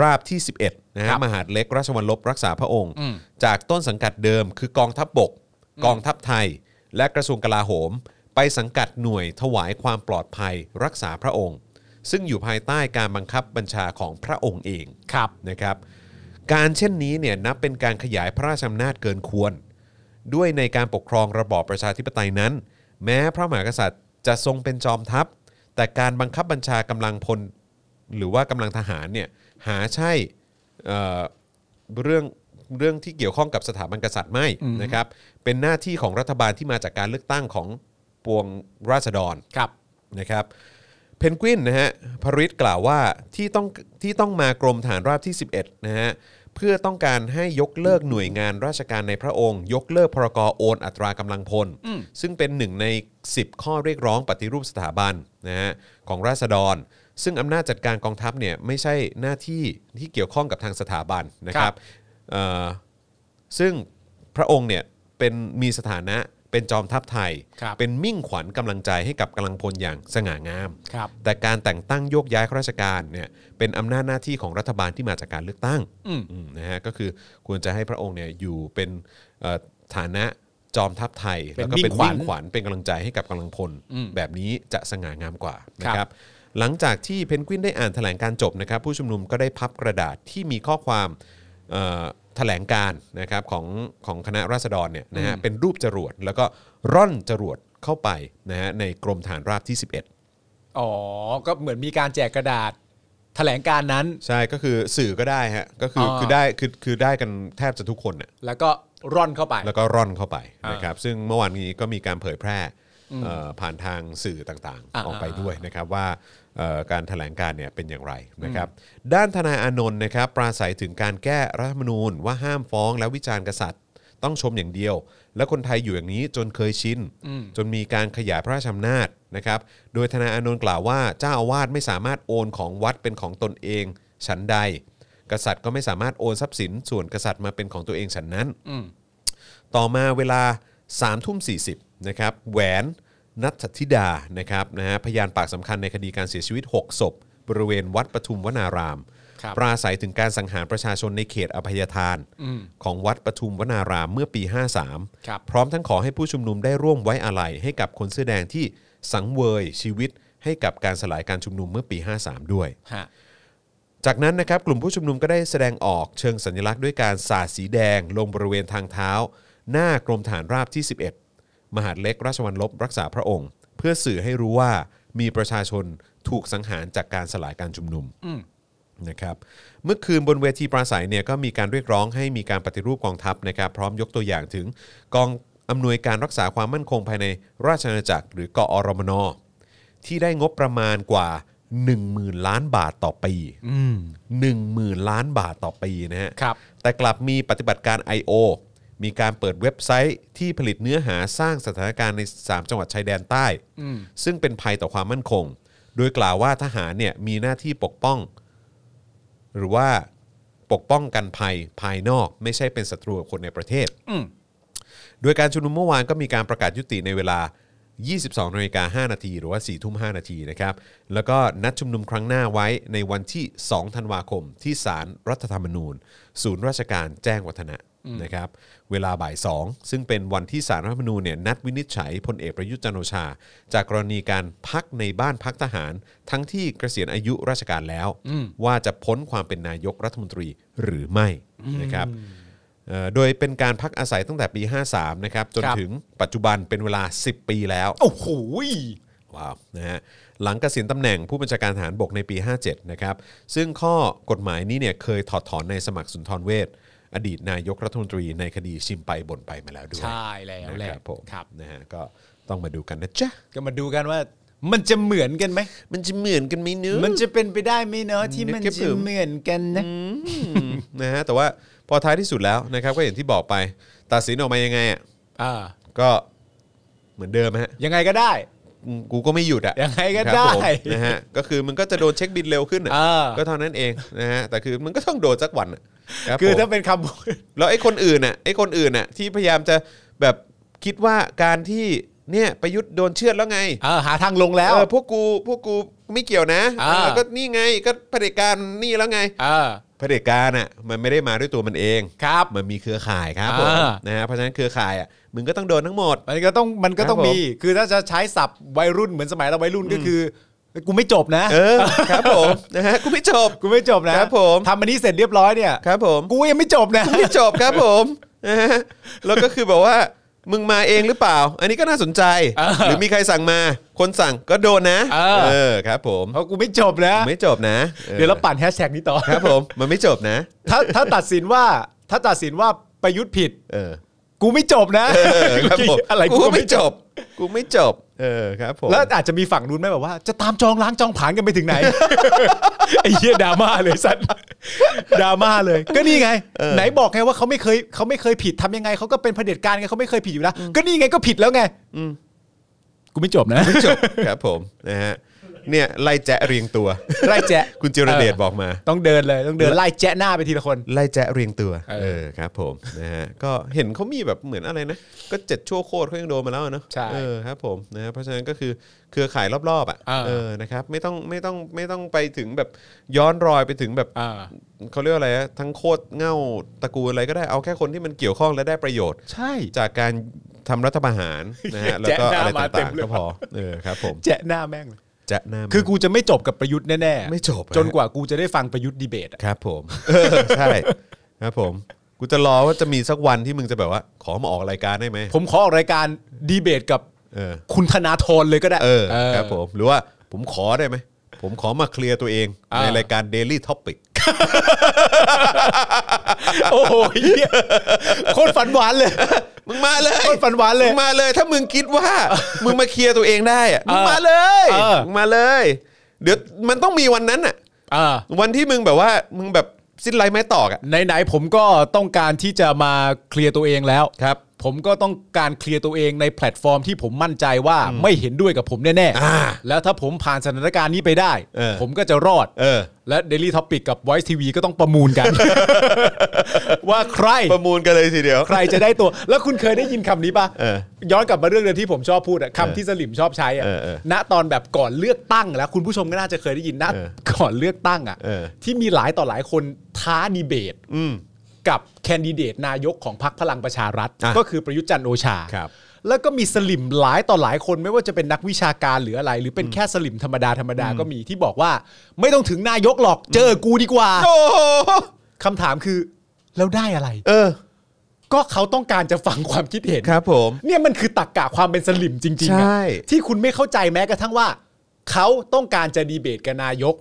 B: ราบที่ 11นะฮะ
C: ครับ
B: มหาดเล็กราชวัลลบรักษาพระองค์ จากต้นสังกัดเดิมคือกองทัพบบก กองทัพไทย และกระทรวงกลาโหม ไปสังกัดหน่วยถวายความปลอดภัยรักษาพระองค์ ซึ่งอยู่ภายใต้การบังคับบัญชาของพระองค์เอง
C: ครับ
B: นะครับ การเช่นนี้เนี่ยนับเป็นการขยายพระราชอำนาจเกินควร ด้วยในการปกครองระบอบประชาธิปไตยนั้น แม้พระมหากษัตริย์จะทรงเป็นจอมทัพ แต่การบังคับบัญชากำลังพล หรือว่ากำลังทหารเนี่ยหาใช่เอ่อเรื่องเรื่องที่เกี่ยวข้องกับสถาบันกษัตริย์ไม่นะครับเป็นหน้าที่ของรัฐบาลที่มาจากการเลือกตั้งของปวงราษฎร
C: ครับ
B: นะครับเพนกวินนะฮะพริตกล่าวว่าที่ต้องที่ต้องมากรมฐานราบที่ 11นะฮะเพื่อต้องการให้ยกเลิกหน่วยงานราชการในพระองค์ ยกเลิกพรกโอนอัตรากำลังพล ซึ่งเป็นหนึ่งใน 10 ข้อเรียกร้องปฏิรูปสถาบันนะฮะของราษฎร ซึ่งอำนาจจัดการกองทัพเนี่ยไม่ใช่หน้าที่ที่เกี่ยวข้องกับทางสถาบันนะค
C: ครั
B: รับบ เอ่อ ซึ่งพระองค์เนี่ยเป็นมีสถานะเป็นจอมทัพไทย
C: ครับ
B: เป็นมิ่งขวัญกำลังใจให้กับกำลังพลอย่างสง่างาม
C: ครับ
B: แต่การแต่งตั้งโยกย้ายข้าราชการเนี่ยเป็นอำนาจหน้าที่ของรัฐบาลที่มาจากการเลือกตั้งอืมนะฮะก็คือควรจะให้พระองค์เนี่ยอยู่เป็นเอ่อฐานะจอมทัพไทย
C: เป็น
B: แล้วก็เป็น
C: มิ่งขวัญ
B: มิ่งขวัญเป็นกำลังใจให้กับกำลังพล แบบนี้จะสง่างามกว่านะค
C: ครั
B: รับ
C: บ
B: หลังจากที่เพนกวินได้อ่านแถลงการจบนะครับ ผู้ชุมนุมก็ได้พับกระดาษที่มีข้อความเอ่อแถลงการนะครับของของคณะราษฎรเนี่ยนะฮะเป็นรูปจรวด แล้วก็ร่อนจรวดเข้าไปนะฮะในกรมฐานราบที่ 11
C: อ๋อ ก็เหมือนมีการแจกกระดาษ แถลงการนั้น
B: ใช่ก็คือสื่อก็ได้ฮะก็คืออา คือได้คือคือได้กันแทบจะทุกคนน่ะ
C: แล้วก็ร่อนเข้าไป
B: แล้วก็ร่อนเข้าไป
C: อ่าน
B: นะครับซึ่งเมื่อวานนี้ก็มีการเผยแพร่เอ่อผ่านทางสื่อต่างๆ ออกไปด้วยนะครับว่าเอ่อการแถลงการเนี่ยเป็นอย่างไรนะครับด้านทนายอานนท์นะครับปราศัยถึงการแก้รัฐธรรมนูญว่าห้ามฟ้องและวิจารณ์กษัตริย์ ต้องชมอย่างเดียว และคนไทยอยู่อย่างนี้จนเคยชิน จนมีการขยายพระราชอำนาจนะครับโดยทนายอานนท์กล่าวว่าเจ้าอาวาสไม่สามารถโอนของวัดเป็นของตนเองฉันใด กษัตริย์ก็ไม่สามารถโอนทรัพย์สิน ส่วนกษัตริย์มาเป็นของตัวเองฉันนั้น ต่อมาเวลา3ามทุ่มสีนะครับแหวนนัทธิดานะครับนะฮะพยานปากสำคัญในคดีการเสียชีวิต 6 ศพ บริเวณวัดปทุมวนาราม
C: ครับ
B: ปราศัยถึงการสังหารประชาชนในเขตอภัยทาน ของวัดปทุมวนารามเมื่อปี 53
C: ครับ
B: พร้อมทั้งขอให้ผู้ชุมนุมได้ร่วมไว้อาลัยให้กับคนเสื้อแดงที่สังเวยชีวิตให้กับการสลายการชุมนุมเมื่อปี 53 ด้วย
C: ฮะ
B: จากนั้นนะครับกลุ่มผู้ชุมนุมก็ได้แสดงออกเชิงสัญลักษณ์ด้วยการสาดสีแดงลงบริเวณทางเท้า หน้ากรมฐานราบที่ 11 มหาดเล็กราชวัลลบรักษาพระองค์ เพื่อสื่อให้รู้ว่ามีประชาชนถูกสังหารจากการสลายการชุมนุม นะครับเมื่อคืนบนเวทีปราศัยเนี่ยก็มีการเรียกร้องให้มีการปฏิรูปกองทัพนะครับพร้อมยกตัวอย่างถึงกองอำนวยการรักษาความมั่นคงภายในราชอาณาจักร หรือกอรมน ที่ได้งบประมาณกว่า 10,000 ล้านบาทต่อปี10,000 ล้านบาทต่อปีนะฮะ
C: ครับ
B: แต่กลับมีปฏิบัติการ I.O. มีการเปิดเว็บไซต์ที่ผลิตเนื้อหาสร้างสถานการณ์ใน 3 จังหวัดชายแดนใต้ ซึ่งเป็นภัยต่อความมั่นคง โดยกล่าวว่าทหารเนี่ยมีหน้าที่ปกป้อง หรือว่าปกป้องกันภัยภายนอก ไม่ใช่เป็นศัตรูกับคนในประเทศ โดยการชุมนุมเมื่อวานก็มีการประกาศยุติในเวลา 22นาฬิกา5นาทีหรือว่า4ทุ่ม5นาทีนะครับ แล้วก็นัดชุมนุมครั้งหน้าไว้ในวันที่ 2 ธันวาคม ที่ศาลรรัฐธรรมนูญ ศูนย์ราชการแจ้งวัฒนะนะครับ เวลาบ่าย 2 ซึ่งเป็นวันที่ศาลรรัฐธรรมนูญเนี่ยนัดวินิจฉัยพลเอกประยุทธ์จันทร์โอชา จากกรณีการพักในบ้านพักทหาร ทั้งที่เกษียณอายุราชการแล้ว ว่าจะพ้นความเป็นนายกรัฐมนตรีหรือไม่นะครับ เอ่อโดยเป็นการพักอาศัยตั้งแต่ปี 53 นะครับ จน
C: ครับ
B: ถึงปัจจุบันเป็นเวลา 10 ปีแล้ว
C: โอ้โห
B: ว้าวนะฮะหลังเกษียณตำแหน่งผู้บัญชาการทหารบกในปี 57 นะครับ ซึ่งข้อกฎหมายนี้เนี่ยเคยถอดถอนในสมัครสุนทรเวชอดีตนายกรัฐมนตรีในคดีชิมไปบ่นไปมาแล้วด้วย
C: ใช่แล้วแหละ
B: นะครับผม
C: ครับ
B: นะฮะก็ต้องมาดูกันนะจ๊ะ
C: ก็มาดูกันว่า มันจะเหมือนกันไหม
B: มันจะเหมือนกันไหมเนื้อ
C: มันจะเป็นไปได้ไหมเนาะที่มัน
B: นึกแค่
C: จะ
B: ผม
C: เหมือนกันนะ
B: นะฮะแต่ว่าพอท้ายที่สุดแล้วนะครับ ก็อย่างที่บอกไปตัดสินออกมายังไงอ่ะ
C: อ่า
B: ก็เหมือนเดิมฮะ
C: ยังไงก็ได้
B: อืมกูก็ไม่หยุดอ่ะ
C: ยังไงก็
B: ครับผม
C: ได้
B: นะฮะก็คือมันก็จะโดนเช็คบินเร็วขึ้นอะ
C: เออ
B: ก็เท่านั้นเองนะฮะแต่คือมันก็ต้องโดนสักวันน่ะรับ
C: คือถ้า
B: ผม
C: เป็นคำพูด
B: แล้วไอ้คนอื่นน่ะไอ้คนอื่นน่ะที่พยายามจะแบบคิดว่าการที่เนี่ยประยุทธ์โดนเชือดแล้วไง
C: เออหาทางลงแล้ว
B: เออพวกกูพวกกูไม่เกี่ยวนะ
C: อ่า
B: เออก็นี่ไงก็เผด็จการนี่แล้วไง
C: เออ
B: เผด็จการน่ะมันไม่ได้มาด้วยตัวมันเอง
C: ครับ
B: มันมีเครือข่ายครับผม
C: อ่าน
B: นะฮะเพราะฉะนั้นเครือข่ายอ่ะมึงก็ต้องโดนทั้งหมด
C: มันก็ต้องมันก็ต้อง
B: ครับผม
C: มี คือถ้าจะใช้ศัพท์วัยรุ่นเหมือนสมัยเราวัยรุ่นก็คือ กูไม่จบนะ
B: เออครับผมนะฮะกูไม่จบ
C: กูไม่จบนะครับ
B: ผม
C: ทำอันนี้เสร็จเรียบร้อยเนี่ย
B: ครับผม
C: กูยังไม่จบนะ
B: ไม่จบครับผม นะฮะแล้วก็คือแบบว่า มึงมาเองหรือเปล่า อันนี้ก็น่าสนใจ
C: เออ
B: หรือมีใครสั่งมา คนสั่งก็โดนนะ
C: เออ
B: อครับผม
C: เพราะกูไม่จบนะ
B: ไม่จบนะออ
C: เดี๋ยวเราปั่นแฮชแท็กนี้ต่อ
B: ครับผม มันไม่จบนะ
C: ถ้าถ้าตัดสินว่าถ้าตัดสินว่าประยุทธ์ผิด
B: เออ
C: กูไม่จบนะ
B: เออครับผม
C: อะไร
B: กู
C: กู
B: ก็
C: ก็
B: ไม่
C: ไม่
B: จ
C: จบ
B: บกูไม่จบ เออครับผม
C: แล้วอาจจะมีฝั่งนู้นไหมแบบว่า จะตามจองล้างจองผลานกันไปถึงไหน ไอ้เหี้ยดราม่าเลยสัตว์ดราม่าเลย ก็นี่ไง ไหนบอกไงว่าเขาไม่เคยเขาไม่เคยผิดทำยังไงเขาก็เป็นเผด็จการไงเขาไม่เคยผิดอยู่แล้วก็นี่ไงก็ผิดแล้วไงกูไม่จบนะ
B: ไม่จบครับผมนะฮะเนี่ยไล่แจ๊ะเรียงตัว
C: ไล่แจะ
B: คุณจิรเดช
C: ออ
B: บอกมา
C: ต้องเดินเลยต้องเดินไล่แจะหน้าไปทีละคน
B: ไล่แจ๊ะเรียงตัว
C: เออ
B: เออครับผมนะฮะก็เห็นเขามีแบบเหมือนอะไรนะ ก็เจ็ดชั่วโคตรเขายังโดนมาแล้วอะเนอะ
C: ใช่
B: เออครับผมนะฮะเพราะฉะนั้นก็คือเครือข่ายรอบๆอ่ะ
C: เออ
B: เออนะครับไม่ต้องไม่ต้องไม่ต้องไปถึงแบบย้อนรอยไปถึงแบบ
C: อ่า
B: เขาเรียกว่าอะไรอะทั้งโคตรเง่าตระกูลอะไรก็ได้เอาแค่คนที่มันเกี่ยวข้องและได้ประโยชน์
C: ใช่
B: จากการทำรัฐประหารนะฮะแล้วก็
C: แจ๊ะหน้า
B: อะไร
C: มาเต็ม
B: ต่าง
C: เล
B: ๆ
C: ย
B: ก็พอเออครับผม
C: แจะหน้าแม่งเลย
B: แจ๊ะหน้ามา
C: คือกูจะไม่จบกับประยุทธ์แน่ๆ
B: ไม่จบอะ
C: จนกว่ากูจะได้ฟังประยุทธ์ดีเบตอะ
B: ครับผมเออใช่ ครับผมกูจะรอว่าจะมีสักวันที่มึงจะแบบว่า ขอมาออกรายการได้ไหม
C: ผมขอออกรายการดีเบตกับ
B: เออ
C: คุณธนาธรเลยก็ได้
B: เออครับผมหรือว่าผมขอได้ไหม ผมขอมาเคลียร์ตัวเอง
C: อ่า
B: ในรายการ Daily Topic
C: โอ้โหเหี้ยโคตรฝันหวานเลย
B: มึงมาเลย
C: โคตรฝันหวานเลย
B: มึงมาเลย ถ้ามึงคิด ว่า มึงมาเคลียร์ตัวเองได้อะมึงมาเลย
C: เออ
B: มึงมาเลย เดี๋ยวมันต้องมีวันนั้นอะ
C: อ่า
B: วันที่มึงแบบว่ามึงแบบสิ้นไรไม้ตอกอะ
C: ไหนๆผมก็ต้องการที่จะมาเคลียร์ตัวเองแล้ว
B: ครับ
C: ผมก็ต้องการเคลียร์ตัวเองในแพลตฟอร์มที่ผมมั่นใจว่าไม่เห็นด้วยกับผมแน่
B: อ่า
C: ๆ แล้วถ้าผมผ่านสถานการณ์นี้ไปได้
B: เออ
C: ผมก็จะรอด
B: เออ
C: และ Daily Topic กับ Voice TV ก็ต้องประมูลกัน ว่าใคร
B: ประมูลกันเลยทีเดียว
C: ใครจะได้ตัว แล้วคุณเคยได้ยินคำนี้ปะ
B: เออ
C: ย้อนกลับมาเรื่องเดิมที่ผมชอบพูดอะคำที่สลิมชอบใช้อะ
B: เออเออ
C: ณตอนแบบก่อนเลือกตั้งแล้วคุณผู้ชมก็น่าจะเคยได้ยินนะ
B: เออ
C: ก่อนเลือกตั้งอะ
B: เออ
C: ที่มีหลายต่อหลายคนท้าดีเบต
B: อืม
C: กับแคนดิเดตนายกของพรรคพลังประชารัฐ
B: อ่ะ
C: ก็คือประยุทธ์จันทร์โอชา
B: ครับ
C: แล้วก็มีสลิมหลายต่อหลายคนไม่ว่าจะเป็นนักวิชาการหรืออะไร หรือเป็นแค่สลิมธรรมดาธรรมดาก็มีที่บอกว่า ไม่ต้องถึงนายกหรอกเจอกูดีกว่า
B: โอ้โห
C: คำถามคือแล้วได้อะไร
B: เออ
C: ก็เขาต้องการจะฟังความคิดเห็น
B: ครับผม
C: เนี่ยมันคือตักกะความเป็นสลิมจริงๆอะ
B: ใช่
C: ที่คุณไม่เข้าใจแม้กระทั่งว่า เขาต้องการจะดีเบตกับนายก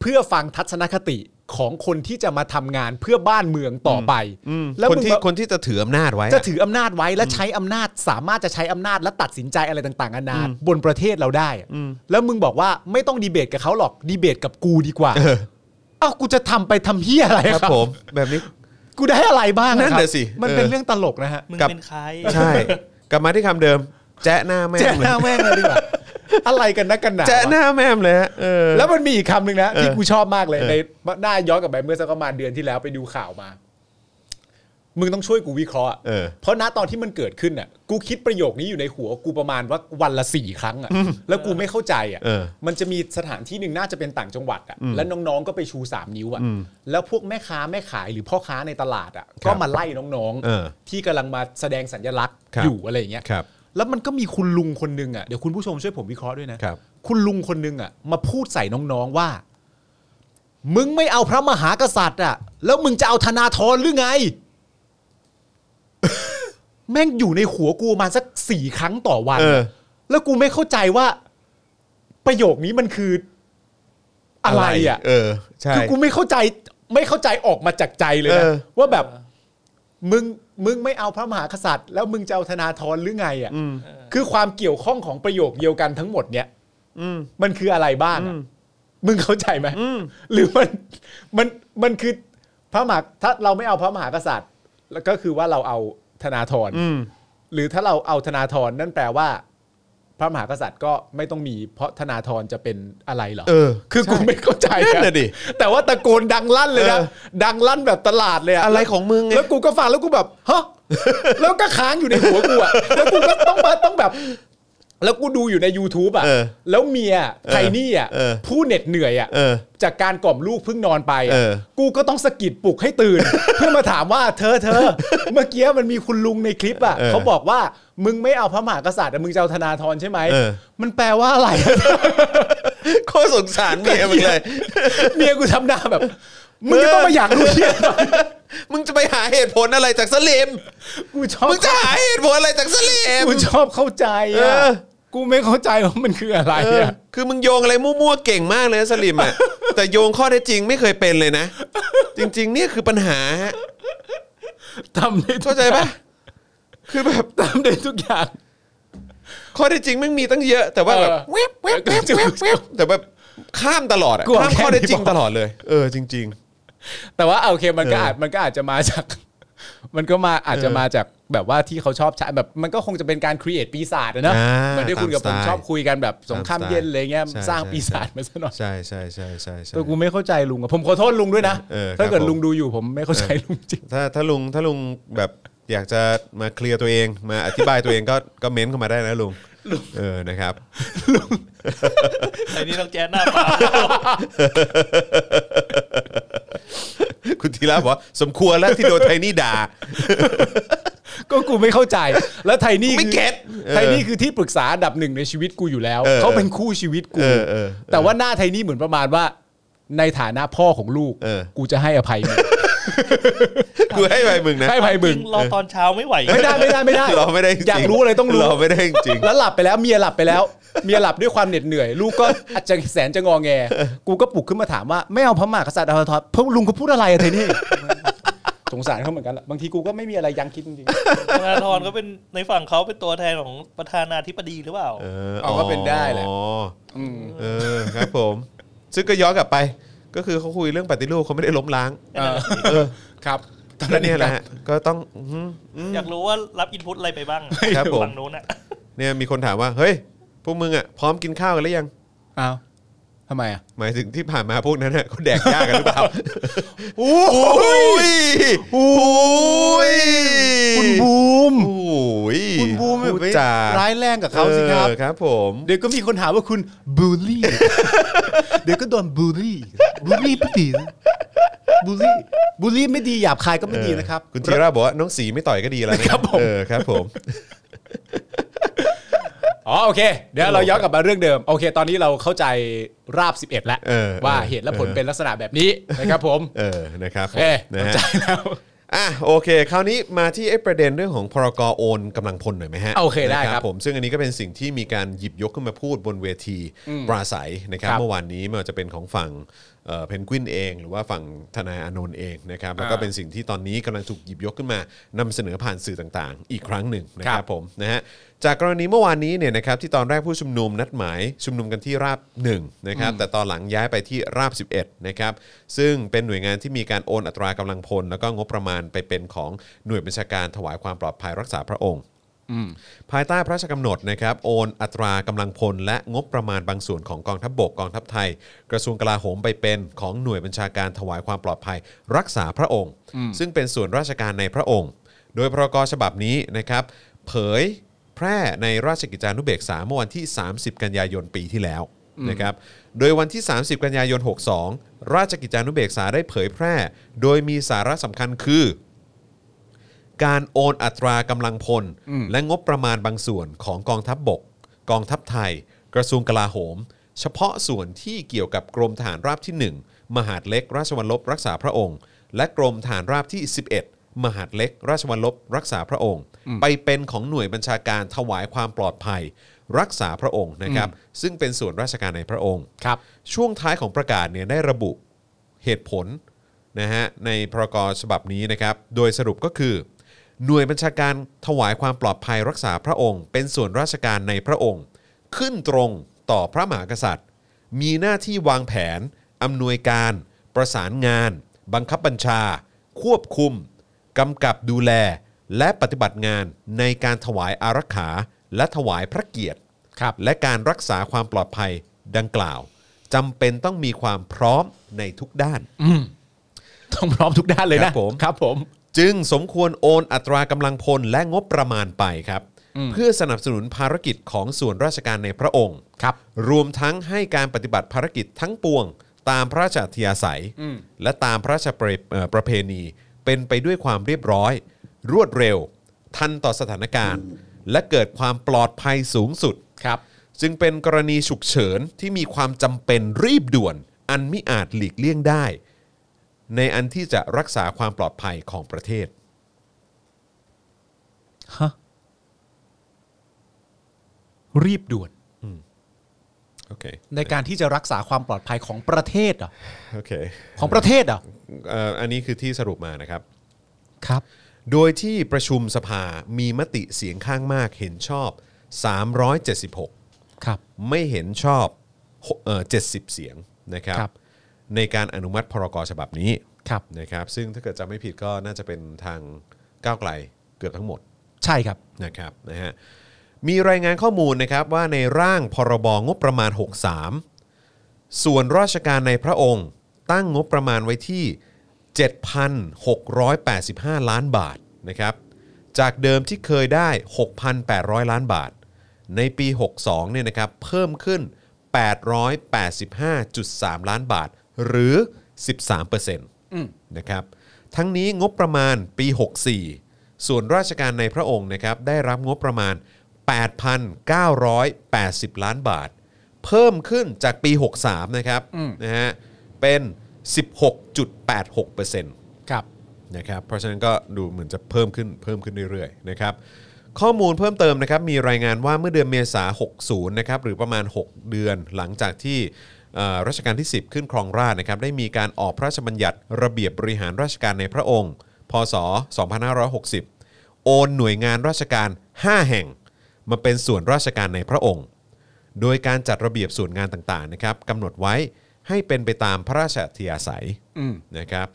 C: เพื่อฟังทัศนคติของคนที่จะมาทำงานเพื่อบ้านเมืองต่อไป
B: อืม
C: แล้ว
B: คน
C: มึง
B: ที่
C: มา
B: คนที่จะถืออำนาจไว้
C: จะ
B: อะ
C: ถืออำนาจไว้และใช้อำนาจสามารถจะใช้อำนาจและตัดสินใจอะไรต่างๆนานาบนประเทศเราได้อะแล้วมึงบอกว่าไม่ต้องดีเบตกับเขาหรอกดีเบตกับกูดีกว่า
B: เออ
C: เอ้ากูจะทำไปทำเฮียอะไร
B: ค
C: ค
B: รั
C: รั
B: บบ ผมแบบนี้
C: กูได้อะไรบ้างอ
B: นั่น
C: ครับ
B: น่ะสิ
C: มันเป็น
B: เออ
C: เรื่องตลกนะฮะ
D: มึง
B: กับ
D: เป็นใคร
B: ใช่ กลับมาที่คำเดิม แจ๊ะหน้าแม่ง
C: แจ้ห
B: เลย
C: น้าแม่งเลยดีกว่า อะไรกันนะกันหนา
B: แจ๊ะ
C: วะ
B: หน้าแม่งเลยฮะเออ
C: แล้วมันมีอีกคำหนึ่งนะ ที่
B: เออ
C: กูชอบมากเลย
B: เออ
C: ในหน้าย้อนกลับไปเมื่อสักประมาณเดือนที่แล้วไปดูข่าวมา มึงต้องช่วยกูวิเคราะห์อะ
B: เออ
C: เพราะณตอนที่มันเกิดขึ้นอ่ะ กูคิดประโยคนี้อยู่ในหัวกูประมาณว่าวันละสี่ครั้งอ่ะแล้วกูไม่เข้าใจอ่ะ
B: เออ
C: มันจะมีสถานที่หนึ่งน่าจะเป็นต่างจังหวัดอ่ะแล้วน้องๆก็ไปชูสามนิ้วอ่ะแล้วพวกแม่ค้าแม่ขายหรือพ่อค้าในตลาดอ่ะก็มาไล่น้อง
B: เออ
C: ที่กำลังมาแสดงสัญลักษณ์
B: ครับ
C: อยู่อะไรอย่างเงี้ย
B: ครับ
C: แล้วมันก็มีคุณลุงคนหนึ่งอ่ะเดี๋ยวคุณผู้ชมช่วยผมวิเคราะห์ด้วยนะครับ คุณลุงคนหนึ่งอ่ะ มาพูดใส่น้องๆว่า มึงไม่เอาพระมหากษัตริย์อ่ะ แล้วมึงจะเอาธนาธรหรือไง แม่งอยู่ในหัวกูประมาณสักสี่ครั้งต่อวัน
B: เออ
C: แล้วกูไม่เข้าใจว่า ประโยคนี้มันคือ อะไรอ่ะ
B: เออ ใช่
C: คือกูไม่เข้าใจไม่เข้าใจออกมาจากใจเลยนะ
B: เออ
C: ว่าแบบมึงมึงไม่เอาพระมหากษัตริย์ แล้วมึงจะเอาธนาธรหรือไงอ่ะคือความเกี่ยวข้องของประโยคเดียวกันทั้งหมดเนี่ยมันคืออะไรบ้างอะมึงเข้าใจไหมหรือมันมันมันคือพระมหาถ้าเราไม่เอาพระมหากษัตริย์ แล้วก็คือว่าเราเอาธนาธรหรือถ้าเราเอาธนาธรนั่นแปลว่า พระมหากษัตริย์ก็ไม่ต้องมีเพราะธนาธรจะเป็นอะไรเหรอ
B: เออ
C: คือกูไม่เข้าใจ
B: นั่น
C: อะ
B: น่ะดิ
C: แต่ว่าตะโกนดังลั่นเลยนะ
B: เออ
C: ดังลั่นแบบตลาดเลยอะ
B: อะไรของมึงไง
C: แล้วกูก็ฟังแล้วกูแบบฮะ แล้วก็ค้างอยู่ในหัวกูอะแล้วกูก็ต้องมาต้องแบบ แล้วกูดูอยู่ใน YouTube อะ
B: เออ
C: แล้วเมียไทนี่อะ
B: เออ
C: ผู้เหน็ดเหนื่อยอะ
B: เออ
C: จากการกล่อมลูกเพิ่งนอนไปอะ
B: เออ
C: กูก็ต้องสะกิดปลุกให้ตื่น เพื่อมาถามว่าเธอเธอเมื่อกี้มันมีคุณลุงในคลิปอะเขาบอกว่ามึงไม่เอาพระมหากษัตริย์อะมึงจะเอาธนาธรใช่ไหม
B: เออ
C: มันแปลว่าอะไร
B: โคตรสงสารเมียมึงเลย
C: เมียกูทำหน้าแบบมึงจะต้องมาอยากรู้เหี้ยอะไร
B: มึงจะไปหาเหตุผลอะไรจากสลิม
C: กูชอบ
B: มึงจะหาเหตุผลอะไรจากสลิม
C: กูชอบเข้าใจ
B: เอ
C: อ่ะ
B: อ
C: กูไม่เข้าใจว่ามันคืออะไร
B: เออ
C: อ่ะ
B: คือมึงโยงอะไรมั่วๆเก่งมากเลยนะสลิมอ่ะ แต่โยงข้อเท็จจริงไม่เคยเป็นเลยนะ จริง ๆ เนี่ยคือปัญหาฮะ
C: ทำได้ทุก
B: เข้าใจปะคือแบบ
C: ทำได้ทุกอย่าง
B: ข้อเท็จจริงไม่งมีตั้งเยอะ แต่ว่าแบบ
C: เออ
B: แวบแวบแวบแวบแวบแต่แบบข้ามตลอดอะ
C: กลัว
B: ข้าม
C: แค่
B: ข้อเท็จจริง
C: นี้พอ
B: ตลอดเลย เออจริง
C: แต่ว่าโอเคมันก็
B: เอออ
C: อาจมันก็อาจจะมาจาก มันก็มาอาจจะ
B: เออ
C: มาจากแบบว่าที่เขาชอบใช้แบบ มันก็คงจะเป็นการครีเอทปีศาจอะเนอะ
B: อ่า
C: เหมันที่คุณกับผม
B: ตามสไตล์
C: ชอบคุยกันแบบสงครามเย็นอะไรเงี้ย
B: ใช่
C: สร้าง
B: ใช่
C: ปีศาจมาซะหน่อย
B: ๆ ใช่ใช่ใช่ใช่ใช่
C: แต่กูไม่เข้าใจลุงอะผมขอโทษลุงด้วยนะ
B: เออครับ
C: ถ้าเกิดลุง
B: ผม
C: ดูอยู่ผมไม่เข้าใจลุงจริง
B: ถ้าถ้าลุงถ้าลุงแบบอยากจะมาเคลียร์ตัวเองมาอธิบายตัวเองก็ก็เม้นเข้ามาได้นะลุงเออนะครับ
D: ไอ้นี่ต้องแจ๊ดหน้าเปล่า
B: คุณธีระบอกว่าสมควรแล้วที่โดนไทนี่ด่า
C: ก็กูไม่เข้าใจ แล้วไทนี่
B: ไม่
C: คือ
B: เก็ตเออ
C: ไทนี่คือที่ปรึกษาอันดับหนึ่งในชีวิตกูอยู่แล้ว
B: เออ
C: เขาเป็นคู่ชีวิตกู
B: เออเออ
C: แต่ว่าหน้าไทนี่เหมือนประมาณว่า ในฐานะพ่อของลูก
B: เออ
C: กูจะให้อภัยมึง
B: กูให้ไปมึงนะ
C: ให้อภัยมึง
D: จริงรอตอนเช้าไม่ไหว
C: ไม่ได้ไม่ได้ไม่ได้
B: เราไม่ได้จง
C: อยากรู้อะไรต้องรู้
B: เราไม่ได้จริง
C: แล้วหลับไปแล้วเมียหลับไปแล้ว เมียหลับด้วยความเหน็ดเหนื่อย ลูกก็อาจจะแสนจะงอแง กูก็ปลุกขึ้นมาถามว่าไม่เอาพระมหากษัตริย์เอาทอดพวกลุงเขาพูดอะไรอะไทนี่สงสารเขาเหมือนกันแหละบางทีกูก็ไม่มีอะไรยังคิดจริงๆ
D: ธนาธรก็เป็นในฝั่งเขาเป็นตัวแทนของประธานาธิบดีหรือเปล่า
B: เออ
C: เอาก็เป็นได้แหละ
B: อ๋ออเออครับผม ซึ่งก็ย้อนกลับไป ก็คือเขาคุยเรื่องปฏิรูปเขาไม่ได้ล้มล้าง
C: ครับ
B: ก็เนี่ยแหละฮะก็ต้อง
D: อยากรู้ว่ารับอินพุตอะไรไปบ้าง
B: ครับผม
D: ฝั่งนู้นอะ
B: เนี่ยมีคนถามว่า เฮ้ย พวกมึงอ่ะพร้อมกินข้าวกันหรือยัง
C: อ้าวทำไมอ่ะ
B: หมายถึงที่ผ่านมาพวกนั้นน่ะเขาแดกยากันหรือเปล่า
C: โอ้
B: โอ้ยโอ้ย
C: คุณบูม
B: โอ้ย
C: คุณบูม
B: พูดจา
C: ร้ายแรงกับเขาสิครับ
B: เออครับผม
C: เดี๋ยวก็มีคนหาว่าคุณบูลลี่ เดี๋ยวก็โดนบูลลี่บูลลี่พี่ตีบูลลี่บูลลี่ไม่ดีหยาบคายก็ไม่ดีนะครับ
B: คุณธีระบอกว่าน้องสีไม่ต่อยก็ดีแล้วนะครับ
C: ผม
B: เออครับผม
C: อ๋อโอเค เดี๋ยวเราย้อนกลับมาเรื่องเดิม โอเค ตอนนี้เราเข้าใจราบ 11 แล้ว
B: เออ
C: ว่า
B: เออ
C: เหตุและผลเป็นลักษณะแบบนี้นะครับผม
B: เออนะครับผ
C: โอเค
B: มนะ
C: เข้า
B: ฮะ
C: ใจแล้ว
B: อ่ะโอเค คราวนี้มาที่ไอ้ประเด็นเรื่องของพรกโอนกำลังพลหน่อยไหมฮะ
C: โอเคได้
B: นะครับ ผมซึ่งอันนี้ก็เป็นสิ่งที่มีการหยิบยกขึ้นมาพูดบนเวทีปราศัยนะครับ
C: ครับ
B: เมื่อวานนี้ไม่ว่าจะเป็นของฝั่งเพนกวินเอง หรือว่าฝั่งทนายอานนท์เองนะครับแล้วก็
C: อ่า
B: เป็นสิ่งที่ตอนนี้กำลังถูกหยิบยกขึ้นมานำเสนอผ่านสื่อต่างๆ อีกครั้งหนึ่งนะค
C: ครั
B: รับบ ผมนะฮะจากกรณีเมื่อวานนี้เนี่ยนะครับที่ตอนแรกผู้ชุมนุมนัดหมายชุมนุมกันที่ราบ1นะครับแต่ตอนหลังย้ายไปที่ราบ 11นะครับซึ่งเป็นหน่วยงานที่มีการโอนอัตรากำลังพล แล้วก็งบประมาณไปเป็นของหน่วยบัญชาการถวายความปลอดภัยรักษาพระองค์ ภายใต้พระราชกำหนดนะครับโอนอัตรากำลังพล และงบประมาณบางส่วนของกองทัพบบกกองทัพไทย กระทรวงกลาโหมไปเป็นของหน่วยบัญชาการถวายความปลอดภัย รักษาพระองค์ ซึ่งเป็นส่วนราชการในพระองค์ โดยพรกฉบับนี้นะครับ เผยแพร่ในราชกิจจานุเบกษาเมื่อวันที่ 30 กันยายนปีที่แล้วนะครับ โดยวันที่ 30 กันยายน 62 ราชกิจจานุเบกษาได้เผยแพร่ โดยมีสาระสำคัญคือ การโอนอัตรากำลังพล และงบประมาณบางส่วนของกองทัพบบก กองทัพไทย กระทรวงกลาโหม เฉพาะส่วนที่เกี่ยวกับกรมฐานราบที่ 1 มหาดเล็ก ราชวัลลบรักษาพระองค์ และกรมฐานราบที่ 11 มหาดเล็ก ราชวัลลบรักษาพระองค์ ไปเป็นของหน่วยบัญชาการถวายความปลอดภัย รักษาพระองค์นะครับ ซึ่งเป็นส่วนราชการในพระองค์
C: ครับ
B: ช่วงท้ายของประกาศเนี่ยได้ระบุเหตุผลนะฮะในพรกฉบับนี้นะครับ โดยสรุปก็คือ หน่วยบัญชาการถวายความปลอดภัยรักษาพระองค์ เป็นส่วนราชการในพระองค์ ขึ้นตรงต่อพระมหากษัตริย์ มีหน้าที่วางแผนอำนวยการ ประสานงาน บังคับบัญชา ควบคุมกำกับดูแล และปฏิบัติงานในการถวายอารักขา และถวายพระเกียรติ
C: ครับ
B: และการรักษาความปลอดภัยดังกล่าวจำเป็นต้องมีความพร้อมในทุกด้าน
C: ต้องพร้อมทุกด้านเลย
B: ค
C: นะ
B: รับผม
C: ครับผม
B: จึงสมควรโอนอัตรากำลังพลและงบประมาณไปครับ เพื่อสนับสนุนภารกิจของส่วนราชการในพระองค์
C: ครับ
B: รวมทั้งให้การปฏิบัติภารกิจทั้งปวง ตามพระราชอัธยาศัย และตามพระราชประเอ่อประเพณี เป็นไปด้วยความเรียบร้อย รวดเร็ว ทันต่อสถานการณ์ และเกิดความปลอดภัยสูงสุด
C: ครับ
B: จึงเป็นกรณีฉุกเฉินที่มีความจำเป็นรีบด่วน อันมิอาจหลีกเลี่ยงได้ ในอันที่จะรักษาความปลอดภัยของประเทศ
C: ฮะ รีบด่วน
B: โอเค
C: ในการที่จะรักษาความปลอดภัยของประเทศเหรอ
B: โอเค
C: ของประเทศเหรอ
B: เอ่ออันนี้คือที่สรุปมานะครับ
C: ครับ
B: โดยที่ประชุมสภามีมติเสียงข้างมากเห็นชอบ 376
C: ครับ
B: ไม่เห็นชอบหกเอ่อ70 เสียงนะครับ
C: ครับ
B: ในการอนุมัติพรกฉบับนี้
C: ครับ
B: นะครับ ซึ่งถ้าเกิดจำไม่ผิดก็น่าจะเป็นทางก้าวไกลเกือบทั้งหมด
C: ใช่ครับ
B: นะครับนะฮะมีรายงานข้อมูลนะครับว่าในร่างพรบงบประมาณ 63 ส่วนราชการในพระองค์ ตั้งงบประมาณไว้ที่ 7,685 ล้านบาทนะครับจากเดิมที่เคยได้ 6,800 ล้านบาท ในปี 62เนี่ยนะครับเพิ่มขึ้น 885.3 ล้านบาท หรือ 13%นะครับทั้งนี้งบประมาณปี 64 ส่วนราชการในพระองค์นะครับได้รับงบประมาณ 8,980 ล้านบาท เพิ่มขึ้นจากปี 63นะครับนะฮะเป็น 16.86%
C: ครับ
B: นะครับเพราะฉะนั้นก็ดูเหมือนจะเพิ่มขึ้นเพิ่มขึ้นเรื่อยๆนะครับข้อมูลเพิ่มเติมนะครับมีรายงานว่าเมื่อเดือนเมษา60นะครับหรือประมาณ 6 เดือนหลังจากที่เอ่อรัชกาลที่ 10 ขึ้นครองราชย์นะครับได้มีการออกพระราชบัญญัติระเบียบบริหารราชการในพระองค์ พศ 2560 โอนหน่วยงานราชการ 5 แห่ง มาเป็นส่วนราชการในพระองค์ โดยการจัดระเบียบส่วนงานต่างๆนะครับกำหนดไว้ให้เป็นไปตามพระราชอัธยาศัยนะครับ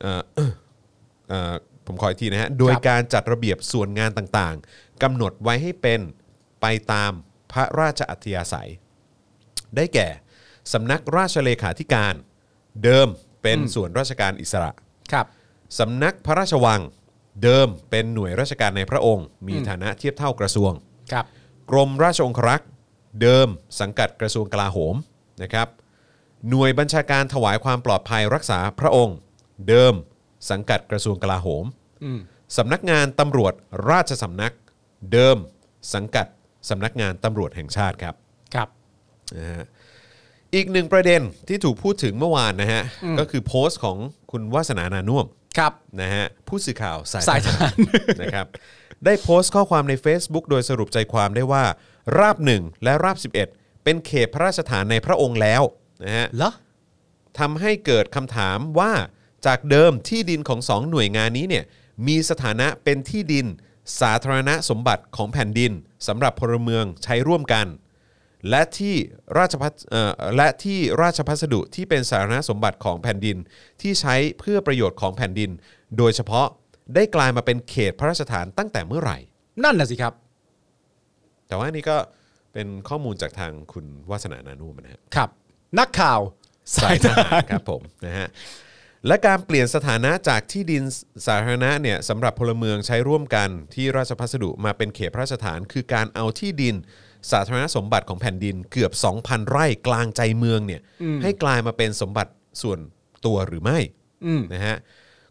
B: เอ่อ เอ่อผมขออีกทีนะฮะ โดยการจัดระเบียบส่วนงานต่างๆกำหนดไว้ให้เป็นไปตามพระราชอัธยาศัย ได้แก่สำนักราชเลขาธิการ เดิมเป็นส่วนราชการอิสระ
C: ครับ
B: สำนักพระราชวัง เดิมเป็นหน่วยราชการในพระองค์ มีฐานะเทียบเท่ากระทรวง
C: ครับ
B: กรมราชองครักษ์เดิมสังกัดกระทรวงกลาโหมนะครับหน่วยบัญชาการถวายความปลอดภัยรักษาพระองค์ เดิมสังกัดกระทรวงกลาโหมสำนักงานตำรวจราชสำนัก เดิมสังกัดสำนักงานตำรวจแห่งชาติครับ
C: ครับ
B: นะฮะอีกหนึ่งประเด็นที่ถูกพูดถึงเมื่อวานนะฮะ ก็คือโพสต์ของคุณวาสนานานุ่วม
C: ครับ
B: นะฮะผู้สื่อข่าวสาย
C: สายทหาร
B: นะครับ ได้โพสต์ข้อความใน Facebook โดยสรุปใจความได้ว่า ราบหนึ่งและราบ 11 เป็นเขตพระราชฐานในพระองค์แล้วนะฮะ
C: เหรอ
B: ทำให้เกิดคำถามว่าจากเดิมที่ดินของสองหน่วยงานนี้เนี่ยมีสถานะเป็นที่ดิน สาธารณสมบัติของแผ่นดินสำหรับพลเมืองใช้ร่วมกัน และที่ราชพัสเอ่อและที่ราชพัสดุที่เป็นสาธารณสมบัติของแผ่นดิน ที่ใช้เพื่อประโยชน์ของแผ่นดิน โดยเฉพาะได้กลายมาเป็นเขตพระราชฐานตั้งแต่เมื่อไหร่
C: นั่นน่ะสิครับ
B: แต่ว่านี่ก็เป็นข้อมูลจากทางคุณวาสนานานุ่มนะฮะ
C: ครับ นักข่าว สา
B: สายย
C: ท
B: ท
C: หา
B: หาร รครับผมนะฮะและการเปลี่ยนสถานะจากที่ดินสาธารณะเนี่ยสำหรับพลเมืองใช้ร่วมกันที่ราชพัสดุมาเป็นเขตพระราชฐาน คือการเอาที่ดินสาธารณสมบัติของแผ่นดินเกือบ 2,000 ไร่กลางใจเมืองเนี่ยให้กลายมาเป็นสมบัติส่วนตัวหรือไม่นะฮะ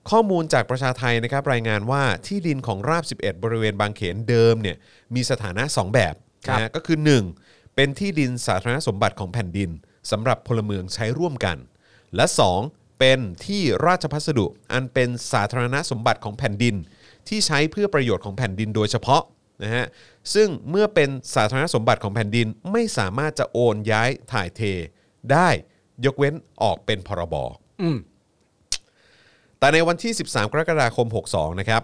B: ข้อมูลจากประชาไทยนะครับรายงานว่าที่ดินของราบ 11 บริเวณบางเขนเดิมเนี่ยมีสถานะ 2 แบบ
C: ครับ
B: นะฮะก็คือ 1. เป็นที่ดินสาธารณสมบัติของแผ่นดินสำหรับพลเมืองใช้ร่วมกัน และ 2 เป็นที่ราชพัสดุอันเป็นสาธารณสมบัติของแผ่นดิน ที่ใช้เพื่อประโยชน์ของแผ่นดินโดยเฉพาะนะฮะซึ่งเมื่อเป็นสาธารณสมบัติของแผ่นดินไม่สามารถจะโอนย้ายถ่ายเท ได้ยกเว้นออกเป็นพรบ
C: อืม
B: แต่ในวันที่ 13 กรกฎาคม 62 นะครับ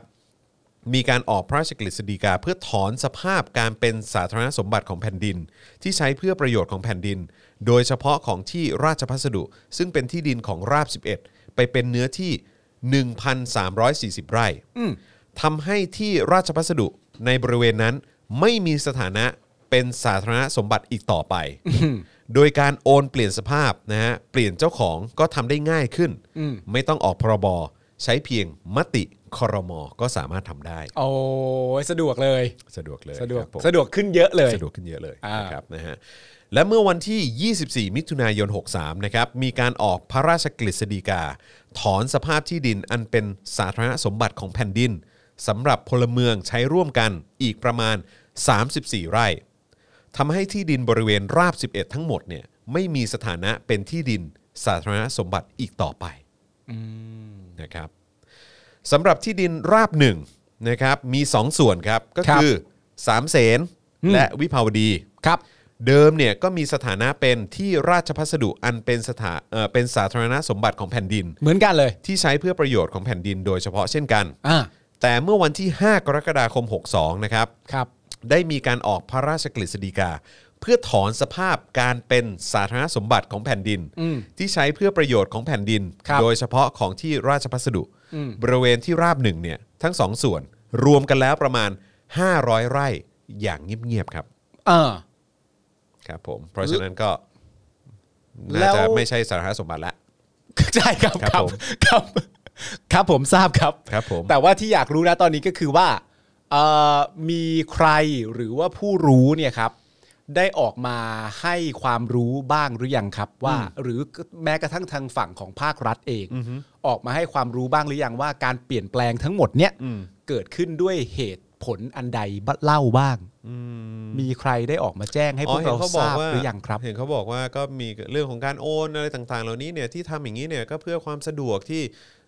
B: มีการออกพระราชกฤษฎีกา เพื่อถอนสภาพการเป็นสาธารณสมบัติของแผ่นดิน ที่ใช้เพื่อประโยชน์ของแผ่นดิน โดยเฉพาะของที่ราชพัสดุ ซึ่งเป็นที่ดินของราบ 11 ไปเป็นเนื้อที่ 1,340 ไร่ทำให้ที่ราชพัสดุในบริเวณนั้นไม่มีสถานะเป็นสาธารณสมบัติอีกต่อไป โดยการโอนเปลี่ยนสภาพนะฮะเปลี่ยนเจ้าของก็ทำได้ง่ายขึ้น ไม่ต้องออกพรบใช้เพียงมติครมก็สามารถทำได้
C: โอ้ยสะดวกเลย
B: สะดวกเลย
C: สะดวก
B: ครับผม
C: สะดวกขึ้นเยอะเลย
B: สะดวกขึ้นเยอะเลย
C: อ่าน
B: นะครับนะฮะและเมื่อวันที่ 24 มิถุนายน 63 นะครับ มีการออกพระราชกฤษฎีกา ถอนสภาพที่ดินอันเป็นสาธารณสมบัติของแผ่นดินสำหรับพลเมืองใช้ร่วมกันอีกประมาณ 34 ไร่ทำให้ที่ดินบริเวณราบ 11 ทั้งหมดเนี่ยไม่มีสถานะเป็นที่ดินสาธารณสมบัติอีกต่อไปนะครับ สำหรับที่ดินราบหนึ่งนะครับมี 2 ส่วนครับก็
C: ครับ
B: คือสามเสน
C: อืม
B: และวิภาวดี
C: ครับ
B: เดิมเนี่ยก็มีสถานะเป็นที่ราชพัสดุอันเป็นสถาเอ่อเป็นสาธารณสมบัติของแผ่นดิน
C: เหมือนกันเลย
B: ที่ใช้เพื่อประโยชน์ของแผ่นดินโดยเฉพาะเช่นกัน
C: อ่า
B: แต่เมื่อวันที่ 5 กรกฎาคม 62 นะครับ
C: ครับ
B: ได้มีการออกพระราชกฤษฎีกา เพื่อถอนสภาพการเป็นสาธารณสมบัติของแผ่นดิน
C: อืม
B: ที่ใช้เพื่อประโยชน์ของแผ่นดิน
C: ครับ
B: โดยเฉพาะของที่ราชพัสดุ บริเวณที่ราบหนึ่งเนี่ยทั้งสองส่วน รวมกันแล้วประมาณ 500 ไร่อย่างเงียบๆครับ
C: อ่า
B: ครับผมเพราะฉะนั้นก็น่า
C: แล้
B: จะ
C: ว
B: ไม่ใช่สาธารณสมบัติละ
C: ใช่ครับ
B: ครับ
C: ครับ
B: ผม
C: ครับครับผมทราบครับ
B: ครับผม
C: แต่ว่าที่อยากรู้นะตอนนี้ก็คือว่าเอ่อมีใครหรือว่าผู้รู้เนี่ยครับ ได้ออกมาให้ความรู้บ้างหรือยังครับว่า หรือแม้กระทั่งทางฝั่งของภาครัฐเองออกมาให้ความรู้บ้างหรือยังว่าการเปลี่ยนแปลงทั้งหมดเนี่ย
B: อืม
C: เกิดขึ้นด้วยเหตุผลอันใดบ้างเล่าบ้าง มีใครได้ออกมาแจ้งให้พวกเราทราบหรือยังครับ
B: เห็นเขาบอกว่าก็มีเรื่องของการโอนอะไรต่างๆ เหล่านี้เนี่ยที่ทำอย่างนี้เนี่ยก็เพื่อความสะดวกที่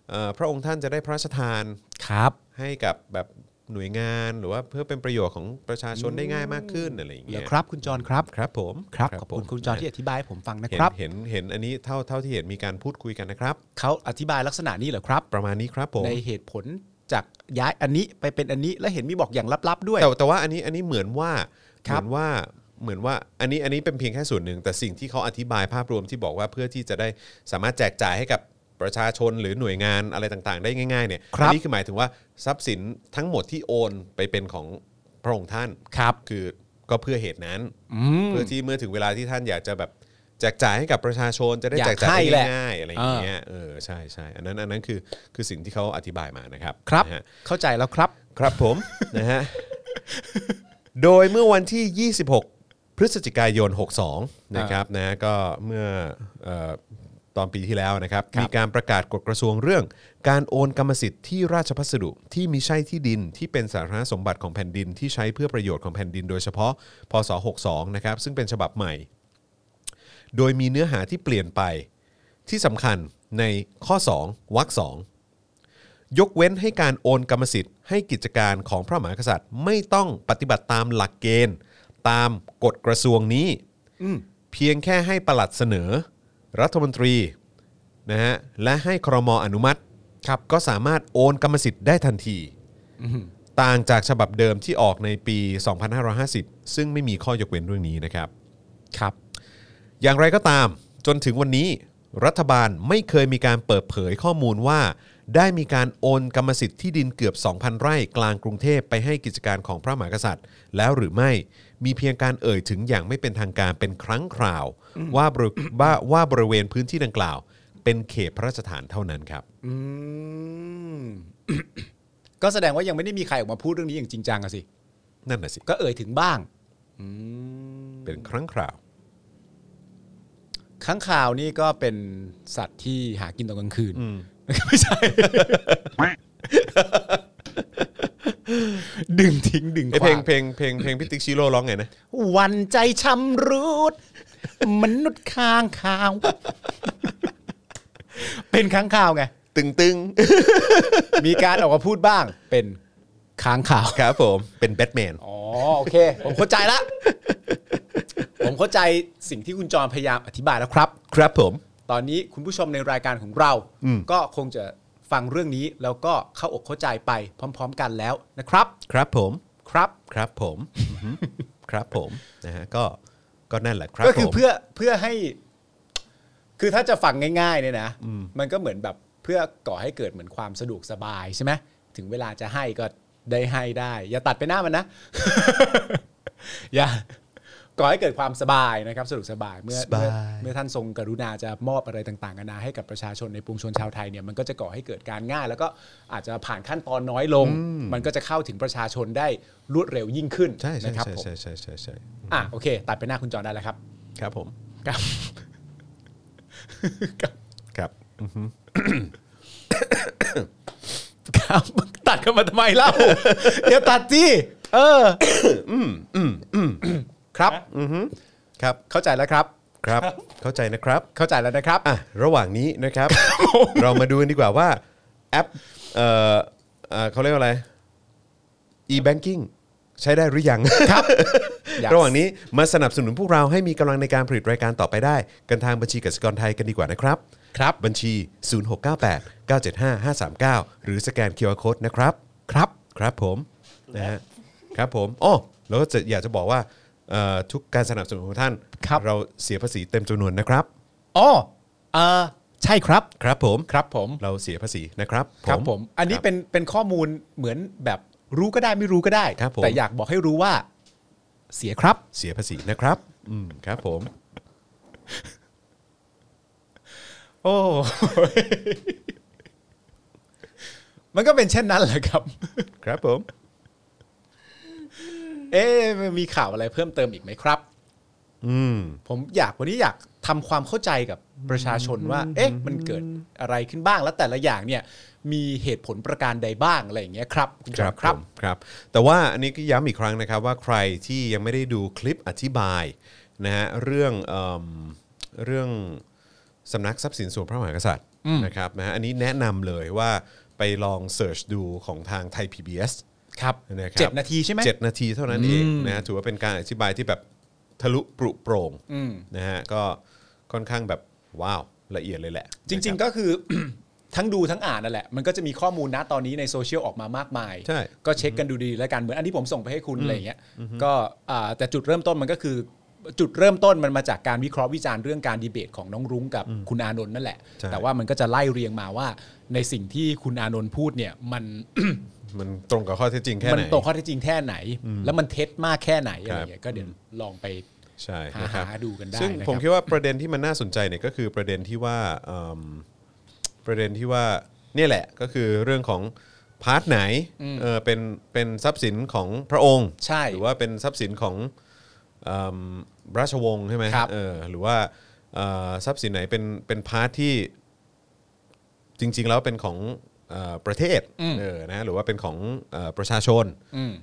B: เอ่อพระองค์ท่านจะได้พระราชทาน
C: ครับ
B: ให้กับแบบหน่วยงานหรือว่าเพื่อเป็นประโยชน์ของประชาชนได้ง่ายมากขึ้นอะไรอย่าง
C: เหร
B: เงี้
C: อย ครับคุณจรครับ
B: ครับผม
C: ครับขอบ
B: ผ
C: คุ
B: ม
C: ณคุณจรที่อธิบายให้ผมฟังนะ
B: เห็น
C: ครับ
B: เห็นเห็นอันนี้เท่าเท่าที่เห็นมีการพูดคุยกันนะครับ
C: เขาอธิบายลักษณะนี้เหรอครับ
B: ประมาณนี้ครับผม
C: ในเหตุผลจากย้ายอันนี้ไปเป็นอันนี้แล้วเห็นมีบอกอย่างลับๆด้วย
B: แต่แต่ว่าอันนี้อันนี้เหมือนว่า
C: ค
B: เห
C: รั
B: มื
C: บ
B: อนว่าเหมือนว่าอันนี้อันนี้เป็นเพียงแค่ส่วนหนึ่ง แต่สิ่งที่เขาอธิบายภาพรวมที่บอกว่าเพื่อที่จะได้สามารถแจกจ่ายให้กับประชาชนหรือหน่วยงานอะไรต่างๆ ได้ง่ายๆเนี่ย
C: ครับ
B: อันี้คือหมายถึงว่าทรัพย์สินทั้งหมดที่โอนไปเป็นของพระองค์ท่าน
C: ครับ
B: คือก็เพื่อเหตุนั้น
C: อืม
B: เพื่อที่เมื่อถึงเวลาที่ท่านอยากจะแบบแจกจ่ายให้กับประชาชนจะได้
C: อยาก
B: แจกจ่าย
C: ให้แห
B: ได้
C: ละ
B: ง่ายๆอะไรอย่างเงี้ยเออใช่ใช่อันนั้นอันนั้นคือคือสิ่งที่เขาอธิบายมานะครับ
C: ครับ
B: นะฮะ
C: เข้าใจแล้วครับ
B: ครับผม นะฮะโดยเมื่อวันที่ 26 พฤศจิกายน 62 นะครับนะก็เมื่อเอ่อตอนปีที่แล้วนะครับ
C: ครับ
B: มีการประกาศกฎกระทรวงเรื่อง การโอนกรรมสิทธิ์ที่ราชพัสดุที่มิใช่ที่ดินที่เป็นสาธารณสมบัติของแผ่นดินที่ใช้เพื่อประโยชน์ของแผ่นดินโดยเฉพาะพศ 62 นะครับซึ่งเป็นฉบับใหม่ โดยมีเนื้อหาที่เปลี่ยนไปที่สำคัญในข้อ 2วรรคสองยกเว้นให้การโอนกรรมสิทธิ์ให้กิจการของพระมหากษัตริย์ ไม่ต้องปฏิบัติตามหลักเกณฑ์ ตามกฎกระทรวงนี้ เพียงแค่ให้ปลัดเสนอ รัฐมนตรีนะฮะและให้ครมอนุมัติครับก็สามารถโอนกรรมสิทธิ์ได้ทันที ต่างจากฉบับเดิมที่ออกในปี 2550 ซึ่งไม่มีข้อยกเว้นเรื่องนี้นะครับ
C: ครับ
B: อย่างไรก็ตามจนถึงวันนี้ รัฐบาลไม่เคยมีการเปิดเผยข้อมูลว่า ได้มีการโอนกรรมสิทธิ์ที่ดินเกือบ 2,000 ไร่กลางกรุงเทพไปให้กิจการของพระมหากษัตริย์ แล้วหรือไม่มีเพียงการเอ่ยถึงอย่างไม่เป็นทางการเป็นครั้งคราว ว่าบริว่าว่าบริเวณพื้นที่ดังกล่าว เป็นเขตพระราชฐานเท่านั้นครับ
C: อืม ก็แสดงว่ายังไม่ได้มีใครออกมาพูดเรื่องนี้อย่างจริงจังอะสิ
B: นั่นน่ะสิ
C: ก็เอ่ยถึงบ้าง
B: เป็นครั้งคราว
C: ข้างข่าวนี่ก็เป็นสัตว์ที่หากินตอนกลางคืน ไม่ ใช่ ดึงทิ้งดึง
B: เอ้ย
C: ค
B: เพล
C: วาง ง
B: เพลงเพลงเพลงพิติกชิโร่ร้องไงนะ
C: วันใจชำรุดมนุษย์ข้างข่าว เป็นค้างข่าวไง
B: ตึงตึง
C: มีการออกมาพูดบ้าง เป็นค้างข่าว
B: ๆ ครับผมเป็นแบทแมน
C: อ๋อโอเค ผมเข้าใจละ ผมเข้าใจสิ่งที่คุณจรพยายามอธิบายแล้วครับ
B: ครับผม
C: ตอนนี้คุณผู้ชมในรายการของเรา ก็คงจะฟังเรื่องนี้แล้วก็เข้าอกเข้าใจไปพร้อม ๆ กันแล้วนะครับ
B: ครับผม
C: ครับ
B: ครับผม อือฮึครับผมนะฮะก็ก็นั่นแหละครับ
C: ก็คือ
B: ผม
C: เพื่อเพื่อให้ คือถ้าจะฟังง่ายๆเนี่ยนะมันก็เหมือนแบบเพื่อก่อให้เกิดเหมือนความสะดวกสบายใช่ไหมถึงเวลาจะให้ก็ได้ให้ได้ อย่าตัดไปหน้ามันนะ อย่าก่อให้เกิดความสบายนะครับสะดวกสบายเมื่อเมื่อเมื่อท่านทรงกรุณาจะมอบอะไรต่างๆนานาให้กับประชาชนในปวงชนชาวไทยเนี่ยมันก็จะก่อให้เกิดการง่าย แล้วก็อาจจะผ่านขั้นตอนน้อยลง มันก็จะเข้าถึงประชาชนได้รวดเร็วยิ่งขึ้น
B: ใช่ใช่
C: นะครับ
B: ใช่
C: ผม
B: ใช่ใช่ใช่ใช่
C: อ่ะโอเค ตัดไปหน้าคุณจอได้แล้วครับ
B: ครับผม
C: ครับ ครับ
B: ครับ
C: ครับตัดกันมาทำไมเล่าอย่าตัดสิเออครับ
B: ครับ
C: เข้าใจแล้วครับ
B: ครับเข้าใจนะครับ
C: เข้าใจแล้วนะครับ
B: อ่ะระหว่างนี้ นะครับ เรามาดูกันดีกว่าว่าแอปเอ่อเอ่อเขาเรียกว่าอะไร e-banking ใช้ได้หรือยัง
C: ครับ Yes
B: ระหว่างนี้มาสนับสนุนพวกเราให้มีกำลังในการผลิตรายการต่อไปได้ กันทางบัญชีกสิกรไทยกันดีกว่านะครับ
C: ครับ
B: บัญชี 0698 975 539 หรือสแกน QR Code นะครับ ครับ ครับผมนะฮะครับผมอ้อแล้วก็จะอยากจะบอกว่าเอ่อทุกการสนับสนุนของท่าน
C: ครับ
B: เราเสียภาษีเต็มจำนวนนะครับ
C: อ๋อเออใช่ครับ
B: ครับผม
C: ครับผม
B: เราเสียภาษีนะครับ
C: ครับผม อันนี้
B: ครับ
C: เป็นเป็นข้อมูลเหมือนแบบรู้ก็ได้ไม่รู้ก็ได้
B: ครับผม
C: แต่อยากบอกให้รู้ว่า เสียครับ
B: เสียภาษีนะครับอืมครับผม
C: โอ้ มันก็เป็นเช่นนั้นแหละครับ
B: ครับผม
C: เอ๊ะมันมีข่าวอะไรเพิ่มเติมอีกไหมครับ
B: อืม
C: ผมอยากวันนี้อยากทำความเข้าใจกับประชาชนว่า เอ๊ะ มันเกิดอะไรขึ้นบ้างแล้วแต่ละอย่างเนี่ย มีเหตุผลประการใดบ้างอะไรอย่างเงี้ยครับณจอม
B: ผมครับ แต่ว่าอันนี้ก็ย้ำอีกครั้งนะครับ ว่าใครที่ยังไม่ได้ดูคลิปอธิบายนะฮะเรื่องเอิ่มเรื่องสำนักทรัพย์สินส่วนพระมหากษัตริย์นะครับนะฮะอันนี้แนะนำเลยว่าไปลองเสิร์ชดูของทางไทย PBS
C: ครับ
B: นะครั
C: เจ็ดนาทีใช่ไหม
B: เจ็ดนาทีเท่านั้นเองนะฮะถือว่าเป็นการอธิบายที่แบบทะลุปรุโปร่งนะฮะก็ค่อนข้างแบบว้าวละเอียดเลยแหละ
C: จริง
B: นะคบ
C: ๆก็คือ ทั้งดูทั้งอ่านนั่นแหละ มันก็จะมีข้อมูลนะตอนนี้ในโซเชียลออกมามากมาย
B: ใช่
C: ก็เช็คกันดูดีๆแล้วกันเหมือนอันที่ผมส่งไปให้คุณอะไรอย่างเงี้ยก็อ่าแต่จุดเริ่มต้นมันก็คือ จุดเริ่มต้นมันมาจากการวิเคราะห์วิจารณ์เรื่องการดีเบตของน้องรุ้งกับคุณอานนท์นั่นแหละ
B: ใช่
C: แต่ว่ามันก็จะไล่เรียงมาว่า ในสิ่งที่คุณอานนท์พูดเนี่ยมัน
B: มันตรงกับข้อเท็จจริงแค่
C: มั
B: ไหน
C: ตรงข้อเท็จจริงแค่ไหน แล้วมันเท็จมากแค่ไหนอะไรอย่างเงี้ยก็เดี๋ยวลองไป
B: ใช่
C: หา
B: นะครับ
C: หาดูกันได้
B: ซึ่ง
C: นะครับ
B: ผมคิดว่าประเด็นที่มันน่าสนใจเนี่ยก็คือประเด็นที่ว่าเอิ่มประเด็นที่ว่าเนี่ยแหละก็คือเรื่องของพาร์ทไหนเออเป็นเป็นทรัพย์สินของพระองค์
C: ใช่
B: หรือว่าเป็นทรัพย์สินของเอิ่มราชวงศ์ใช่ไหม
C: ครับ
B: เออหรือว่าเอ่อทรัพย์สินไหนเป็นเป็นพาร์ทที่จริง ๆ แล้วเป็นของเอ่อประเทศเออนะหรือว่าเป็นของเอ่อประชาชน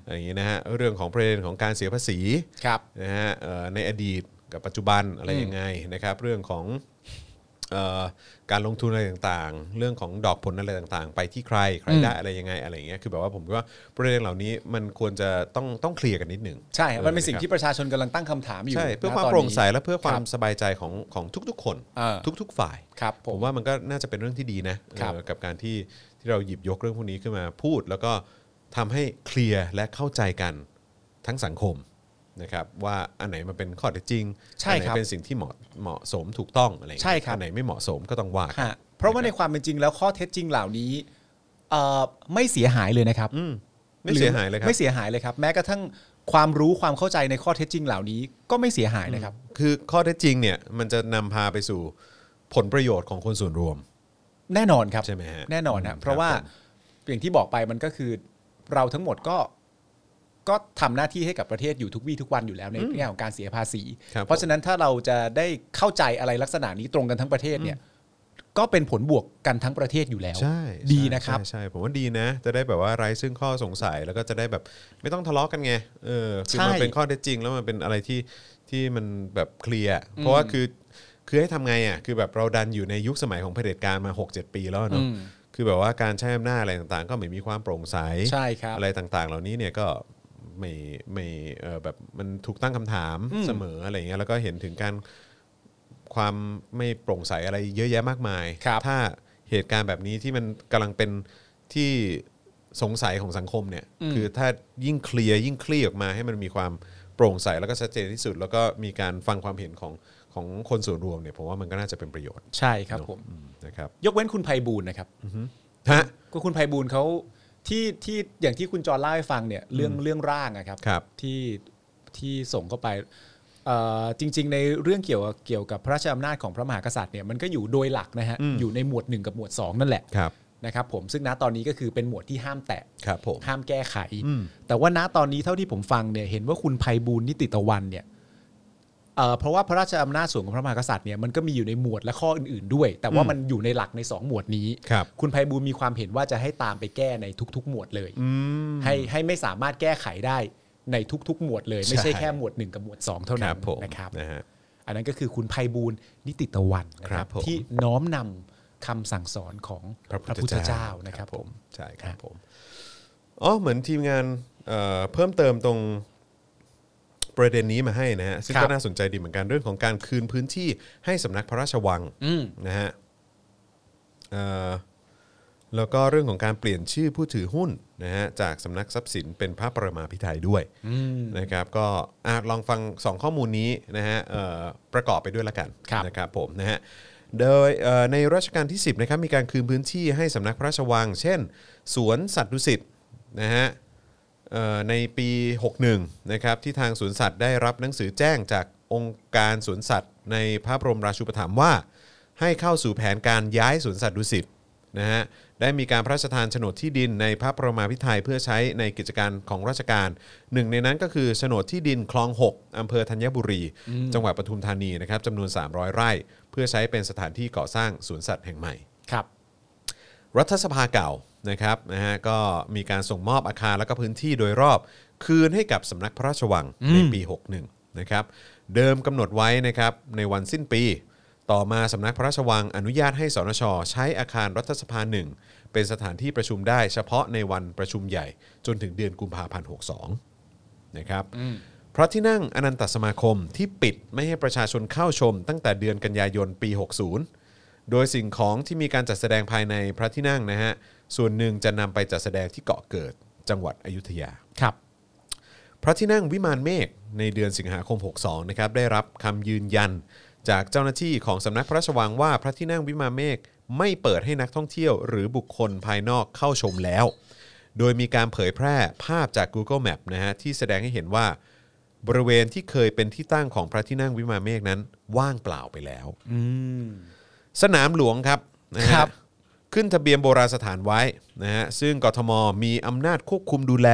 B: อะไรอย่างนี้นะฮะเรื่องของประเด็นของการเสียภาษี
C: ครับ
B: นะฮะเอ่อในอดีตกับปัจจุบันอะไรยังไงนะครับ เรื่องของเอ่อการลงทุนอะไรต่างๆ เรื่องของดอกผลอะไรต่างๆ ไปที่ใครใครได้อะไรยังไงอะไรอย่างเงี้ยคือแบบว่าผมก็ว่าประเด็นเหล่านี้มันควรจะต้องต้องเคลียร์กันนิดหนึ่ง
C: ใช่ครับมันเป็นสิ่ง
B: ออะ
C: ที่
B: ค
C: ประชาชนกำลังตั้งคำถามอบ ยู่
B: ใช่เพื่อ
C: ณ
B: ความ
C: ตนนี้
B: โปร่งใสและเพื่อควา
C: ค
B: ม
C: รับ
B: สบายใจของของทุกๆ คน
C: เออ
B: ทุกๆฝ่าย
C: ครับผม
B: ว่ามันก็น่าจะเป็นเรื่องที่ดีนะครับ เออกับการที่ที่เราหยิบยกเรื่องพวกนี้ขึ้นมาพูด แล้วก็ทำให้เคลียร์และเข้าใจกัน ทั้งสังคมนะครับว่าอันไหนมันเป็นข้อเท็จจริง
C: ใช่
B: อัไหน
C: ครับ
B: เป็นสิ่งที่เหมาะเหมาะสมถูกต้องอะไรอย่างเงี้ย
C: ใช่ครับ
B: อัไหนไม่เหมาะสมก็ต้องว่ากัน
C: ฮะเพราะว่าในความเป็นจริงแล้วข้อเท็จจริงเหล่านี้เอ่อไม่เสียหายเลยนะครับ
B: อืมไม่เสียหายเลยครั
C: ไม่เสียหายเลยครับ แม้กระทั่งความรู้ความเข้าใจในข้อเท็จจริงเหล่านี้ก็ไม่เสียหายนะครับ
B: คือข้อเท็จจริงเนี่ยมันจะนำพาไปสู่ผลประโยชน์ของคนส่วนรวม
C: แน่นอนครับ
B: ใช่ไหมฮะ
C: แน่นอน
B: อื
C: ฮะ
B: ม
C: เพราะว่า
B: ครับผ
C: อย่างที่บอกไปมันก็คือเราทั้งหมดก็ก็ทำหน้าที่ให้กับประเทศอยู่ทุกวี่ทุกวันอยู่แล้วในแง่ของการเสียภาษี
B: ครับ
C: เพราะฉะนั้นถ้าเราจะได้เข้าใจอะไรลักษณะนี้ตรงกันทั้งประเทศเนี่ย ก็เป็นผลบวกกันทั้งประเทศอยู่แล้ว
B: ใช่
C: ดีนะครับ
B: ใช่ใช่ผมว่าดีนะ จะได้แบบว่าไร้ซึ่งข้อสงสัยแล้วก็จะได้แบบไม่ต้องทะเลาะกันไงเออคือมัน
C: ใช่
B: เป็นข้อเท็จจริง แล้วมันเป็นอะไรที่ที่มันแบบเคลียร์เพราะว่าคือ คือให้ทำไงอ่ะคือแบบเราดันอยู่ในยุคสมัยของเผด็จการมา 6-7 ปีแล้วเนาะคือแบบว่าการใช้อำนาจอะไรต่างๆ ก็ไม่มีความโปร่งใส
C: ใช่ครับ
B: อะไรต่างๆ เหล่านี้เนี่ยก็ไม่ไม่เอ่อแบบมันถูกตั้งคำถามเสมออะไรเงี้ยแล้วก็เห็นถึงการความไม่โปร่งใสอะไรเยอะแยะมากมาย
C: ครับ
B: ถ้าเหตุการณ์แบบนี้ที่มันกำลังเป็นที่สงสัยของสังคมเนี่ยคือถ้ายิ่งเคลียร์ยิ่งคลี่ออกมาให้มันมีความโปร่งใสแล้วก็ชัดเจนที่สุด แล้วก็มีการฟังความเห็นของของคนส่วนรวมเนี่ยผมว่ามันก็น่าจะเป็นประโยชน์
C: ใช่ครับผม
B: อืมนะครับ
C: ยกเว้นคุณไพบูลย์นะครับ
B: ฮะ
C: ก็คุณไพบูลย์เขาที่ที่อย่างที่คุณจรเล่าให้ฟังเนี่ยเรื่องเรื่องร่างอะครับ
B: ครับ
C: ที่ที่ส่งเข้าไปเอ่อจริง ๆ ในเรื่องเกี่ยวกับเกี่ยวกับพระราชอำนาจของพระมหากษัตริย์เนี่ยมันก็อยู่โดยหลักนะฮะอยู่ในหมวด 1 กับหมวด 2 นั่นแหละ
B: ครับ
C: นะครับผมซึ่งณตอนนี้ก็คือเป็นหมวดที่ห้ามแตะ
B: ครับผม
C: ห้ามแก้ไข แต่ว่าณตอนนี้เท่าที่ผมฟังเนี่ยเห็นว่าคุณภัยบูลย์นิติตะวันเนี่ยเอ่อเพราะว่าพระราชอำนาจส่วนของพระมหากษัตริย์เนี่ยมันก็มีอยู่ในหมวดและข้ออื่นๆด้วย แต่ว่ามันอยู่ในหลักในสองหมวดนี้
B: ครับ
C: คุณภัยบูลย์มีความเห็นว่าจะให้ตามไปแก้ในทุก ๆ หมวดเลย ให้ให้ไม่สามารถแก้ไขได้ในทุก ๆ หมวดเลย ไม่ใช่
B: ใช่
C: แค่หมวด 1 กับหมวด 2 เท่า
B: ค
C: นั้
B: รับ
C: น
B: ผม
C: นะครับ
B: นะฮะ
C: อันนั้นก็คือคุณภัยบูลย์นิติตะวันนะค
B: ครั
C: รับบ
B: ผม
C: ที่น้อมนำคำสั่งสอนของพระพุทธเจ้านะครับผม
B: ใช่ครับผมอ๋อเหมือนทีมงานเอ่อเพิ่มเติมตรงประเด็นนี้มาให้นะฮะซึ่ง
C: ครั
B: ก็
C: บ
B: น่าสนใจดีเหมือนกันเรื่องของการคืนพื้นที่ให้สำนักพระราชวังนะฮะเอ่อแล้วก็เรื่องของการเปลี่ยนชื่อผู้ถือหุ้นนะฮะจากสำนักทรัพย์สินเป็นพระประมาพิไทยด้วยนะครับก็อ่ะลองฟังสองข้อมูลนี้นะฮะเอ่อประกอบไปด้วยละกัน
C: ครับ
B: นะครับผมนะฮะ โดยเอ่อในรัชกาลที่ 10นะครับมีการคืนพื้นที่ให้สำนักพระราชวัง เช่น สวนสัตว์ดุสิตนะฮะเอ่อในปี 61นะครับที่ทางสวนสัตว์ได้รับหนังสือแจ้งจากองค์การสวนสัตว์ ในพระบรมราชูปถัมภ์ว่า ให้เข้าสู่แผนการย้ายสวนสัตว์ดุสิตนะฮะได้มีการพระราชทานโฉนดที่ดินในพระบรมาภิไธยเพื่อใช้ในกิจการของราชการ หนึ่งในนั้นก็คือโฉนดที่ดินคลอง 6อำเภอธัญบุรี จังหวัดปทุมธานีนะครับจำนวน 300 ไร่ เพื่อใช้เป็นสถานที่ก่อสร้างสวนสัตว์แห่งใหม่
C: ครับ
B: รัฐสภาเก่านะครับนะฮะก็มีการส่งมอบอาคารและก็พื้นที่โดยรอบ คืนให้กับสำนักพระราชวังในปี 61นะครับเดิมกำหนดไว้นะครับในวันสิ้นปี ต่อมาสำนักพระราชวังอนุญาตให้สนช ใช้อาคารรัฐสภาหนึ่งเป็นสถานที่ประชุมได้เฉพาะในวันประชุมใหญ่จนถึงเดือนกุมภาพันธ์62 นะครับเพราะที่นั่งอนันตสมาคมที่ปิดไม่ให้ประชาชนเข้าชม ตั้งแต่เดือนกันยายนปี 60 โดยสิ่งของที่มีการจัดแสดงภายในพระที่นั่งนะฮะ ส่วนหนึ่งจะนำไปจัดแสดงที่เกาะเกิดจังหวัดอยุธยา
C: ครับ
B: พระที่นั่งวิมานเมฆในเดือนสิงหาคม 62 นะครับ ได้รับคำยืนยัน จากเจ้าหน้าที่ของสำนักพระราชวังว่าพระที่นั่งวิมานเมฆไม่เปิดให้นักท่องเที่ยว หรือบุคคลภายนอกเข้าชมแล้ว โดยมีการเผยแพร่ภาพจาก Google Map นะฮะที่แสดงให้เห็นว่า บริเวณที่เคยเป็นที่ตั้งของพระที่นั่งวิมานเมฆนั้นว่างเปล่าไปแล้ว สนามหลวงครับนะฮะ
C: ครับ
B: ขึ้นทะเบียนโบราณสถานไว้นะฮะซึ่งกทมมีอำนาจควบคุมดูแล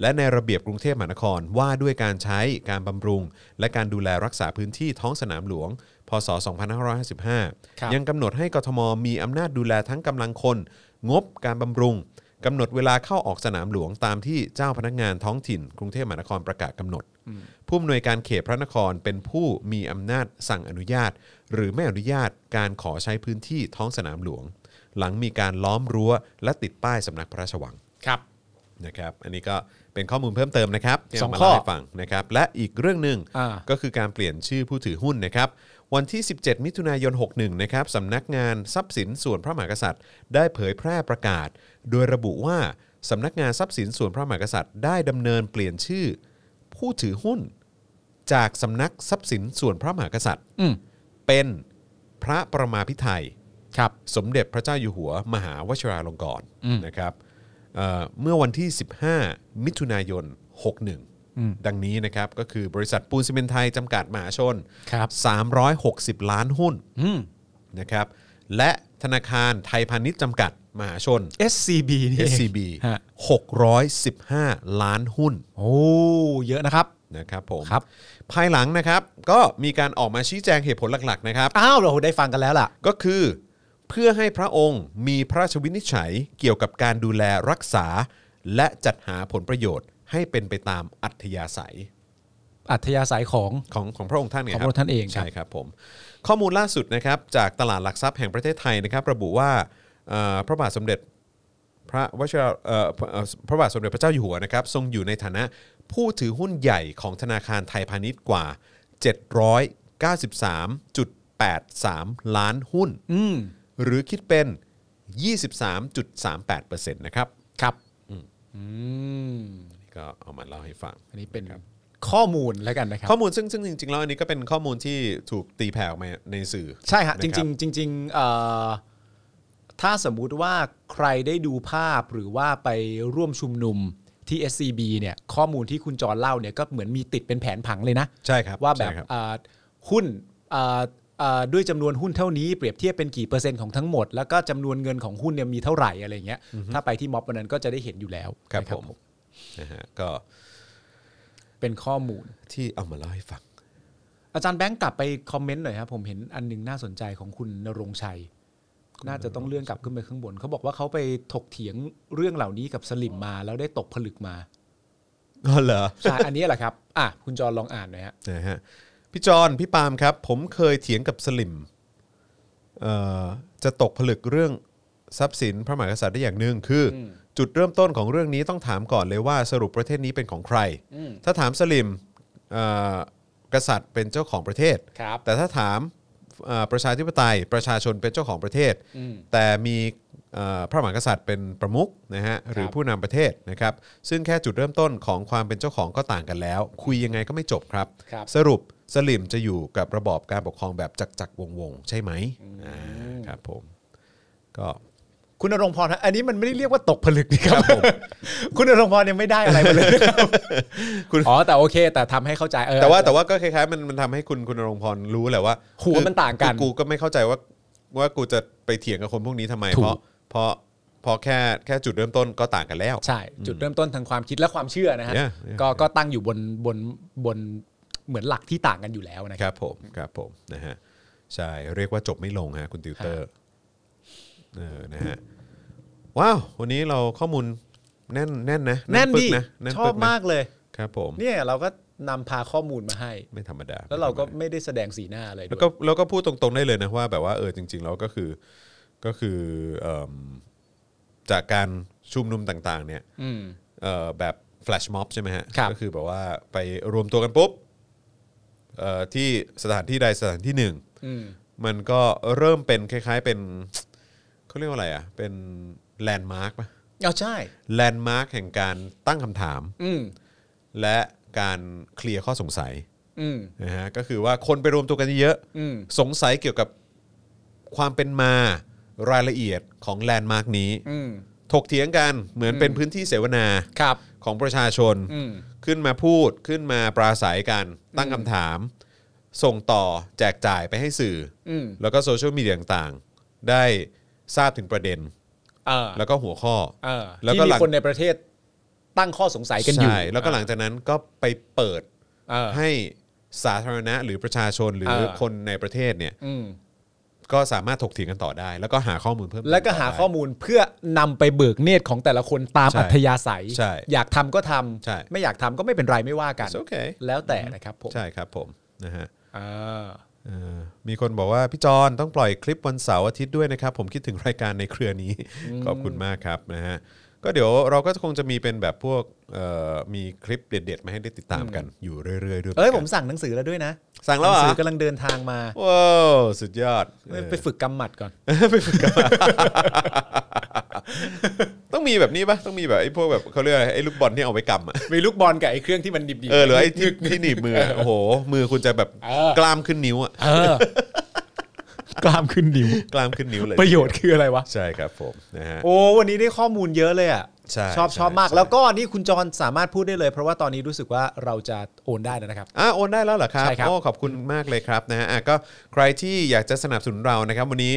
B: และในระเบียบกรุงเทพมหานครว่าด้วยการใช้การบำรุง และการดูแลรักษาพื้นที่ท้องสนามหลวง พศ
C: ครับ
B: 2555 ยังกำหนดให้กทมมีอำนาจดูแลทั้งกำลังคน งบการบำรุงกำหนดเวลาเข้าออกสนามหลวงตามที่เจ้าพนักงานท้องถิ่น กรุงเทพมหานครประกาศกำหนด ผู้อำนวยการเขตพระนครเป็นผู้มีอำนาจสั่งอนุญาต หรือไม่อนุญาตการขอใช้พื้นที่ท้องสนามหลวง หลังมีการล้อมรั้ว และติดป้ายสำนักพระราชวัง
C: ครับ
B: นะครับ อันนี้ก็เป็นข้อมูลเพิ่มเติมนะครับที่
C: สอง
B: เามา
C: ข้อ
B: เล่าให้ฟังนะครับ และอีกเรื่องหนึ่ง
C: อ่า
B: ก็คือการเปลี่ยนชื่อผู้ถือหุ้นนะครับ วันที่ 17 มิถุนายน 61 นะครับสำนักงานทรัพย์สินส่วนพระมหากษัตริย์ ได้เผยแพร่ประกาศ โดยระบุว่าสำนักงานทรัพย์สินส่วนพระมหากษัตริย์ ได้ดำเนินเปลี่ยนชื่อ ผู้ถือหุ้น จากสำนักทรัพย์สินส่วนพระมหากษัตริย์
C: อืม
B: เป็นพระประมาพิไทย
C: ครับ
B: สมเด็จพระเจ้าอยู่หัว มหาวชิราลงกรณ์นะครับเอ่อเมื่อวันที่ 15 มิถุนายน 61 ดังนี้นะครับก็คือบริษัทปูนซีเมนต์ไทยจำกัดมหาชน
C: ครับ
B: 360 ล้านหุ้น
C: อืม
B: นะครับและธนาคารไทยพาณิชย์จำกัดมหาชน
C: SCB นี่เอง
B: SCB
C: ฮะ
B: 615 ล้านหุ้น
C: โอ้เยอะนะครับ
B: นะครับผม
C: ครับ
B: ภายหลังนะครับก็มีการออกมาชี้แจงเหตุผลหลักๆนะครับ
C: อ้าวเราได้ฟังกันแล้วล่ะ
B: ก็คือเพื่อให้พระองค์มีพระราชวินิจฉัยเกี่ยวกับการดูแลรักษา และจัดหาผลประโยชน์ให้เป็นไปตามอัธยาศัย
C: อัธยาศัยของ
B: ของของพระองค์ท่านไง
C: ของ
B: ค
C: พ
B: บ
C: ระองค์ท่านเองครับ
B: ใช่ครับผมข้อมูลล่าสุดนะครับจากตลาดหลักทรัพย์แห่งประเทศไทยนะครับ ระบุว่าเอ่อพระบาทสมเด็จพระวชิรเอ่อพระเอ่อพระบาทสมเด็จพระเจ้าอยู่หัวนะครับ ทรงอยู่ในฐานะผู้ถือหุ้นใหญ่ของธนาคารไทยพาณิชย์กว่า 793.83 ล้านหุ้น
C: อืม
B: หรือคิดเป็น 23.38%นะครับ
C: ครับอืม
B: นี่ก็เอามาเล่าให้ฟัง
C: อันนี้เป็นข้อมูลแล้วกันนะครับ
B: ข้อมูลซึ่งซึ่งจริงๆแล้วอันนี้ก็เป็นข้อมูลที่ถูกตีแผ่ออกมาในสื่อ
C: ใช่ฮะ
B: นะครั
C: จ
B: บ
C: ริงๆจริงๆเอ่อถ้าสมมุติว่าใครได้ดูภาพหรือว่าไปร่วมชุมนุมที่ SCB เนี่ยข้อมูลที่คุณจรเล่าเนี่ยก็เหมือนมีติดเป็นแผนผังเลยนะ
B: ใช่ครับ
C: ว่าแบบ
B: ใช่ครั
C: เอ่อหุ้นเอ่อเอ่อด้วยจำนวนหุ้นเท่านี้เปรียบเทียบเป็นกี่เปอร์เซ็นต์ของทั้งหมด แล้วก็จำนวนเงินของหุ้นเนี่ยมีเท่าไหร่อะไรเงี้ยถ้าไปที่ม็อบวันนั้นก็จะได้เห็นอยู่แล้ว
B: ครับ
C: นะ
B: ผมนะฮะก็
C: เป็นข้อมูล
B: ที่เอามาเล่าให้ฟัง
C: อาจารย์แบงค์กลับไปคอมเมนต์หน่อยครับผมเห็นอันหนึงน่าสนใจของคุณนรงชัย น่าจะต้องเลื่อนกลับขึ้นไปข้างบน เขาบอกว่าเขาไปถกเถียงเรื่องเหล่านี้กับสลิมมา แล้วได้ตกผลึกมา
B: อ๋อเหรอ
C: ใช่ อันนี้แหละครับ อ่ะคุณจรลองอ่านหน่อยฮะ
B: นะฮะพี่จอนพี่ปาล์มครับ ผมเคยเถียงกับสลิมเอ่อจะตกผลึกเรื่องทรัพย์สินพระมหากษัตริย์ได้อย่างหนึ่งคืออจุดเริ่มต้นของเรื่องนี้ต้องถามก่อนเลยว่าสรุปประเทศนี้เป็นของใคร ถ้าถามสลิมเอ่อกษัตริย์เป็นเจ้าของประเทศ
C: ครับ
B: แต่ถ้าถามเอ่อประชาธิปไตยประชาชนเป็นเจ้าของประเทศ แต่มีเอ่อพระมหากษัตริย์เป็นประมุขนะฮะหรือผู้นำประเทศนะครับ ซึ่งแค่จุดเริ่มต้นของความเป็นเจ้าของก็ต่างกันแล้ว คุยยังไงก็ไม่จบครับ
C: ครับ
B: สรุปสลิมจะอยู่กับระบอบการปกครองแบบจักจักวงวงๆ ใช่ไหมอ่าครับผมก็
C: คุณนรงพรฮะอันนี้มันไม่ได้เรียกว่าตกผลึกนี่ ครับผมคุณนรงพรยังไม่ได้อะไรมาเลยนะครับอ๋อแต่โอเค แต่ทำให้เข้าใจเออ
B: แต่ว่าแต่ว่าก็คล้ายๆมันมันทำให้คุณคุณณรงค์พรรู้แหละว่า
C: หัวมันต่างกัน
B: คือกูก็ไม่เข้าใจว่าว่ากูจะไปเถียงกับคนพวกนี้ทำไม
C: ถู
B: เพ
C: ก
B: ราะเพราะเพราะแค่แค่จุดเริ่มต้นก็ต่างกันแล้ว
C: ใช่จุดเริ่มต้นทางความคิดและความเชื่อนะฮะ
B: Yeah, yeah.
C: ก็ก็ตั้งอยู่บนบนบนเหมือนหลักที่ต่างกันอยู่แล้วนะ
B: ค
C: ครับ
B: รับผมครับผมนะฮะใช่เรียกว่าจบไม่ลงฮะคุณติวเตอร์เออนะฮะว้าว วันนี้เราข้อมูลแน่นแน่นนะ
C: แน่น
B: ปึ๊
C: ดี
B: กนะแน่น
C: ชอบ
B: ปึ๊นะ
C: มากเลย
B: ครับผม
C: เนี่ยเราก็นำพาข้อมูลมาให้
B: ไม่ธรรมดา
C: แล้วเราก็ไม่ได้แสดงสีหน้าอะไรด้
B: แล้ว วก็
C: ย
B: แล้วก็พูดตรงๆได้เลยนะว่าแบบว่าเออจริงๆแล้วก็คือก็คือเอิ่มจากการชุมนุมต่างๆ เนี่ย
C: อืม
B: เอ่อแบบแฟลชม็อบใช่ไหมฮะ
C: ครับ
B: ก็คือแบบว่าไปรวมตัวกันปุ๊บเอ่อที่สถานที่ใดสถานที่หนึ่ง
C: อืม
B: มันก็เริ่มเป็นคล้าย ๆเป็น เขาเรียกว่าอะไรอ่ะ เป็นแลนด์มาร์กปะ
C: เอาใช่
B: แลนด์มาร์กแห่งการตั้งคำถาม
C: อืม
B: และการเคลียร์ข้อสงสัย
C: อืม
B: นะฮะก็คือว่าคนไปรวมตัวกันเยอะ
C: อืม
B: สงสัยเกี่ยวกับความเป็นมารายละเอียดของแลนด์มาร์กนี้
C: อืม
B: ถกเถียงกันเหมือนเป็นพื้นที่เสวนา
C: ครับ
B: ของประชาชน
C: อืม
B: ขึ้นมาพูดขึ้นมาปราศัยกัน ตั้งคำถาม ส่งต่อแจกจ่ายไปให้สื่ออ
C: อืม
B: แล้วก็โซเชียลมีเดียต่างๆ ได้ทราบถึงประเด็น
C: เออ
B: แล้วก็หัวข้อ
C: เออ
B: แล้ว
C: ที่
B: ก็
C: มี
B: หลัง
C: คนในประเทศตั้งข้อสงสัยกันอยู่
B: ใช่แล้วก็หลังจากนั้นก็ไปเปิด
C: เออ
B: ให้สาธารณะหรือประชาชนหรือ
C: เออ
B: คนในประเทศเนี่ย
C: อืม
B: ก็สามารถถกเถียงกันต่อได้ แล้วก็หาข้อมูลเพิ่มเติม
C: แล้วก็หา
B: ต่ได้
C: ข้อมูลเพื่อนำไปเบิกเนตรของแต่ละคนตาม
B: ใช่
C: อัธยาศัย
B: ใช่
C: อยากทำก็ทำ
B: ใช่
C: ไม่อยากทำก็ไม่เป็นไรไม่ว่ากัน
B: It's okay
C: แล้วแต่นะครับผม
B: ใช่ครับผมนะฮะ
C: เออ
B: เอ่อมีคนบอกว่า พี่จอนต้องปล่อยคลิปวันเสาร์อาทิตย์ด้วยนะครับ ผมคิดถึงรายการในเครือนี้ ขอบคุณมากครับนะฮะก็เดี๋ยวเราก็คงจะมีเป็นแบบพวกเอ่อมีคลิปเด็ดๆ มาให้ได้ติดตามกันอยู่เรื่อยๆด้วย
C: เอ้ย
B: ห
C: ผ
B: น
C: ม
B: กัน
C: สั่งหนังสือแล้วด้วยนะ
B: สั่งแล้ว
C: ห
B: เห
C: นั
B: ร
C: สือ
B: อ่ะ
C: กำลังเดินทางมา
B: ว้าวสุดยอดเออ
C: ไปฝึกกำหมัดก่อน
B: ต้องมีแบบนี้ปะต้องมีแบบไอ้พวกแบบเขาเรียกอะไรไอ้ลูกบอลที่เอาไว้กำอะ
C: มีลูกบอล กับไอ้เครื่องที่มันดิบๆ
B: เออหรือไอ้ที่ที่หนีบมืออะโอ้โห มือคุณจะแบบ
C: เออก
B: ล้ามขึ้นนิ้วอะ
C: เออกล้ามขึ้นดิว
B: กล้ามขึ้นนิ้วเลย
C: ประโยชน์คืออะไรวะ
B: ใช่ครับผมนะฮะ
C: โอ้วันนี้ได้ข้อมูลเยอะเลยอ่ะ
B: ใช่
C: อบ
B: ใช่
C: ชอบมาก
B: ใช่
C: แล้วก็นี่คุณจรสามารถพูดได้เลย เพราะว่าตอนนี้รู้สึกว่าเราจะโอนได้แล้วนะครับ
B: อ่าโอนได้แล้วเหรอครับ
C: ใช่ครับ
B: โอ้ขอบคุณมากเลยครับนะฮะอ่ะก็ใครที่อยากจะสนับสนุนเรานะครับ วันนี้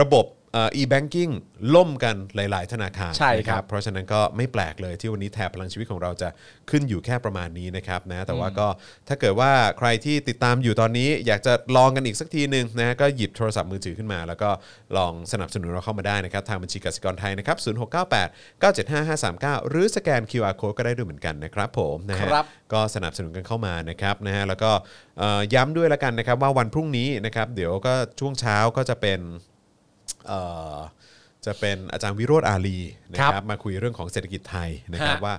B: ระบบ เอ่อ e-banking ล่มกันหลาย ๆ ธนาคาร
C: ใช่ครับ
B: นะเพราะฉะนั้นก็ไม่แปลกเลยที่วันนี้แถบพลังชีวิตของเราจะขึ้นอยู่แค่ประมาณนี้นะครับนะแต่ว่าก็ถ้าเกิดว่าใครที่ติดตามอยู่ตอนนี้ อยากจะลองกันอีกสักทีหนึ่งนะฮะก็หยิบโทรศัพท์มือถือขึ้นมา แล้วก็ลองสนับสนุนเราเข้ามาได้นะครับ ทางบัญชีกสิกรไทยนะครับ0698 975 539 หรือสแกน QR code ก็ได้ด้วยเหมือนกันนะครับผมนะฮะ
C: ครับ
B: ก็สนับสนุนกันเข้ามานะครับนะฮะแล้วก็เอ่อย้ำด้วยละกันนะครับว่าวันพรุ่งนี้นะครับเดี๋ยวก็ช่วงเช้าก็จะเป็นเอ่อจะเป็นอาจารย์วิโรธอาลีนะ
C: ค
B: ค
C: รั
B: รับบมาคุยเรื่องของเศรษฐกิจไทยนะครับ
C: ฮะ
B: ว่า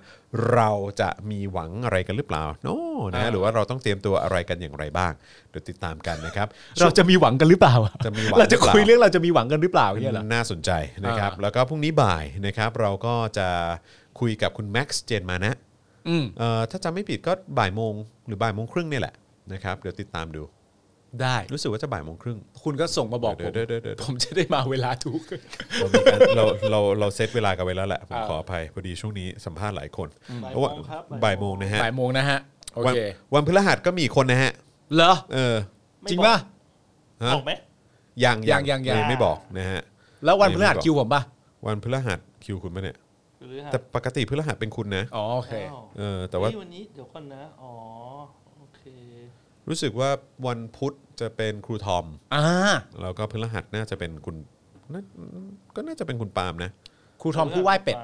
B: เราจะมีหวังอะไรกันหรือเปล่าโน่นะ
C: อ่า
B: ฮะหรือว่าเราต้องเตรียมตัวอะไรกันอย่างไรบ้างเดี๋ยวติดตามกัน นะครับ
C: เราจะมีหวังกันหรือเปล่า
B: จะมีหวัง
C: เราจะคุยเรื่องเราจะมีหวังกันหรือเปล่าเนี่ยเหรอ
B: น่าสนใจนะครับ
C: อ่า
B: แล้วก็พรุ่งนี้บ่ายนะครับเราก็จะคุยกับคุณแม็กซ์เจนมานะ
C: อืม
B: เอ่อถ้าจำไม่ผิดก็บ่ายโมงหรือบ่ายโมงครึ่งเนี่ยแหละนะครับเดี๋ยวติดตามดู
C: ได้
B: รู้สึกว่าจะบ่ายโมงครึ่ง
C: คุณก็ส่งมาบอกผ
B: เดี๋ย
C: ม
B: วเดี๋ยวเดี๋ยวเดี๋ยว
C: ผมจะได้มาเวลาถูก
B: เรามีการเราเราเราเซตเวลากันไว้แล้วแหละ ผมขออภัยพอดีช่วงนี้สัมภาษณ์หลายคนเพราะว่าบ่า
D: บ่าย ย
B: โม
D: โม
B: ง
D: งครับ
B: นะฮะ
C: บ่ายโมงนะฮะ โอ
B: วัน
C: เค
B: วันพฤหัสก็มีคนนะฮะ
C: เหรอ
B: เออ
C: จริงป่ะ
B: ฮะ
D: ออกไหม
B: ยัง
C: ยังยังยัง
B: เออไม่บอกนะฮะ
C: แล้ววันพฤหัส
B: ไม่บอก
C: คิวผมป่ะ
B: วันพฤหัสคิวคุณปะเนี่ย
D: หรือฮะ
B: แต่ปกติพฤหัสเป็นคุณนะ
C: อ๋อโอเค
D: อ้าว
B: เออแต่ว่า
D: เฮ้ยวันนี้เดี๋ยวก่อนนะ อ๋อ โอเค
B: รู้สึกว่าวันพุธจะเป็นครูทอม
C: อ่า
B: แล้วก็พฤหัสน่าจะเป็นคุณน่าก็น่าจะเป็นคุณปาล์มนะ
C: ครูทอมผู้ไหว้เป็ด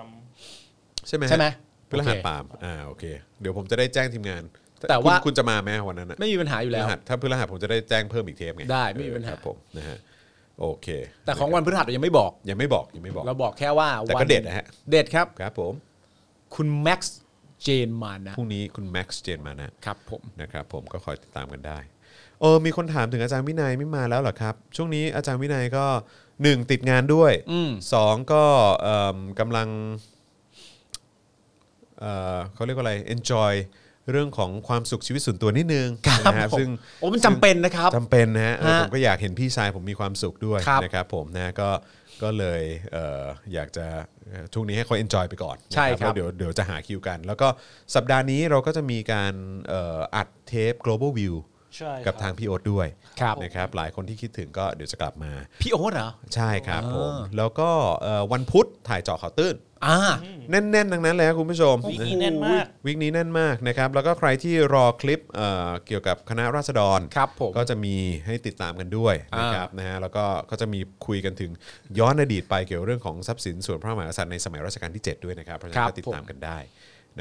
B: ใช่ไหมฮะ
C: ใช่ไหม
B: พฤหัส
C: โอเค
B: ปาล์มอ่าโอเค เดี๋ยวผมจะได้แจ้งทีมงาน
C: แต่ว่า
B: คุณคุณจะมาไหมวันนั้นอะ
C: ไม่มีปัญหาอยู่แล้ว
B: พฤหัสถ้าพฤหัสผมจะได้แจ้งเพิ่มอีกเทปไง
C: ได้ไม่มีปัญหา
B: เออครับผมนะฮะโอเค
C: แต่ของวันพฤหัสเรายังไม่บอก
B: ยังไม่บอกยังไม่บอก
C: เราบอกแค่ว่า
B: แต่
C: วั
B: ก็เด็ดนะฮะ
C: เด็ดครับ
B: ครับผม
C: คุณแม็กซ์เจนมานะ
B: พรุ่งนี้คุณแม็กซ์เจนมานะครับ
C: ผม
B: นะครับผมก็คอยติดตามกันได้เออมีคนถามถึงอาจารย์วินัยไม่มาแล้วเหรอครับ ช่วงนี้อาจารย์วินัยก็หนึ่งติดงานด้วย
C: อืม
B: สองก็เอิ่มกำลังเอ่อเขาเรียกว่าอะไร enjoy เรื่องของความสุขชีวิตส่วนตัวนิดนึง
C: ครับ
B: นะฮะ
C: ผม
B: ซึ่ง
C: โอ้มันจำเป็นนะครับ
B: จำเป็นนะฮะเออ
C: ฮะ
B: ผมก็อยากเห็นพี่ชายผมมีความสุขด้วย
C: ครับ
B: นะครับผมนะก็ก็เลยเอ่ออยากจะเอ่อช่วงนี้ให้เขา enjoy ไปก่อนนะ
C: ใช่ครับ
B: แล้วเดี๋ยวเดี๋ยวจะหาคิวกัน แล้วก็สัปดาห์นี้เราก็จะมีการเอ่ออัดเทป global view
D: ใช่
B: กับทางพี่โอ๊ตด้วย
C: ครับ
B: นะครับหลายคนที่คิดถึงก็เดี๋ยวจะกลับมา
C: พี่โอ๊ตเหรอ
B: ใช่ครับผม
C: อ่า
B: แล้วก็เอ่อวันพุธถ่ายเจาะข่าวตื้น
C: อ่า
B: แน่นๆทั้งนั้นเลยครับคุณผู้ชม
D: วิกนี้แน่นมาก
B: วิกนี้แน่นมากนะครับแล้วก็ใครที่รอคลิปเอ่อเกี่ยวกับคณะราษฎร
C: ครับผม
B: ก็จะมีให้ติดตามกันด้วย
C: อ่า
B: นะครับนะฮะแล้วก็ก็จะมีคุยกันถึงย้อนอดีตไปเกี่ยวเรื่องของทรัพย์สินส่วนพระมหากษัตริย์ในสมัยรัชกาลที่ 7 ด้วยนะครับเพราะฉะนั้
C: ครับ
B: นก็ติดตามกันได้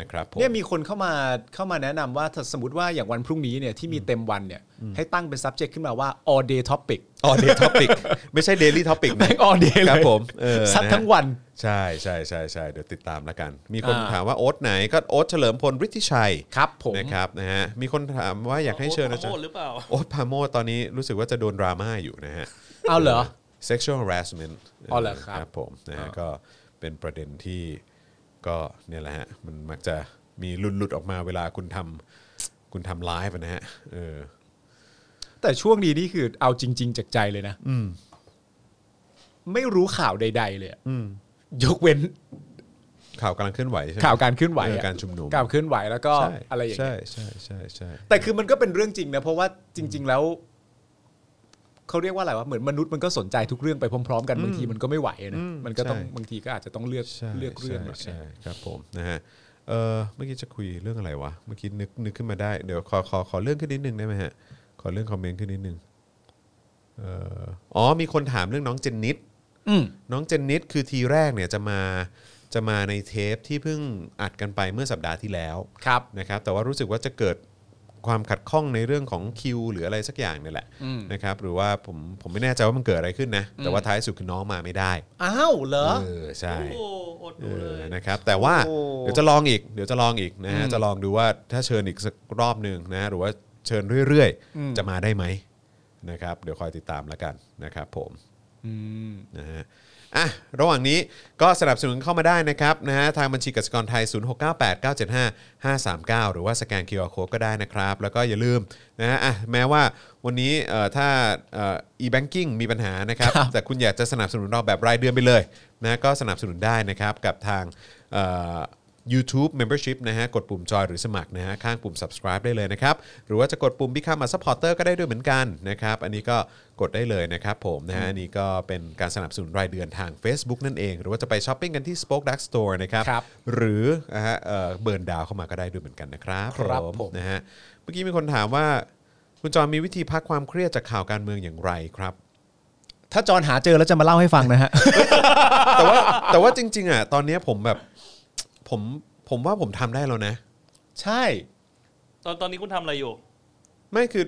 B: นะครับผม
C: เนี่ยมีคนเข้ามาเข้ามาแนะนำว่าถ้าสมมติว่าอย่างวันพรุ่งนี้เนี่ยที่มีเต็มวันเนี่ยให้ตั้งเป็น subject ขึ้นมาว่า all day topic
B: ออเดย์ท็อปิกไม่ใช่เดลี่ท็อปิกนะ
C: แม่ง all day เลย
B: ครับผมเออ
C: ซัด
B: นะ
C: ทั้งวัน
B: ใช่ใช่ใช่ใช่เดี๋ยวติดตามแล้วกัน มีคน
C: อ่า
B: ถามว่าโอ๊ตไหนก็โอ๊ตเฉลิมพลฤทธิชัย
C: ครับผม
B: นะครับนะฮะมีคนถามว่าอยากให้เชิญอาจาร
D: โโห
B: ย์
D: หรือเปล่า
B: โอ๊ตพาโมทตอนนี้รู้สึกว่าจะโดนดราม่าอยู่นะฮะ
C: เอาเหรอ
B: sexual harassment
C: อ๋อเหรอครับ
B: ผมนะฮะก็เป็นประเด็นที่ก็เนี่ยแหละฮะมันมักจะมีหลุดหลุดๆออกมาเวลาคุณทำคุณทำไลฟ์อะนะฮะเออ
C: แต่ช่วงนี้นี่คือเอาจริง ๆจากใจเลยนะไม่รู้ข่าวใด ๆ เลยอะยกเว้น
B: ข่าวกำลังเคลื่อนไหวใช่ไหม
C: ข่าวการเคลื่อนไหว
B: เอ
C: อะ
B: อการชุมนุม
C: การเคลื่อนไหวแล้วก็
B: ใช่
C: อะไรอย่างเงี้ย
B: ใช่ใช่ใช่ใช่
C: แต่คือมันก็เป็นเรื่องจริงนะ เพราะว่าจริง ๆ แล้วเขาเรียกว่าอะไรวะเหมือนมนุษย์มันก็สนใจทุกเรื่องไปพร้อม ๆ กันบางทีมันก็ไม่ไหวอะนะมันก็ต้องบางทีก็อาจจะต้องเลือก
B: ใช่
C: เลือกเรื่องหน่อย
B: ใช่ใช่ครับผมนะฮะเออเมื่อกี้จะคุยเรื่องอะไรวะเมื่อกี้นึกนึกขึ้นมาได้เดี๋ยวขอขอขอเรื่องขึ้นนิดนึงได้ไหมฮะขอเรื่องคอมเมนต์ขึ้นนิดนึงเอ่ออ๋อมีคนถามเรื่องน้องเจนนิด
C: อืม
B: น้องเจนนิดคือทีแรกเนี่ยจะมาจะมาในเทปที่เพิ่งอัดกันไปเมื่อสัปดาห์ที่แล้ว
C: ครับ
B: นะครับ แต่ว่ารู้สึกว่าจะเกิดความขัดข้องในเรื่องของคิวหรืออะไรสักอย่างเนี่ยแหละ
C: อืม
B: นะครับ หรือว่าผมผมไม่แน่ใจว่ามันเกิดอะไรขึ้นนะ แต่ว่าท้ายสุดคือน้องมาไม่ได้
C: อ้าวเหรอ
B: เออใช่
D: โอ้โหอด
B: เอ
D: ดูเล
B: อย นะครับแต่ว่า
C: โอ้
B: เดี๋ยวจะลองอีกเดี๋ยวจะลองอีกนะฮะ
C: อืม
B: จะลองดูว่าถ้าเชิญอีกสักรอบหนึ่งนะฮะหรือว่าเชิญเรื่อย
C: อืม
B: ๆ จะมาได้ไหมนะครับเดี๋ยวคอยติดตามแล้วกันนะครับผม
C: อืม
B: นะฮะอ่ะระหว่างนี้ก็สนับสนุนเข้ามาได้นะครับนะฮะทางบัญชีกสิกรไทย 0698975539 หรือว่าสแกน QR Code ก็ได้นะครับ แล้วก็อย่าลืมนะฮะอ่ะแม้ว่าวันนี้เอ่อถ้าเอ่อ e-banking มีปัญหานะครับ
C: ครับ
B: แต่คุณอยากจะสนับสนุนเราแบบรายเดือนไปเลยนะก็สนับสนุนได้นะครับ กับทางเอ่อ YouTube Membership นะฮะกดปุ่มจอยหรือสมัครนะฮะข้างปุ่ม subscribe ได้เลยนะครับ หรือว่าจะกดปุ่ม Become a supporter ก็ได้ด้วยเหมือนกันนะครับอันนี้ก็กดได้เลยนะครับผมนะฮะอันนี้ก็เป็นการสนับสนุนรายเดือนทาง Facebook นั่นเอง หรือว่าจะไปช้อปปิ้งกันที่ Spoke Dark Store นะครับ
C: ครับ
B: หรือนะฮะเอ่อเบิร์นดาวเข้ามาก็ได้ด้วยเหมือนกันนะครับ
C: ครับผม
B: นะฮะเมื่อกี้มีคนถามว่า คุณจอมมีวิธีพักความเครียดจากข่าวการเมืองอย่างไรครับ
C: ถ้าจอนหาเจอแล้วจะมาเล่าให้ฟังนะฮะ
B: แต่ว่าแต่ว่าจริง ๆอ่ะตอนเนี้ยผมแบบผมผมว่าผมทำได้แล้วนะ
C: ใช่
D: ตอนตอนนี้คุณทำอะไรอยู่
B: ไม่คือ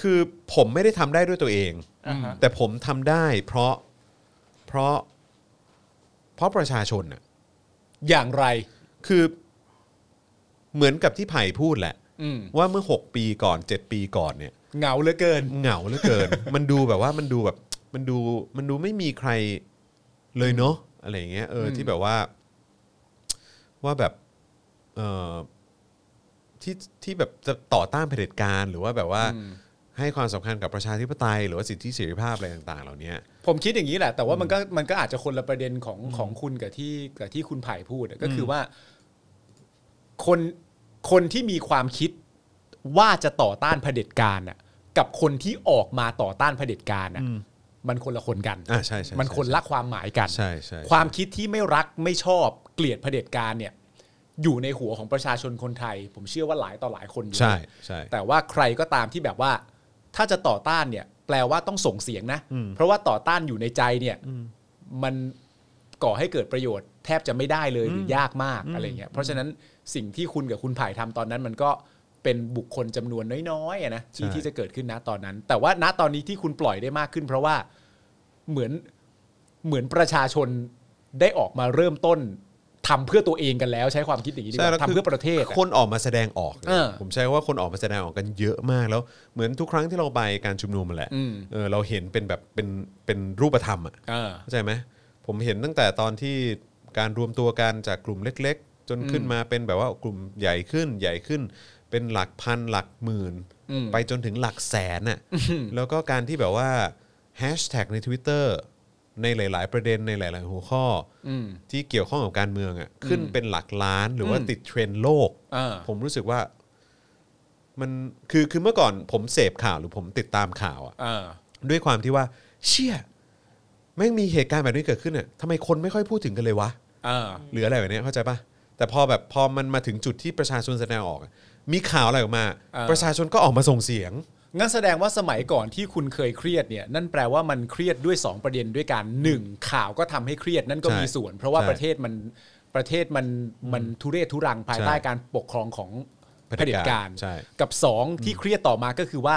B: คือผมไม่ได้ทำได้ด้วยตัวเอง
D: อ่าฮะ
B: แต่ผมทำได้เพราะเพราะ เพราะประชาชนอ่ะ
C: อย่างไร
B: คือเหมือนกับที่ไผ่พูดแหละ
C: อืม
B: ว่าเมื่อ 6 ปีก่อน 7 ปีก่อนเนี่ย
C: เหงาเหลือเกิน
B: เหงาเหลือเกิน มันดูแบบว่ามันดูแบบมันดูมันดูไม่มีใครเลยเนาะอะไรอย่างเงี้ยเอออ
C: ม
B: ที่แบบว่า ว่าแบบเออที่ที่แบบจะต่อต้านเผด็จการหรือว่าแบบว่า ให้ความสำคัญกับประชาธิปไตย หรือว่าสิทธิเสรีภาพอะไรต่าง ๆ เหล่านี้
C: ผมคิดอย่างนี้แหละ แต่ว่ามันก็มันก็อาจจะคนละประเด็นของของคุณกับที่กับที่คุณไผ่พูดอะก็คือว่า คนคนที่มีความคิดว่าจะต่อต้านเผด็จการน่ะ กับคนที่ออกมาต่อต้านเผด็จการน่ะ มันคนละคนกัน
B: อ่าใช่ใช่
C: มันคนละความหมายกัน
B: ใช่ใช่
C: ความคิดที่ไม่รักไม่ชอบเกลียดเผด็จการเนี่ย อยู่ในหัวของประชาชนคนไทย ผมเชื่อว่าหลายต่อหลายคนอยู่
B: ใช่ใช่
C: แต่ว่าใครก็ตามที่แบบว่า ถ้าจะต่อต้านเนี่ย แปลว่าต้องส่งเสียงนะ
B: อืม
C: เพราะว่าต่อต้านอยู่ในใจเนี่ยมันก่อให้เกิดประโยชน์ แทบจะไม่ได้เลยหรือยากมากอะไรเงี้ยเพราะฉะนั้นสิ่งที่คุณกับคุณผ่ายทำตอนนั้น มันก็เป็นบุคคลจำนวนน้อยๆอะนะที่
B: ใช่
C: ที่จะเกิดขึ้นนะตอนนั้น แต่ว่าณตอนนี้ที่คุณปล่อยได้มากขึ้น เพราะว่าเหมือน เหมือนประชาชนได้ออกมาเริ่มต้นทำเพื่อตัวเองกันแล้วใช้ความคิดอย่างนี้ดีก
B: ใช่แล้ว
C: ว่าทำเพื่อประเทศอะ
B: คนออกมาแสดงออก
C: เออ
B: ผมใช้ว่าคนออกมาแสดงออกกันเยอะมากแล้ว เหมือนทุกครั้งที่เราไปการชุมนุมมันแหละ
C: อืม
B: เออเราเห็นเป็นแบบเป็นเป็นรูปธรรมอ่ะ
C: เออ
B: เข้าใจไหมผมเห็นตั้งแต่ตอนที่การรวมตัวกันจากกลุ่มเล็ก ๆ จนขึ้นมาเป็นแบบว่ากลุ่มใหญ่ขึ้นใหญ่ขึ้น เป็นหลักพันหลักหมื่น
C: อืม
B: ไปจนถึงหลักแสนน่ะแล้วก็การที่แบบว่าแฮชแท็กใน Twitter ในหลาย ๆ ประเด็นในหลาย ๆ หัวข้ออ
C: ม
B: ที่เกี่ยวข้องกับการเมืองอ่ะขึ้นเป็นหลักล้านหรือว่า
C: อืม
B: ติดเทรนด์โลก
C: อ่า
B: ผมรู้สึกว่ามันคือคือเมื่อก่อนผมเสพข่าวหรือผมติดตามข่าวอ่ะ
C: เออ
B: ด้วยความที่ว่า เชี่ยแม่งมีเหตุการณ์แบบนี้เกิดขึ้นเนี่ยทำไมคนไม่ค่อยพูดถึงกันเลยวะ
C: เออ
B: หรืออะไรแบบเนี้ยเข้าใจปะแต่พอแบบพอมันมาถึงจุดที่ประชาชนแสดงออกอะมีข่าวอะไรออกมา
C: อ่า
B: ประชาชนก็ออกมาส่งเสียง
C: งั้นแสดงว่าสมัยก่อนที่คุณเคยเครียดเนี่ย นั่นแปลว่ามันเครียดด้วย 2 ประเด็นด้วยกันหนึ่งข่าวก็ทำให้เครียดนั่นก็
B: ใช่
C: มีส่วน เพราะว่า
B: ใช่
C: ประเทศมันประเทศมันมันทุเรศทุรังภาย
B: ใช่
C: ใต้การปกครองของ
B: เผ
C: เผด็
B: ด็จ
C: จ
B: กา
C: การ ร
B: ใช่
C: กับ 2 ที่เครียดต่อมาก็คือว่า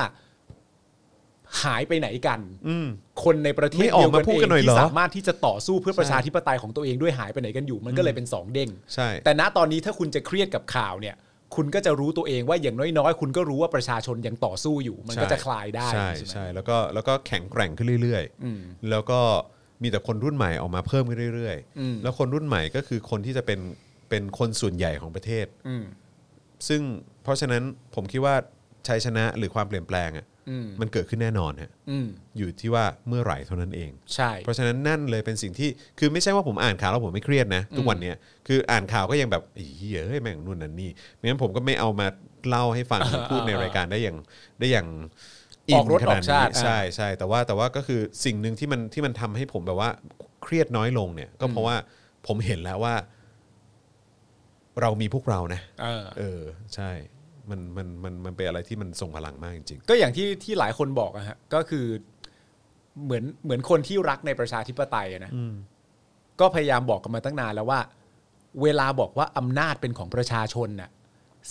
C: หายไปไหนกัน
B: อืม
C: คนในประเทศ
B: ไม่ออกมาพูดกันหน่อยเหรอ
C: ที่สามารถที่จะต่อสู้เพื่อประชาธิปไตยของตัวเองด้วยหายไปไหนกันอยู่ มันก็เลยเป็นสองเด้ง
B: ใช่
C: แต่ณตอนนี้ถ้าคุณจะเครียดกับข่าวเนี่ย คุณก็จะรู้ตัวเองว่าอย่างน้อยๆ คุณก็รู้ว่าประชาชนยังต่อสู้อยู่ มันก็จะคลายได้
B: ใช่ใช
C: ไหม
B: ใช่แล้วก็แล้วก็แข็งแกร่งขึ้นเรื่อย
C: อืม
B: ๆ แล้วก็มีแต่คนรุ่นใหม่ออกมาเพิ่มขึ้นเรื่อย
C: อืม
B: ๆ แล้วคนรุ่นใหม่ก็คือคนที่จะเป็นเป็นคนส่วนใหญ่ของประเทศ
C: อืม
B: ซึ่งเพราะฉะนั้นผมคิดว่าชัยชนะหรือความเปลี่ยนแปลงอ่ะ
C: อืม
B: มันเกิดขึ้นแน่นอนฮะ
C: อืม
B: อยู่ที่ว่าเมื่อไหร่เท่านั้นเอง
C: ใช่
B: เพราะฉะนั้นนั่นเลยเป็นสิ่งที่คือไม่ใช่ว่าผมอ่านข่าวแล้วผมไม่เครียดนะ ทุกวันเนี้ยคืออ่านข่าวก็ยังแบบไอ้เหี้ยเฮ้ยแม่งนู่นนั่นนี่ไม่งั้นผมก็ไม่เอามาเล่าให้ ฟังหรือพูดในรายการได้อย่างได้อย่าง
C: ออกรถออกชาติ
B: ใช่ใช่แต่ว่าแต่ว่าก็คือสิ่งหนึ่งที่มันที่มันทำให้ผมแบบว่าเครียดน้อยลงเนี่ย ก็เพราะว่าผมเห็นแล้วว่า เรามีพวกเรานะ
C: เออ
B: เออ ใช่ มันมันมันมันเป็นอะไรที่มันส่งพลังมากจริง
C: ก็อย่างที่ที่หลายคนบอกอะฮะก็คือเหมือนเหมือนคนที่รักในประชาธิปไตยอะนะก็พยายามบอกกันมาตั้งนานแล้วว่า เวลาบอกว่าอำนาจเป็นของประชาชนน่ะ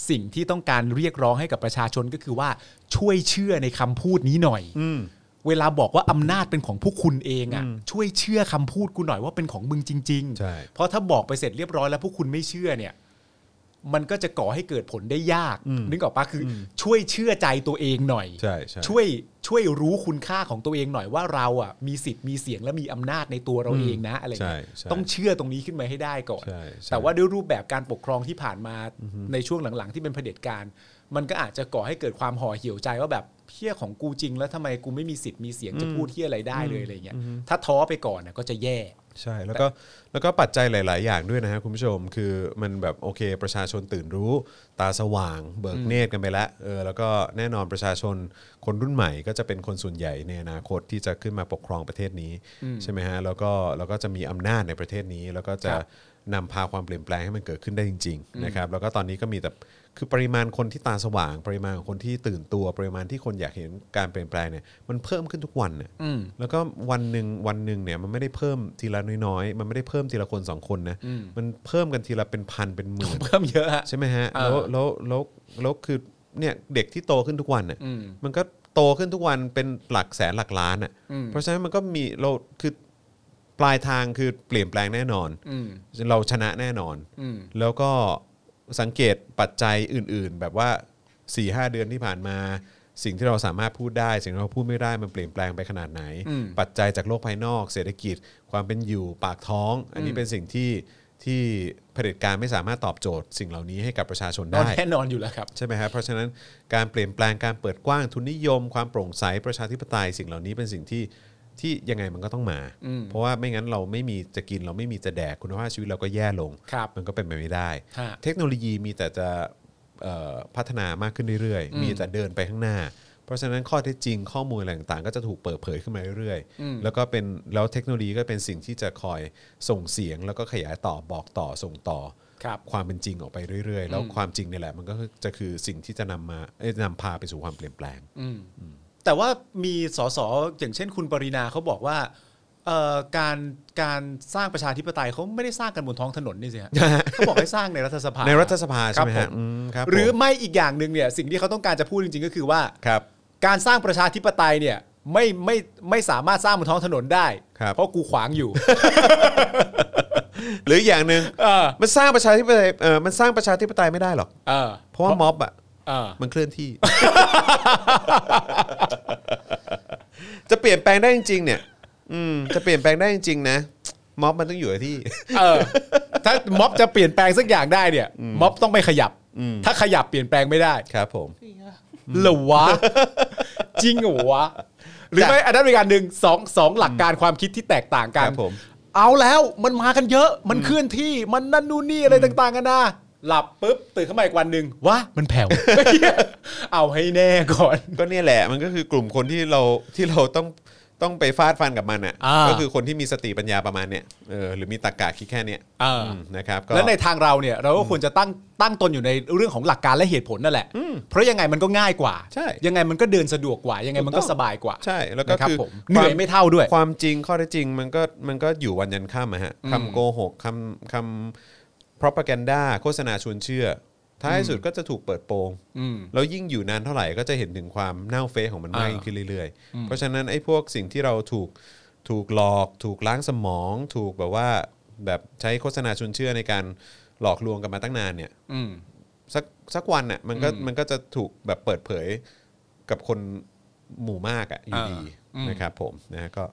C: สิ่งที่ต้องการเรียกร้องให้กับประชาชนก็คือว่าช่วยเชื่อในคำพูดนี้หน่อย
B: ๆ อืม
C: เวลาบอกว่าอำนาจเป็นของพวกคุณเองอะ่ะ ช่วยเชื่อคำพูดกูหน่อยว่าเป็นของมึงจริง
B: ใช่
C: เพราะถ้าบอกไปเสร็จเรียบร้อยแล้วพวกคุณไม่เชื่อเนี่ย มันก็จะก่อให้เกิดผลได้ยาก นึกออกปะคืออช่วยเชื่อใจตัวเองหน่อย
B: ใช่ใช่
C: ช่วยช่วยรู้คุณค่าของตัวเองหน่อยว่าเราอ่ะมีสิทธิ์มีเสียงและมีอำนาจในตัวเราเองนะอะไรเงี้ย
B: ใช่ใช่
C: ต้องเชื่อตรงนี้ขึ้นมาให้ได้ก่อน
B: ใช่ใช่
C: แต่ว่าด้วยรูปแบบการปกครองที่ผ่านมาในช่วงหลังๆ ที่เป็นเผด็จการ มันก็อาจจะก่อให้เกิดความห่อเหี่ยวใจว่าแบบ เพี้ยของกูจริงแล้วทำไมกูไม่มีสิทธิ์มีเสียงจะพูดเพี้ยอะไรได้เลยอะไรเงี้ยถ้าท้อไปก่อนน่ะก็จะแย่
B: ใช่แล้วก็แล้วก็ปัจจัยหลาย ๆ อย่างด้วยนะฮะคุณผู้ชมคือมันแบบโอเค ประชาชนตื่นรู้ตาสว่าง เบิกเนตรกันไปแล้วเออแล้วก็แน่นอนประชาชนคนรุ่นใหม่ ก็จะเป็นคนส่วนใหญ่ในอนาคตที่จะขึ้นมาปกครองประเทศนี้ใช่ไหมฮะแล้วก็แล้วก็จะมีอำนาจในประเทศนี้ แล้วก็จะ
C: ครับ
B: นำพาความเปลี่ยนแปลงให้มันเกิดขึ้นได้จริง ๆ นะครับ แล้วก็ตอนนี้ก็มีแต่คือปริมาณคนที่ตาสว่าง ปริมาณของคนที่ตื่นตัวปริมาณที่คนอยากเห็นการเปลี่ยนแปลงเนี่ยมันเพิ่มขึ้นทุกวันเนี่ย
C: อืม
B: แล้วก็วันหนึ่งวันหนึ่งเนี่ยมันไม่ได้เพิ่มทีละน้อยๆ มันไม่ได้เพิ่มทีละคนสองคนนะ
C: อืม
B: มันเพิ่มกันทีละเป็นพันเป็นหมื่น
C: เพิ่มเยอะฮะ
B: ใช่ไหมฮะ
C: เอ
B: แล้ว
C: อ
B: แล้วแล้วแล้วคือเนี่ยเด็กที่โตขึ้นทุกวันเนี่ย
C: อืม
B: มันก็โตขึ้นทุกวันเป็นหลักแสนหลักล้านอ่ะ
C: อืม
B: เพราะฉะนั้นมันก็มีเราคือปลายทางคือเปลี่ยนแปลงแน่นอน
C: อืม
B: เราชนะแน่นอน
C: อืม
B: แล้วก็สังเกตปัจจัยอื่น ๆ แบบว่า4ีหเดือนที่ผ่านมา สิ่งที่เราสามารถพูดได้ สิ่งที่เราพูดไม่ได้มันเปลี่ยนแปลงไปขนาดไหน
C: อืม
B: ปัจจัยจากโลกภายนอก เศรษฐกิจ ความเป็นอยู่ปากท้อง อันนี้
C: อืม
B: เป็นสิ่งที่ที่เผด็จการไม่สามารถตอบโจทย์ สิ่งเหล่านี้ให้กับประชาชน
C: ก็
B: ได้
C: แน่นอนอยู่แล้วครับ
B: ใช่ไหมครับเพราะฉะนั้นการเปลี่ยนแปลงการเปิดกว้างทุนนิยม ความโปร่งใสประชาธิปไตยสิ่งเหล่านี้เป็นสิ่งที่ที่ยังไงมันก็ต้องมา
C: อืม
B: เพราะว่าไม่งั้นเราไม่มีจะกินเราไม่มีจะแดกคุณภาพชีวิตเราก็แย่ลง
C: ครับ
B: มันก็เป็นไปไม่ได้
C: ฮะ
B: เทคโนโลยีมีแต่จะเอ่อพัฒนามากขึ้นเรื่อย
C: อืม
B: ๆ มีแต่เดินไปข้างหน้า เพราะฉะนั้นข้อเท็จจริงข้อมูลอะไรต่างๆ ก็จะถูกเปิดเผยขึ้นมาเรื่อย
C: อืม
B: ๆ แล้วก็เป็นแล้วเทคโนโลยีก็เป็นสิ่งที่จะคอยส่งเสียงแล้วก็ขยายต่อบอกต่อส่งต่อ
C: ครับ
B: ความเป็นจริงออกไปเรื่อย ๆ แล้ว
C: อืม
B: ความจริงเนี่ยแหละมันก็คือจะคือสิ่งที่จะนำมาเอ้ยนำพาไปสู่ความเปลี่ยนแปลง
C: อืมแต่ว่ามีสสอย่างเช่นคุณปรินาเขาบอกว่าเอ่อการการสร้างประชาธิปไตยเขาไม่ได้สร้างกันบนท้องถนนนี่ สิฮะ เขาบอกให้สร้างในรัฐสภา
B: ในรัฐสภา
C: ครั
B: ใช่
C: บ
B: ไหมฮะ
C: ผม
B: อืมครับ
C: หรือ
B: ผม
C: ไม่อีกอย่างหนึ่งเนี่ยสิ่งที่เขาต้องการจะพูดจริงๆก็คือว่า
B: ครับ
C: การสร้างประชาธิปไตยเนี่ยไม่ไม่ไม่สามารถสร้างบนท้องถนนได้
B: ครับ
C: เพราะกูขวาง อยู่
B: หรืออย่างหนึ่ง
C: เออ
B: มันสร้างประชาธิปไตยเออมันสร้างประชาธิปไตยไม่ได้หรอก
C: เออ
B: เพราะว่าม็อบอ่ะ
C: เออ
B: มันเคลื่อนที่ จะเปลี่ยนแปลงได้จริง ๆ เนี่ยอืมจะเปลี่ยนแปลงได้จริงๆนะม็อบมันต้องอยู่กับที่
C: เออถ้าม็อบจะเปลี่ยนแปลงสักอย่างได้เนี่ยม็อบต้องไม่ขยับ ถ้าขยับเปลี่ยนแปลงไม่ได้
B: ครับผม
C: เหรอวะ จริงเหรอวะ หรือไม่อันนั้นเป็นการหนึ่งสองสองหลักการความคิดที่แตกต่างกัน
B: ครับผม
C: เอาแล้วมันมากันเยอะ มันเคลื่อนที่มันนั่นนู่นนี่อะไรต่างๆกันนะหลับปุ๊บตื่นขึ้นมาอีกวันหนึ่งวะมันแผ่ว เอาให้แน่ก่อน
B: ก็เนี่ยแหละมันก็คือกลุ่มคนที่เราที่เราต้องต้องไปฟาดฟันกับมันอ่ะ
C: อ่า
B: ก็คือคนที่มีสติปัญญาประมาณเนี้ยเออหรือมีตรรกะคิดแค่เนี้ยอืมนะครับก็
C: แล้วในทางเราเนี่ย เราก็ควรจะตั้งตั้งตนอยู่ในเรื่องของหลักการและเหตุผลนั่นแหละ เพราะยังไงมันก็ง่ายกว่า ยังไงมันก็เดินสะดวกกว่า ยังไงมันก็สบายกว่า
B: ใช่แล้วก็
C: นะครับ
B: คือ
C: ผมเหนื่อยไม่เท่าด้วย
B: ความจริงข้อเท็จจริงมันก็มันก็อยู่วันยันค่ำอะฮะคำโกหกคำคำ propaganda โฆษณาชวนเชื่อ ท้ายสุดก็จะถูกเปิดโปง
C: อืม
B: แล้วยิ่งอยู่นานเท่าไหร่ก็จะเห็นถึงความเน่าเฟะของมันมาก
C: อ่ายิ่
B: ยิ่งขึ้นเรื่อยๆ เพราะฉะนั้นไอ้พวกสิ่งที่เราถูกถูกหลอก ถูกล้างสมอง ถูกแบบว่าแบบใช้โฆษณาชวนเชื่อในการหลอกลวงกันมาตั้งนานเนี่ยสักสักวันน่ะมันก็มันก็จะถูกแบบเปิดเผยกับคนหมู่มากอ่ะอยู่
C: อ่า
B: ดี
C: อืม
B: นะครับผมนะฮะก็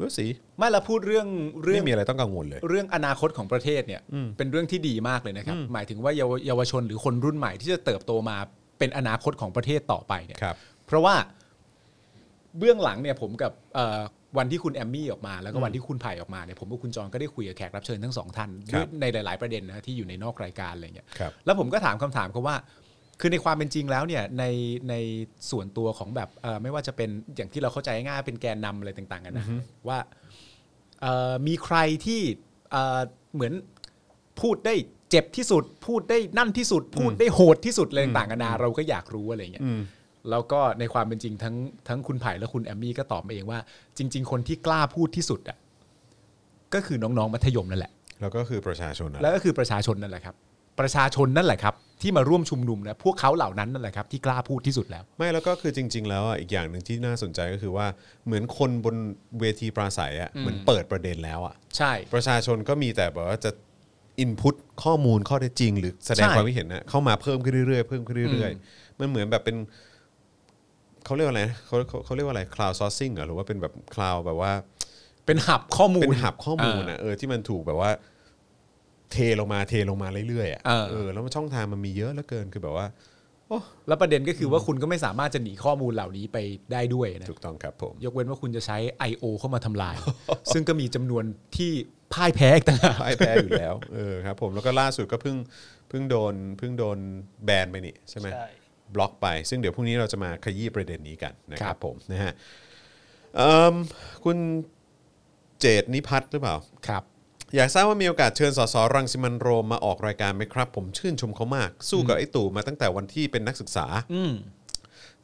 B: รู้สิ
C: ไม่ละพูดเรื่องเรื่อง
B: ไม่มีอะไรต้องกังวลเลย
C: เรื่องอนาคตของประเทศเนี่ยเป็นเรื่องที่ดีมากเลยนะครับ หมายถึงว่าเยาวเยาวชนหรือคนรุ่นใหม่ที่จะเติบโตมาเป็นอนาคตของประเทศต่อไปเนี่ย
B: ครับ
C: เพราะว่าเบื้องหลังเนี่ยผมกับเอ่อวันที่คุณแอมมี่ออกมา แล้วก็วันที่คุณไผ่ออกมาเนี่ยผมกับคุณจอนก็ได้คุยกับแขกรับเชิญทั้งสองท่าน
B: ครับ
C: ในหลาย ๆประเด็นนะที่อยู่ในนอกรายการอะไรเงี้ย
B: ครับ
C: แล้วผมก็ถามคำถามเขาว่า คือในความเป็นจริงแล้วเนี่ยในในส่วนตัวของแบบเอ่อไม่ว่าจะเป็นอย่างที่เราเข้าใจง่ายเป็นแกนนำอะไรต่างๆกันนะว่าเอ่อมีใครที่เอ่อเหมือนพูดได้เจ็บที่สุด พูดได้นั่นที่สุด พูดได้โหดที่สุดอะไรต่างๆกันานาเราก็อยากรู้อะไรอย่างเงี้ยแล้วก็ในความเป็นจริงทั้งทั้งคุณไผ่และคุณแอมมี่ก็ตอบมาเองว่า จริง ๆ คนที่กล้าพูดที่สุดอ่ะก็คือน้องๆมัธยมนั่นแหละ
B: แล้วก็คือประชาชนนะ
C: แล้วก็คือประชาชนนั่นแหละครับ ประชาชนนั่นแหละครับ ที่มาร่วมชุมนุมนะพวกเขาเหล่านั้นนั่นแหละครับ ที่กล้าพูดที่สุดแล้ว
B: ไม่แล้วก็คือจริง ๆ แล้วอ่ะอีกอย่างหนึ่งที่น่าสนใจก็คือว่าเหมือนคนบนเวทีปราศัยอ่ะเหมือนเปิดประเด็นแล้วอ่ะ
C: ใช่
B: ประชาชนก็มีแต่แบบว่าจะอินพุตข้อมูลข้อเท็จจริง หรือแสดง
C: ใช่
B: ความคิดเห็นนะเข้ามาเพิ่มขึ้นเรื่อยๆเพิ่มขึ้นเรื่อยๆ มันเหมือนแบบเป็นเขาเรียกว่าอะไรนะเขาเขาเขาเรียกว่าอะไร cloud sourcing เหรอหรือว่าเป็นแบบ cloud แบบว่า
C: เป็นหับข้อมูล
B: เป็นหับข้อมูลนะเออที่มันถูกแบบว่า เทลงมาเทลงมาเรื่อยๆอ่ะ
C: เออ
B: เออแล้วมันช่องทางมันมีเยอะเหลือเกินคือแบบว่า โอ้
C: แล้วประเด็นก็คือว่าคุณก็ไม่สามารถจะหนีข้อมูลเหล่านี้ไปได้ด้วยนะ
B: ถูกต้องครับผม
C: ยกเว้นว่าคุณจะใช้ I.O. เข้ามาทำลาย ซึ่งก็มีจำนวนที่พ่ายแพ้อีกต่างหาก
B: พ่ายแพ้อยู่แล้ว เออครับผมแล้วก็ล่าสุดก็เพิ่งเพิ่งโดนเพิ่งโดนแบนไปนี่ใช่ไหม
D: ใช่
B: บล็อกไป ซึ่งเดี๋ยวพรุ่งนี้เราจะมาขยี้ประเด็นนี้กันนะค
C: ครั
B: รับบ ผมนะฮะเอิ่มคุณเจตนิพัฒน์หรือเปล่า
C: ครับ
B: อยากทราบว่ามีโอกาสเชิญสสรังสิมันโรมมาออกรายการไหมครับ ผมชื่นชมเขามาก สู้กับไอ้ตู่มาตั้งแต่วันที่เป็นนักศึกษา
C: อืม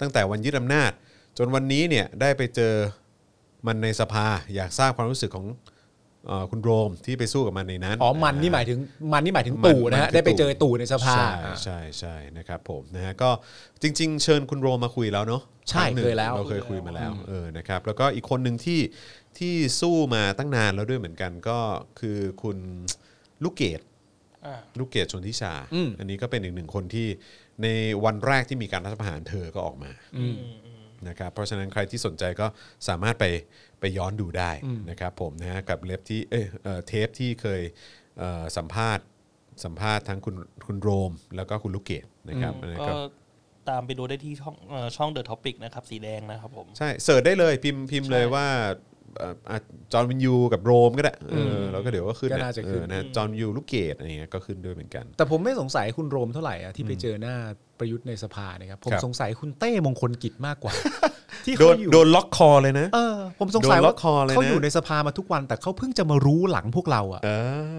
B: ตั้งแต่วันยึดอำนาจ จนวันนี้เนี่ยได้ไปเจอมันในสภา อยากทราบความรู้สึกของเออคุณโรมที่ไปสู้กับมันในนั้น
C: อ๋อ มันนี่หมายถึง มันนี่หมายถึงตู่นะฮะ
B: มัคือ
C: ได้ไปเจอตู่ในสภา
B: ใช่ใช่ใช่นะครับผมนะฮะก็จริง ๆ เชิญคุณโรมมาคุยแล้วเนาะ
C: ใช่
B: รั้งหนึ่ง
C: เคยแล้ว
B: เราเคยคุยมาแล้วเออนะครับแล้วก็อีกคนหนึ่งที่ที่สู้มาตั้งนานแล้วด้วยเหมือนกันก็คือคุณลูกเกด
D: อ่า
B: ลูกเกดชนทิชา
C: อืม
B: อันนี้ก็เป็นอีกหนึ่งคนที่ในวันแรกที่มีการรัฐประหารเธอก็ออกมานะครับ เพราะฉะนั้นใครที่สนใจก็สามารถไปไปย้อนดูได้นะครับผมนะฮะกับเล็บที่เอยเอ่อเทปที่เคยเอ่อสัมภาษณ์สัมภาษณ์ทั้งคุณคุณโรม แล้วก็คุณลูกเกดนะครับอันนั้น
D: ก็
B: ก็
D: ตามไปดูได้ที่ช่องเอ่อช่องเดอะท็อปิกนะครับ สีแดงนะครับผม
B: ใช่เสิร์ชได้เลยพิมพ์พิมพ์
D: ใช่
B: เลยว่าจอห์นวินยูกับโรมก็ได้เออแล้วก็เดี๋ยวก็ขึ้น
C: ก็น่าจะขึ้น
B: จอห์นวินยูลูกเกดอะไรเงี้ยก็ขึ้นด้วยเหมือนกัน
C: แต่ผมไม่สงสัยคุณโรมเท่าไหร่อะที่ไปเจอหน้าประยุทธ์ในสภานะครับ ผม
B: ครับ
C: สงสัยคุณเต้มงคลกิจมาก กว่า ที่
B: โด
C: เขา
B: น
C: อยู่
B: โดนล็อกคอเลยนะ
C: เออ ผมสงสัย
B: โดนล็
C: ว่า
B: อกคอเลยนะ
C: เขาอยู่ในสภามาทุกวัน แต่เขาเพิ่งจะมารู้หลังพวกเราอะ
B: เอ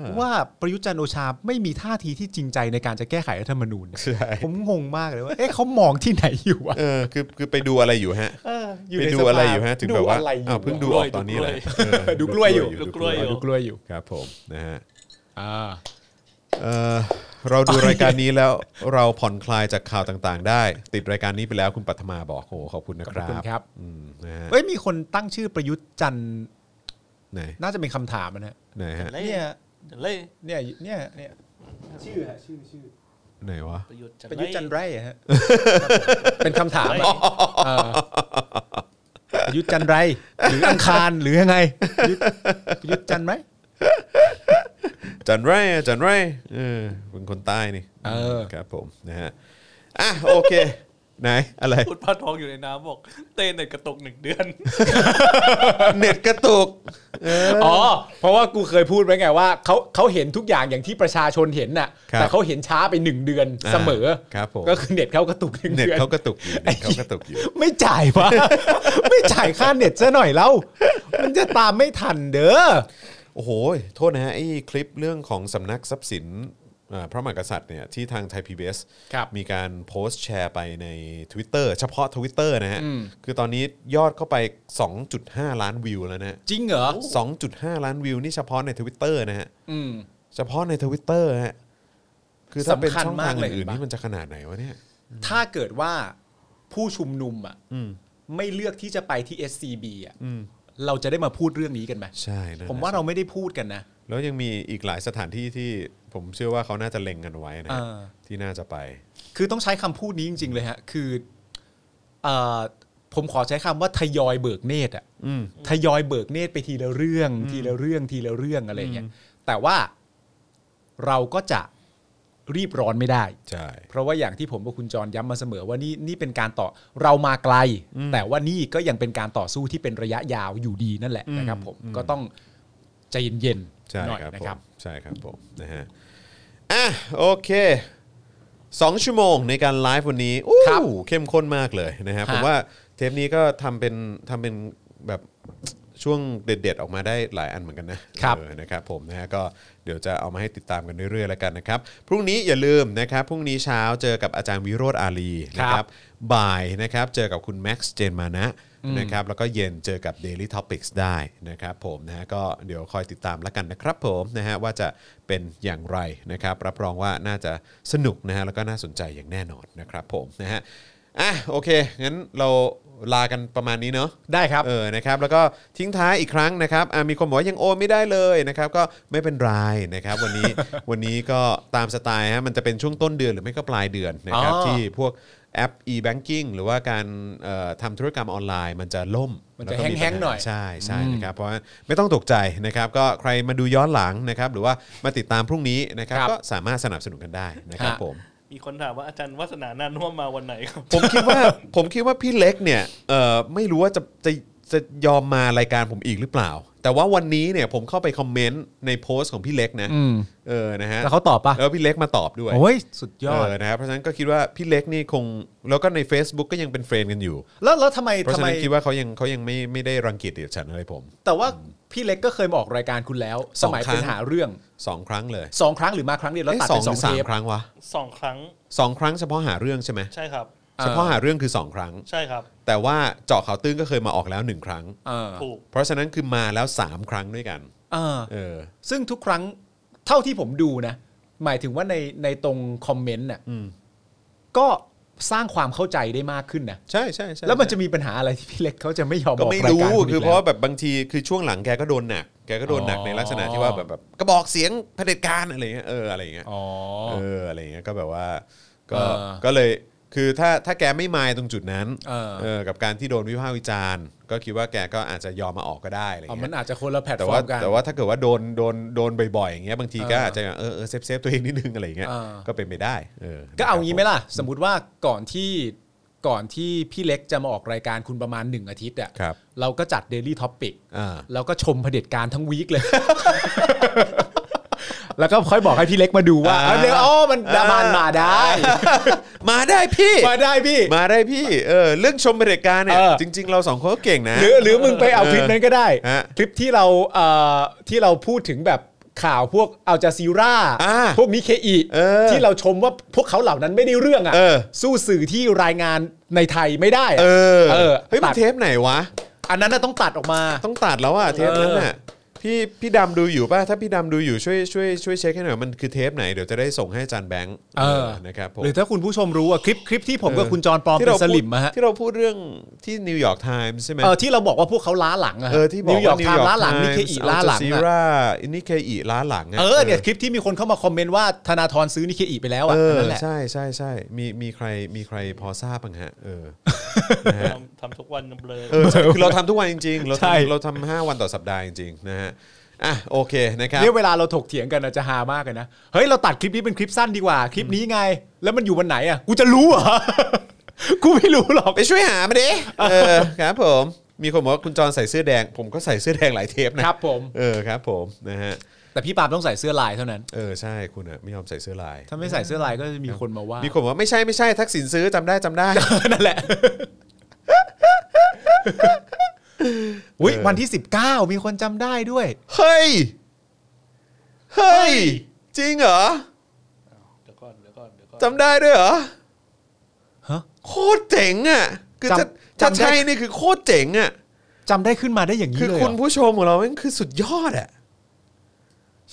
B: อ
C: ว่าประยุทธ์จันทร์โอชาไม่มีท่าทีที่จริงใจในการจะแก้ไขรัฐธรรมนู ญ
B: ใช่
C: ผมงงมากเลยว่า เอ๊ะเขามองที่ไหนอยู่วะ
B: เออคือคือไปดูอะไรอยู่ฮะ
C: เอออยู่
B: ไป
C: ใน
B: ดู
C: สภา
B: อะไรอยู่ฮะถึงแบบว่า
C: ดูะไรอยู่
B: อ้าวเพิ่งดูออกตอนนี้เลยเออ
C: ดูกล้วยอยู่
B: ดู
D: ดูกล้วยอยู่
C: ดูกล้วยอยู่
B: ครับผมนะฮะ
C: อ่า
B: เอ่อเราดูรายการนี้แล้วเราผ่อนคลายจากข่าวต่างๆ ได้ ติดรายการนี้ไปแล้วคุณปัทมาบอกโอ้โหขอบคุณนะค
C: ขอ
B: รั
C: บคุณครับ บ
B: อืมนะฮะ
C: เอ้ยมีคนตั้งชื่อประยุทธ์จันทร์
B: ไหน
C: น่าจะเป็นคำถามนะฮะ
B: ไหนฮะ
D: เล่
C: เนี่ย
D: เล่
C: เนี่ยเนี่ยเนี่ยชื่อฮะชื่อชื่อ
B: ไหนวะ
D: ประยุทธ์จันท
C: ประยุทธ์จันทร์
D: ร์
C: ไรอะฮะ เป็นคำถามอะเออประยุทธ์จันทร์ไร หรืออังคารหรือยังไงประยุทธ์ประยุทธ์จันทร์ไหม
B: จันไรอะจันไรเออเป็นคนใต้นี่
C: เออ
B: ครับผมนะฮะอ่ะโอเค ไหนอะไร
D: พูดพาดทองอยู่ในน้ำบอก เต้นในกระตกหนึ่งเดือน
B: เน็ตกระตุก
C: อ๋อเพราะว่ากูเคยพูดไว้ไงว่าเขาเขาเห็นทุกอย่างอย่างที่ประชาชนเห็นน่ะ
B: ครับ
C: แต่เขาเห็นช้าไปหนึ่งเดือน
B: อ่า
C: เสมอ
B: ครับผม
C: ก็คือเน็ตเขาก็ตุกหนึ่ง
B: เน็ต
C: เดือน
B: เขากระตุกอยู่เน็ตเขากระตุกอยู่
C: ไม่จ่ายวะ ไม่จ่ายค่าเน็ตซะหน่อยแล้ว มันจะตามไม่ทันเด้อ
B: โอ้โห โทษนะฮะไอ้คลิปเรื่องของสำนักทรัพย์สินเอ่อพระมหากษัตริย์เนี่ยที่ทางไทยพีบี
C: ครับ
B: มีการโพสต์แชร์ไปใน Twitter เฉพาะ Twitter นะฮะ คือตอนนี้ยอดเข้าไป 2.5 ล้านวิวแล้วนะฮะ
C: จริงเหรอ
B: 2.5 ล้านวิวนี่เฉพาะใน Twitter นะฮะ
C: อืม
B: เฉพาะใน Twitter ฮะ คือถ้าเป็น
C: สำคัญ
B: ช่องทาม
C: าง กเลย
B: อื่น
C: เห็น
B: ๆ
C: ปะ
B: นี่มันจะขนาดไหนวะเนี่ย
C: ถ้าเกิดว่าผู้ชุมนุมอ่ะไม่เลือกที่จะไปที่ SCB อ่ะเราจะได้มาพูดเรื่องนี้กันไหม
B: ใช่นะ
C: ผมว่าเราไม่ได้พูดกันนะ
B: แล้วยังมีอีกหลายสถานที่ที่ผมเชื่อว่าเขาน่าจะเล็งกันไว้นะฮะ
C: อ่า
B: ที่น่าจะไป
C: คือต้องใช้คำพูดนี้จริง ๆ เลยฮะ คือเอ่อผมขอใช้คำว่าทยอยเบิกเนตรอ่ะทยอยเบิกเนตรไปทีละเรื่อง ทีละเรื่องทีละเรื่องอะไรอย่างเงี้ยแต่ว่าเราก็จะรีบร้อนไม่ได้
B: ใช่
C: เพราะว่าอย่างที่ผมกับคุณจรย้ำมาเสมอว่านี่นี่เป็นการต่อเรามาไกล แต่ว่านี่ก็ยังเป็นการต่อสู้ที่เป็นระยะยาวอยู่ดีนั่นแหละนะครับ ผมก็ต้องใจเย็น
B: ใช่
C: ๆหน่อย
B: ครับ
C: นะ
B: ผ
C: ครับ
B: มใช่ครับผมนะฮะอ่ะโอเคสองชั่วโมงในการไลฟ์วันนี้อู้
C: ครับ
B: เข้มข้นมากเลยนะ
C: ฮะ
B: ฮะผมว่าเทปนี้ก็ทำเป็นทำเป็นแบบช่วงเด็ด ๆ ออกมาได้หลายอันเหมือนกันนะครับ เออนะครับผมนะฮะก็เดี๋ยวจะเอามาให้ติดตามกันเรื่อยๆแล้วกันนะครับ พรุ่งนี้อย่าลืมนะครับพรุ่งนี้เช้าเจอกับอาจารย์วิโรธอาลีนะครับ บ่ายนะครับเจอกับคุณแม็กซ์เจนมานะนะครับแล้วก็เย็นเจอกับ Daily Topics ได้นะครับผมนะฮะก็เดี๋ยวคอยติดตามแล้วกันนะครับผมนะฮะว่าจะเป็นอย่างไรนะครับ รับรองว่าน่าจะสนุกนะฮะแล้วก็น่าสนใจอย่างแน่นอนนะครับผมนะฮะอ่ะโอเค งั้นเราลากันประมาณนี้เนาะ
C: ได้ครับ
B: เออ นะครับ แล้วก็ทิ้งท้ายอีกครั้งนะครับอ่ะมีคนบอกว่ายังโอนไม่ได้เลยนะครับ ก็ไม่เป็นไรนะครับ วันนี้ วันนี้ก็ตามสไตล์ฮะ มันจะเป็นช่วงต้นเดือนหรือไม่ก็ปลายเดือนนะครับ
C: อ๋อ
B: ที่พวกแอป e-banking หรือว่าการเอ่อทำธุรกรรมออนไลน์มันจะล่ม
C: มันจะ
B: ล้วก็ปัญา
C: แห้งๆหน่อย
B: ใช่ใช่นะครับ เพราะว่าไม่ต้องตกใจนะครับ ก็ใครมาดูย้อนหลังนะครับ หรือว่ามาติดตามพรุ่งนี้นะครับ ก็สามารถสนับสนุนกันได้นะครับผม
D: มีคนถามว่าอาจารย์วัฒนานานุ่วมมาวันไหนครับ
B: ผมคิดว่า ผมคิดว่าพี่เล็กเนี่ยเอ่อไม่รู้ว่าจะจะจะยอมมารายการผมอีกหรือเปล่า แต่ว่าวันนี้เนี่ยผมเข้าไปคอมเมนต์ในโพสต์ของพี่เล็กนะ
C: อืม
B: เออนะฮะ
C: แล้วเขาตอบปะ
B: แล้วพี่เล็กมาตอบด้วย
C: โอ้ยสุดยอด
B: เออนะครับเพราะฉะนั้นก็คิดว่าพี่เล็กนี่คงแล้วก็ใน Facebook ก็ยังเป็นเฟรนด์กันอยู่
C: แล้วแล้วทำไม
B: เพราะ
C: ทำ
B: ฉะ
C: ไม
B: นั้นคิดว่าเขายังเขายังไม่ไม่ได้รังเกียจเดียดฉันอะไรผม
C: แต่ว่าพี่เล็กก็เคยมาออกรายการคุณแล้ว
B: ส
C: ส
B: อง
C: มัย
B: ครั้ง
C: เป็นหาเรื่อง
B: สองครั้งเลย
C: สองครั้งหรือมาครั้งเดียวแล้ว
B: เอ๊ะ
C: ตัด
B: สอง
C: เป็นส
B: หรือ อง สา
C: เท
B: ม
C: ป
B: ครั้งวะ
D: สองครั้ง
B: สองครั้งเฉพาะหาเรื่องใช่ไหม
D: ใช่ครับ
C: เออ
B: เฉพาะหาเรื่องคือ 2 ครั้ง
D: ใช่ครับ
B: แต่ว่าเจาะข่าวตื้นก็เคยมาออกแล้ว 1 ครั้ง
C: เออ
D: ถูก
B: เพราะฉะนั้นคือมาแล้ว 3 ครั้งด้วยกัน
C: เออ
B: เออ
C: ซึ่งทุกครั้งเท่าที่ผมดูนะ หมายถึงว่าในในตรงคอมเมนต์น่ะ
B: อืม
C: ก็สร้างความเข้าใจได้มากขึ้นนะ
B: ใช่ใช่ใช่
C: แล้วมันจะมีปัญหาอะไรที่พี่เล็กเขาจะไม่ยอมอ
B: ก็
C: อก
B: ไม่
C: ราย
B: รู้
C: การณ
B: คือก เพราะ
C: แล้ว
B: ว่าแบบบางทีคือช่วงหลังแกก็โดนหนักแกก็โดนหนัก
C: อ๋อ
B: ในลักษณะที่ว่าแบบแบบกระบอกเสียงเผด็จการอะไรเงี้ยเอออะไรเงี้ย
C: อ๋อ
B: เอออะไรเงี้ยก็แบบว่าก็
C: เออ
B: ก็เลยคือถ้าถ้าแกไม่มายตรงจุดนั้น
C: เออ
B: เออกับการที่โดนวิพากษ์วิจารณ์ ก็คิดว่าแกก็อาจจะยอมมาออกก็ได้อะไร
C: อ๋อ
B: เงี้
C: มัน
B: ย
C: อาจจะคนละแพลต
B: แต่
C: ฟอ
B: ว่า
C: ร์มกัน
B: แต่ว่าถ้าเกิดว่าโดนโดนโดนบ่อยๆอย่างเงี้ยบางทีก็
C: เอออ
B: อาจจะเออเออเซฟเซฟตัวเองนิดนึงอะไรเงี้ย
C: เออ
B: ก็เป็นไปได้เออ
C: ก็เอางี้ไหม
B: นะครับ
C: ล่ะ สมมติว่าก่อนที่ก่อนที่พี่เล็กจะมาออกรายการคุณประมาณหนึ่งอาทิตย์อ่ะ
B: ผมครับ
C: เราก็จัด Daily Topic
B: อ่า
C: แล้วก็ชมเผด็จการทั้งวีคเลย แล้วก็ค่อยบอกให้พี่เล็กมาดูว่าเอาเดี๋ยวอ๋อมันดามันมาได้
B: มาได้พี่
C: มาได้พี่
B: มาได้พี่เออเรื่องชมเผด็จการเนี่ย
C: เออ
B: จริง ๆ เราสองคนก็เก่งนะ
C: หรือหรือมึงไปเอาคลิปนั้นก็ได้
B: ฮะ
C: คลิปที่เราเอ่อที่เราพูดถึงแบบข่าวพวกอัลจาซีรา
B: อ่า
C: พวกนิเคอี
B: เออ
C: ที่เราชมว่าพวกเขาเหล่านั้นไม่ได้เรื่องอ่ะ
B: เออ
C: สู้สื่อที่รายงานในไทยไม่ได้
B: เอ
C: อะ
B: อ
C: เออ
B: เฮ้ยมั
C: ตัด
B: นเทปไหนวะ
C: อันนั้นน่ะต้องตัดออกมา
B: ต้องตัดแล้วอ่ะเทปนั้นน่ะพี่พี่ดำดูอยู่ป่ะ ถ้าพี่ดำดูอยู่ช่วยช่วยช่วยเช็คให้หน่อยมันคือเทปไหนเดี๋ยวจะได้ส่งให้อาจารย์แบงค์
C: เออ
B: นะครับผม
C: หรือถ้าคุณผู้ชมรู้อ่ะคลิปคลิปที่ผมกับคุณจรปลอม
B: ที่
C: เป็น
B: เรา
C: ส
B: พูด
C: ลิมอะฮะ
B: ที่เราพูดเรื่องที่นิวยอร์กไทมส์ใช่ไหม
C: เออที่เราบอกว่าพวกเขาล้าหลังอะฮะ
B: เออที่บอก
C: นิวยอร์กไทม์ล้าหลังนิเคอีล้าหลัง
B: ซี
C: อะ
B: ร่านิเคอีล้าหลังะ
C: เออเนี่ยคลิปที่มีคนเข้ามาคอมเมนต์ว่าธนาธรซื้อนิเคอีไปแล้วอ่ะ
B: เอ
C: อัน
B: อ
C: นั่นแหละ
B: ใช่ใช่ใช่มีมีใครมีใครพอทราบบ้างฮะเออ
D: ทำทำทุกวันเบลอ
B: เออใช่คือเราทำทุกวันจริง ๆ เรา
C: ใช่
B: ทำเราทำห้าวันต่อสัปดาห์จริงๆนะฮะอ่ะโอเคนะครับ
C: เนี่ยเวลาเราถกเถียงกันนะจะฮามากเลยนะ เฮ้ย เราตัดคลิปนี้เป็นคลิปสั้นดีกว่า คลิปนี้ไง แล้วมันอยู่วันไหนอ่ะ กูจะรู้เหรอ กูไม่รู้หรอก
B: ไปช่วยหามาดิ เออครับผม มีคนบอกว่าคุณจรใส่เสื้อแดง ผมก็ใส่เสื้อแดงหลายเทปนะครับ
C: ผม
B: เออครับผมนะฮะ
C: แต่พี่ปาล์มต้องใส่เสื้อลายเท่านั้น
B: เออใช่คุณอะไม่ยอมใส่เสื้อลาย
C: ถ้าไม่ใส่เสื้อลายก็จะมีคนมาว่า
B: มีคนบอกว่าไม่ใช่ไม่ใช่ทักษิณซื้อจำได้จำได้
C: นั่นแหละ อุ้ยวันที่ 19 มีคนจำได้ด้วย
B: เฮ้ย เฮ้ย จริงเหรอ
D: เดี๋ยวก่อนเดี๋ยวก่อนเดี๋ยวก่อน
B: จำได้ด้วยเหรอ
C: ฮะ
B: โคตรเจ๋งอะคือถ้า
C: จำ
B: ถ้า
C: จำได้
B: ใช่นี่คือโคตรเจ๋งอะ
C: จำได้ขึ้นมาได้อย่างนี้
B: คือ
C: เลยเหร
B: คุณผู้ชมของเราแม่งคือสุดยอดอะ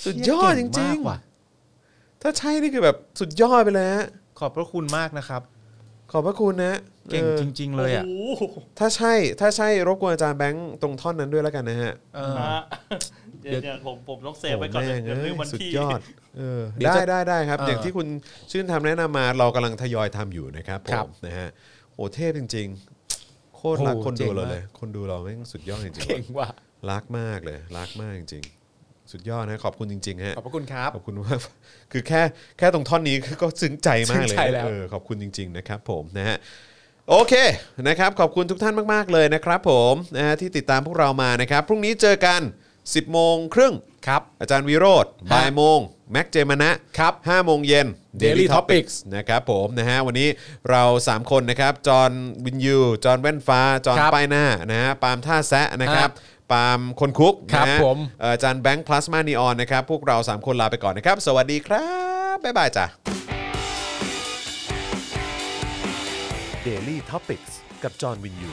B: สุดยอด
C: เชี่เก่
B: จริงๆ
C: มากว่ะ
B: ถ้าใช่นี่คือแบบสุดยอดไปเลยฮะ
C: ขอบพระคุณมากนะครับ
B: ขอบพระคุณนะ
C: เก่ง
B: ออ
C: จริง ๆ เลยอ่ะ
D: โอ้โห
B: ถ้าใช่ถ้าใช่รบกวนอาจารย์แบงค์ตรงท่อนนั้นด้วยแล้วกันนะฮะ
C: เออ
D: ฮะเดี๋ยวเดี๋ยวผมผมต้องเซฟไว้ก่อน
B: โอ้แม่ง
D: เลยเดี๋ยวลืม
B: เอ้ย
D: วัน
B: สุด
D: ที่
B: ยอดเออ
C: เดี๋ยว
B: ได้
C: จะ
B: ได้ได้ครับ
C: เอออ
B: อย่างที่คุณชื่นทำแนะนำมาเรากำลังทยอยทำอยู่นะครับผ
C: ครับ
B: มนะฮะโอ้เทพจริง ๆ โคตรรัก
C: โอ้
B: คนดู
C: เจ๋ง
B: เรา
C: มาก
B: เลย คนดูเราแม่งสุดยอดจริง
C: เก่งว่ะ
B: ๆรักมากเลยรักมากจริง ๆ สุดยอดนะขอบคุณจริงๆฮะ
C: ขอบพระคุณครับ
B: ขอบคุณมาก คือแค่แค่ตรงท่อนนี้ ก็ซึ้งใจมากเล
C: ซึ้
B: ย
C: งใจแล้ว
B: เออขอบคุณจริง ๆ นะครับผมนะฮะ โอเคนะครับขอบคุณทุกท่านมาก ๆ เลยนะครับผมนะฮะที่ติดตามพวกเรามานะครับ พรุ่งนี้เจอกัน 10 โมงครึ่ง
C: ครับ
B: อาจารย์วิโรธ
C: ฮะ
B: บ่ายโมงแม็กเจมานะครับ 5โมงเย็น
C: Daily Topics
B: นะครับผมนะฮะวันนี้เรา 3 คนนะครับ จอห์นวินยู จอห์นแว่นฟ้า จอห์น
C: ครับ
B: ป้ายหน้านะฮะปาล์มท่าแซะนะครับปาล์มคนคุก
C: ครับ
B: นะฮะ
C: ผม
B: เอ่ออาจารย์แบงค์พลาสมานีออนนะครับพวกเรา 3 คนลาไปก่อนนะครับ สวัสดีครับบ๊ายบายจ้ะ
A: Daily t o p i c กกับจอห์นวินยู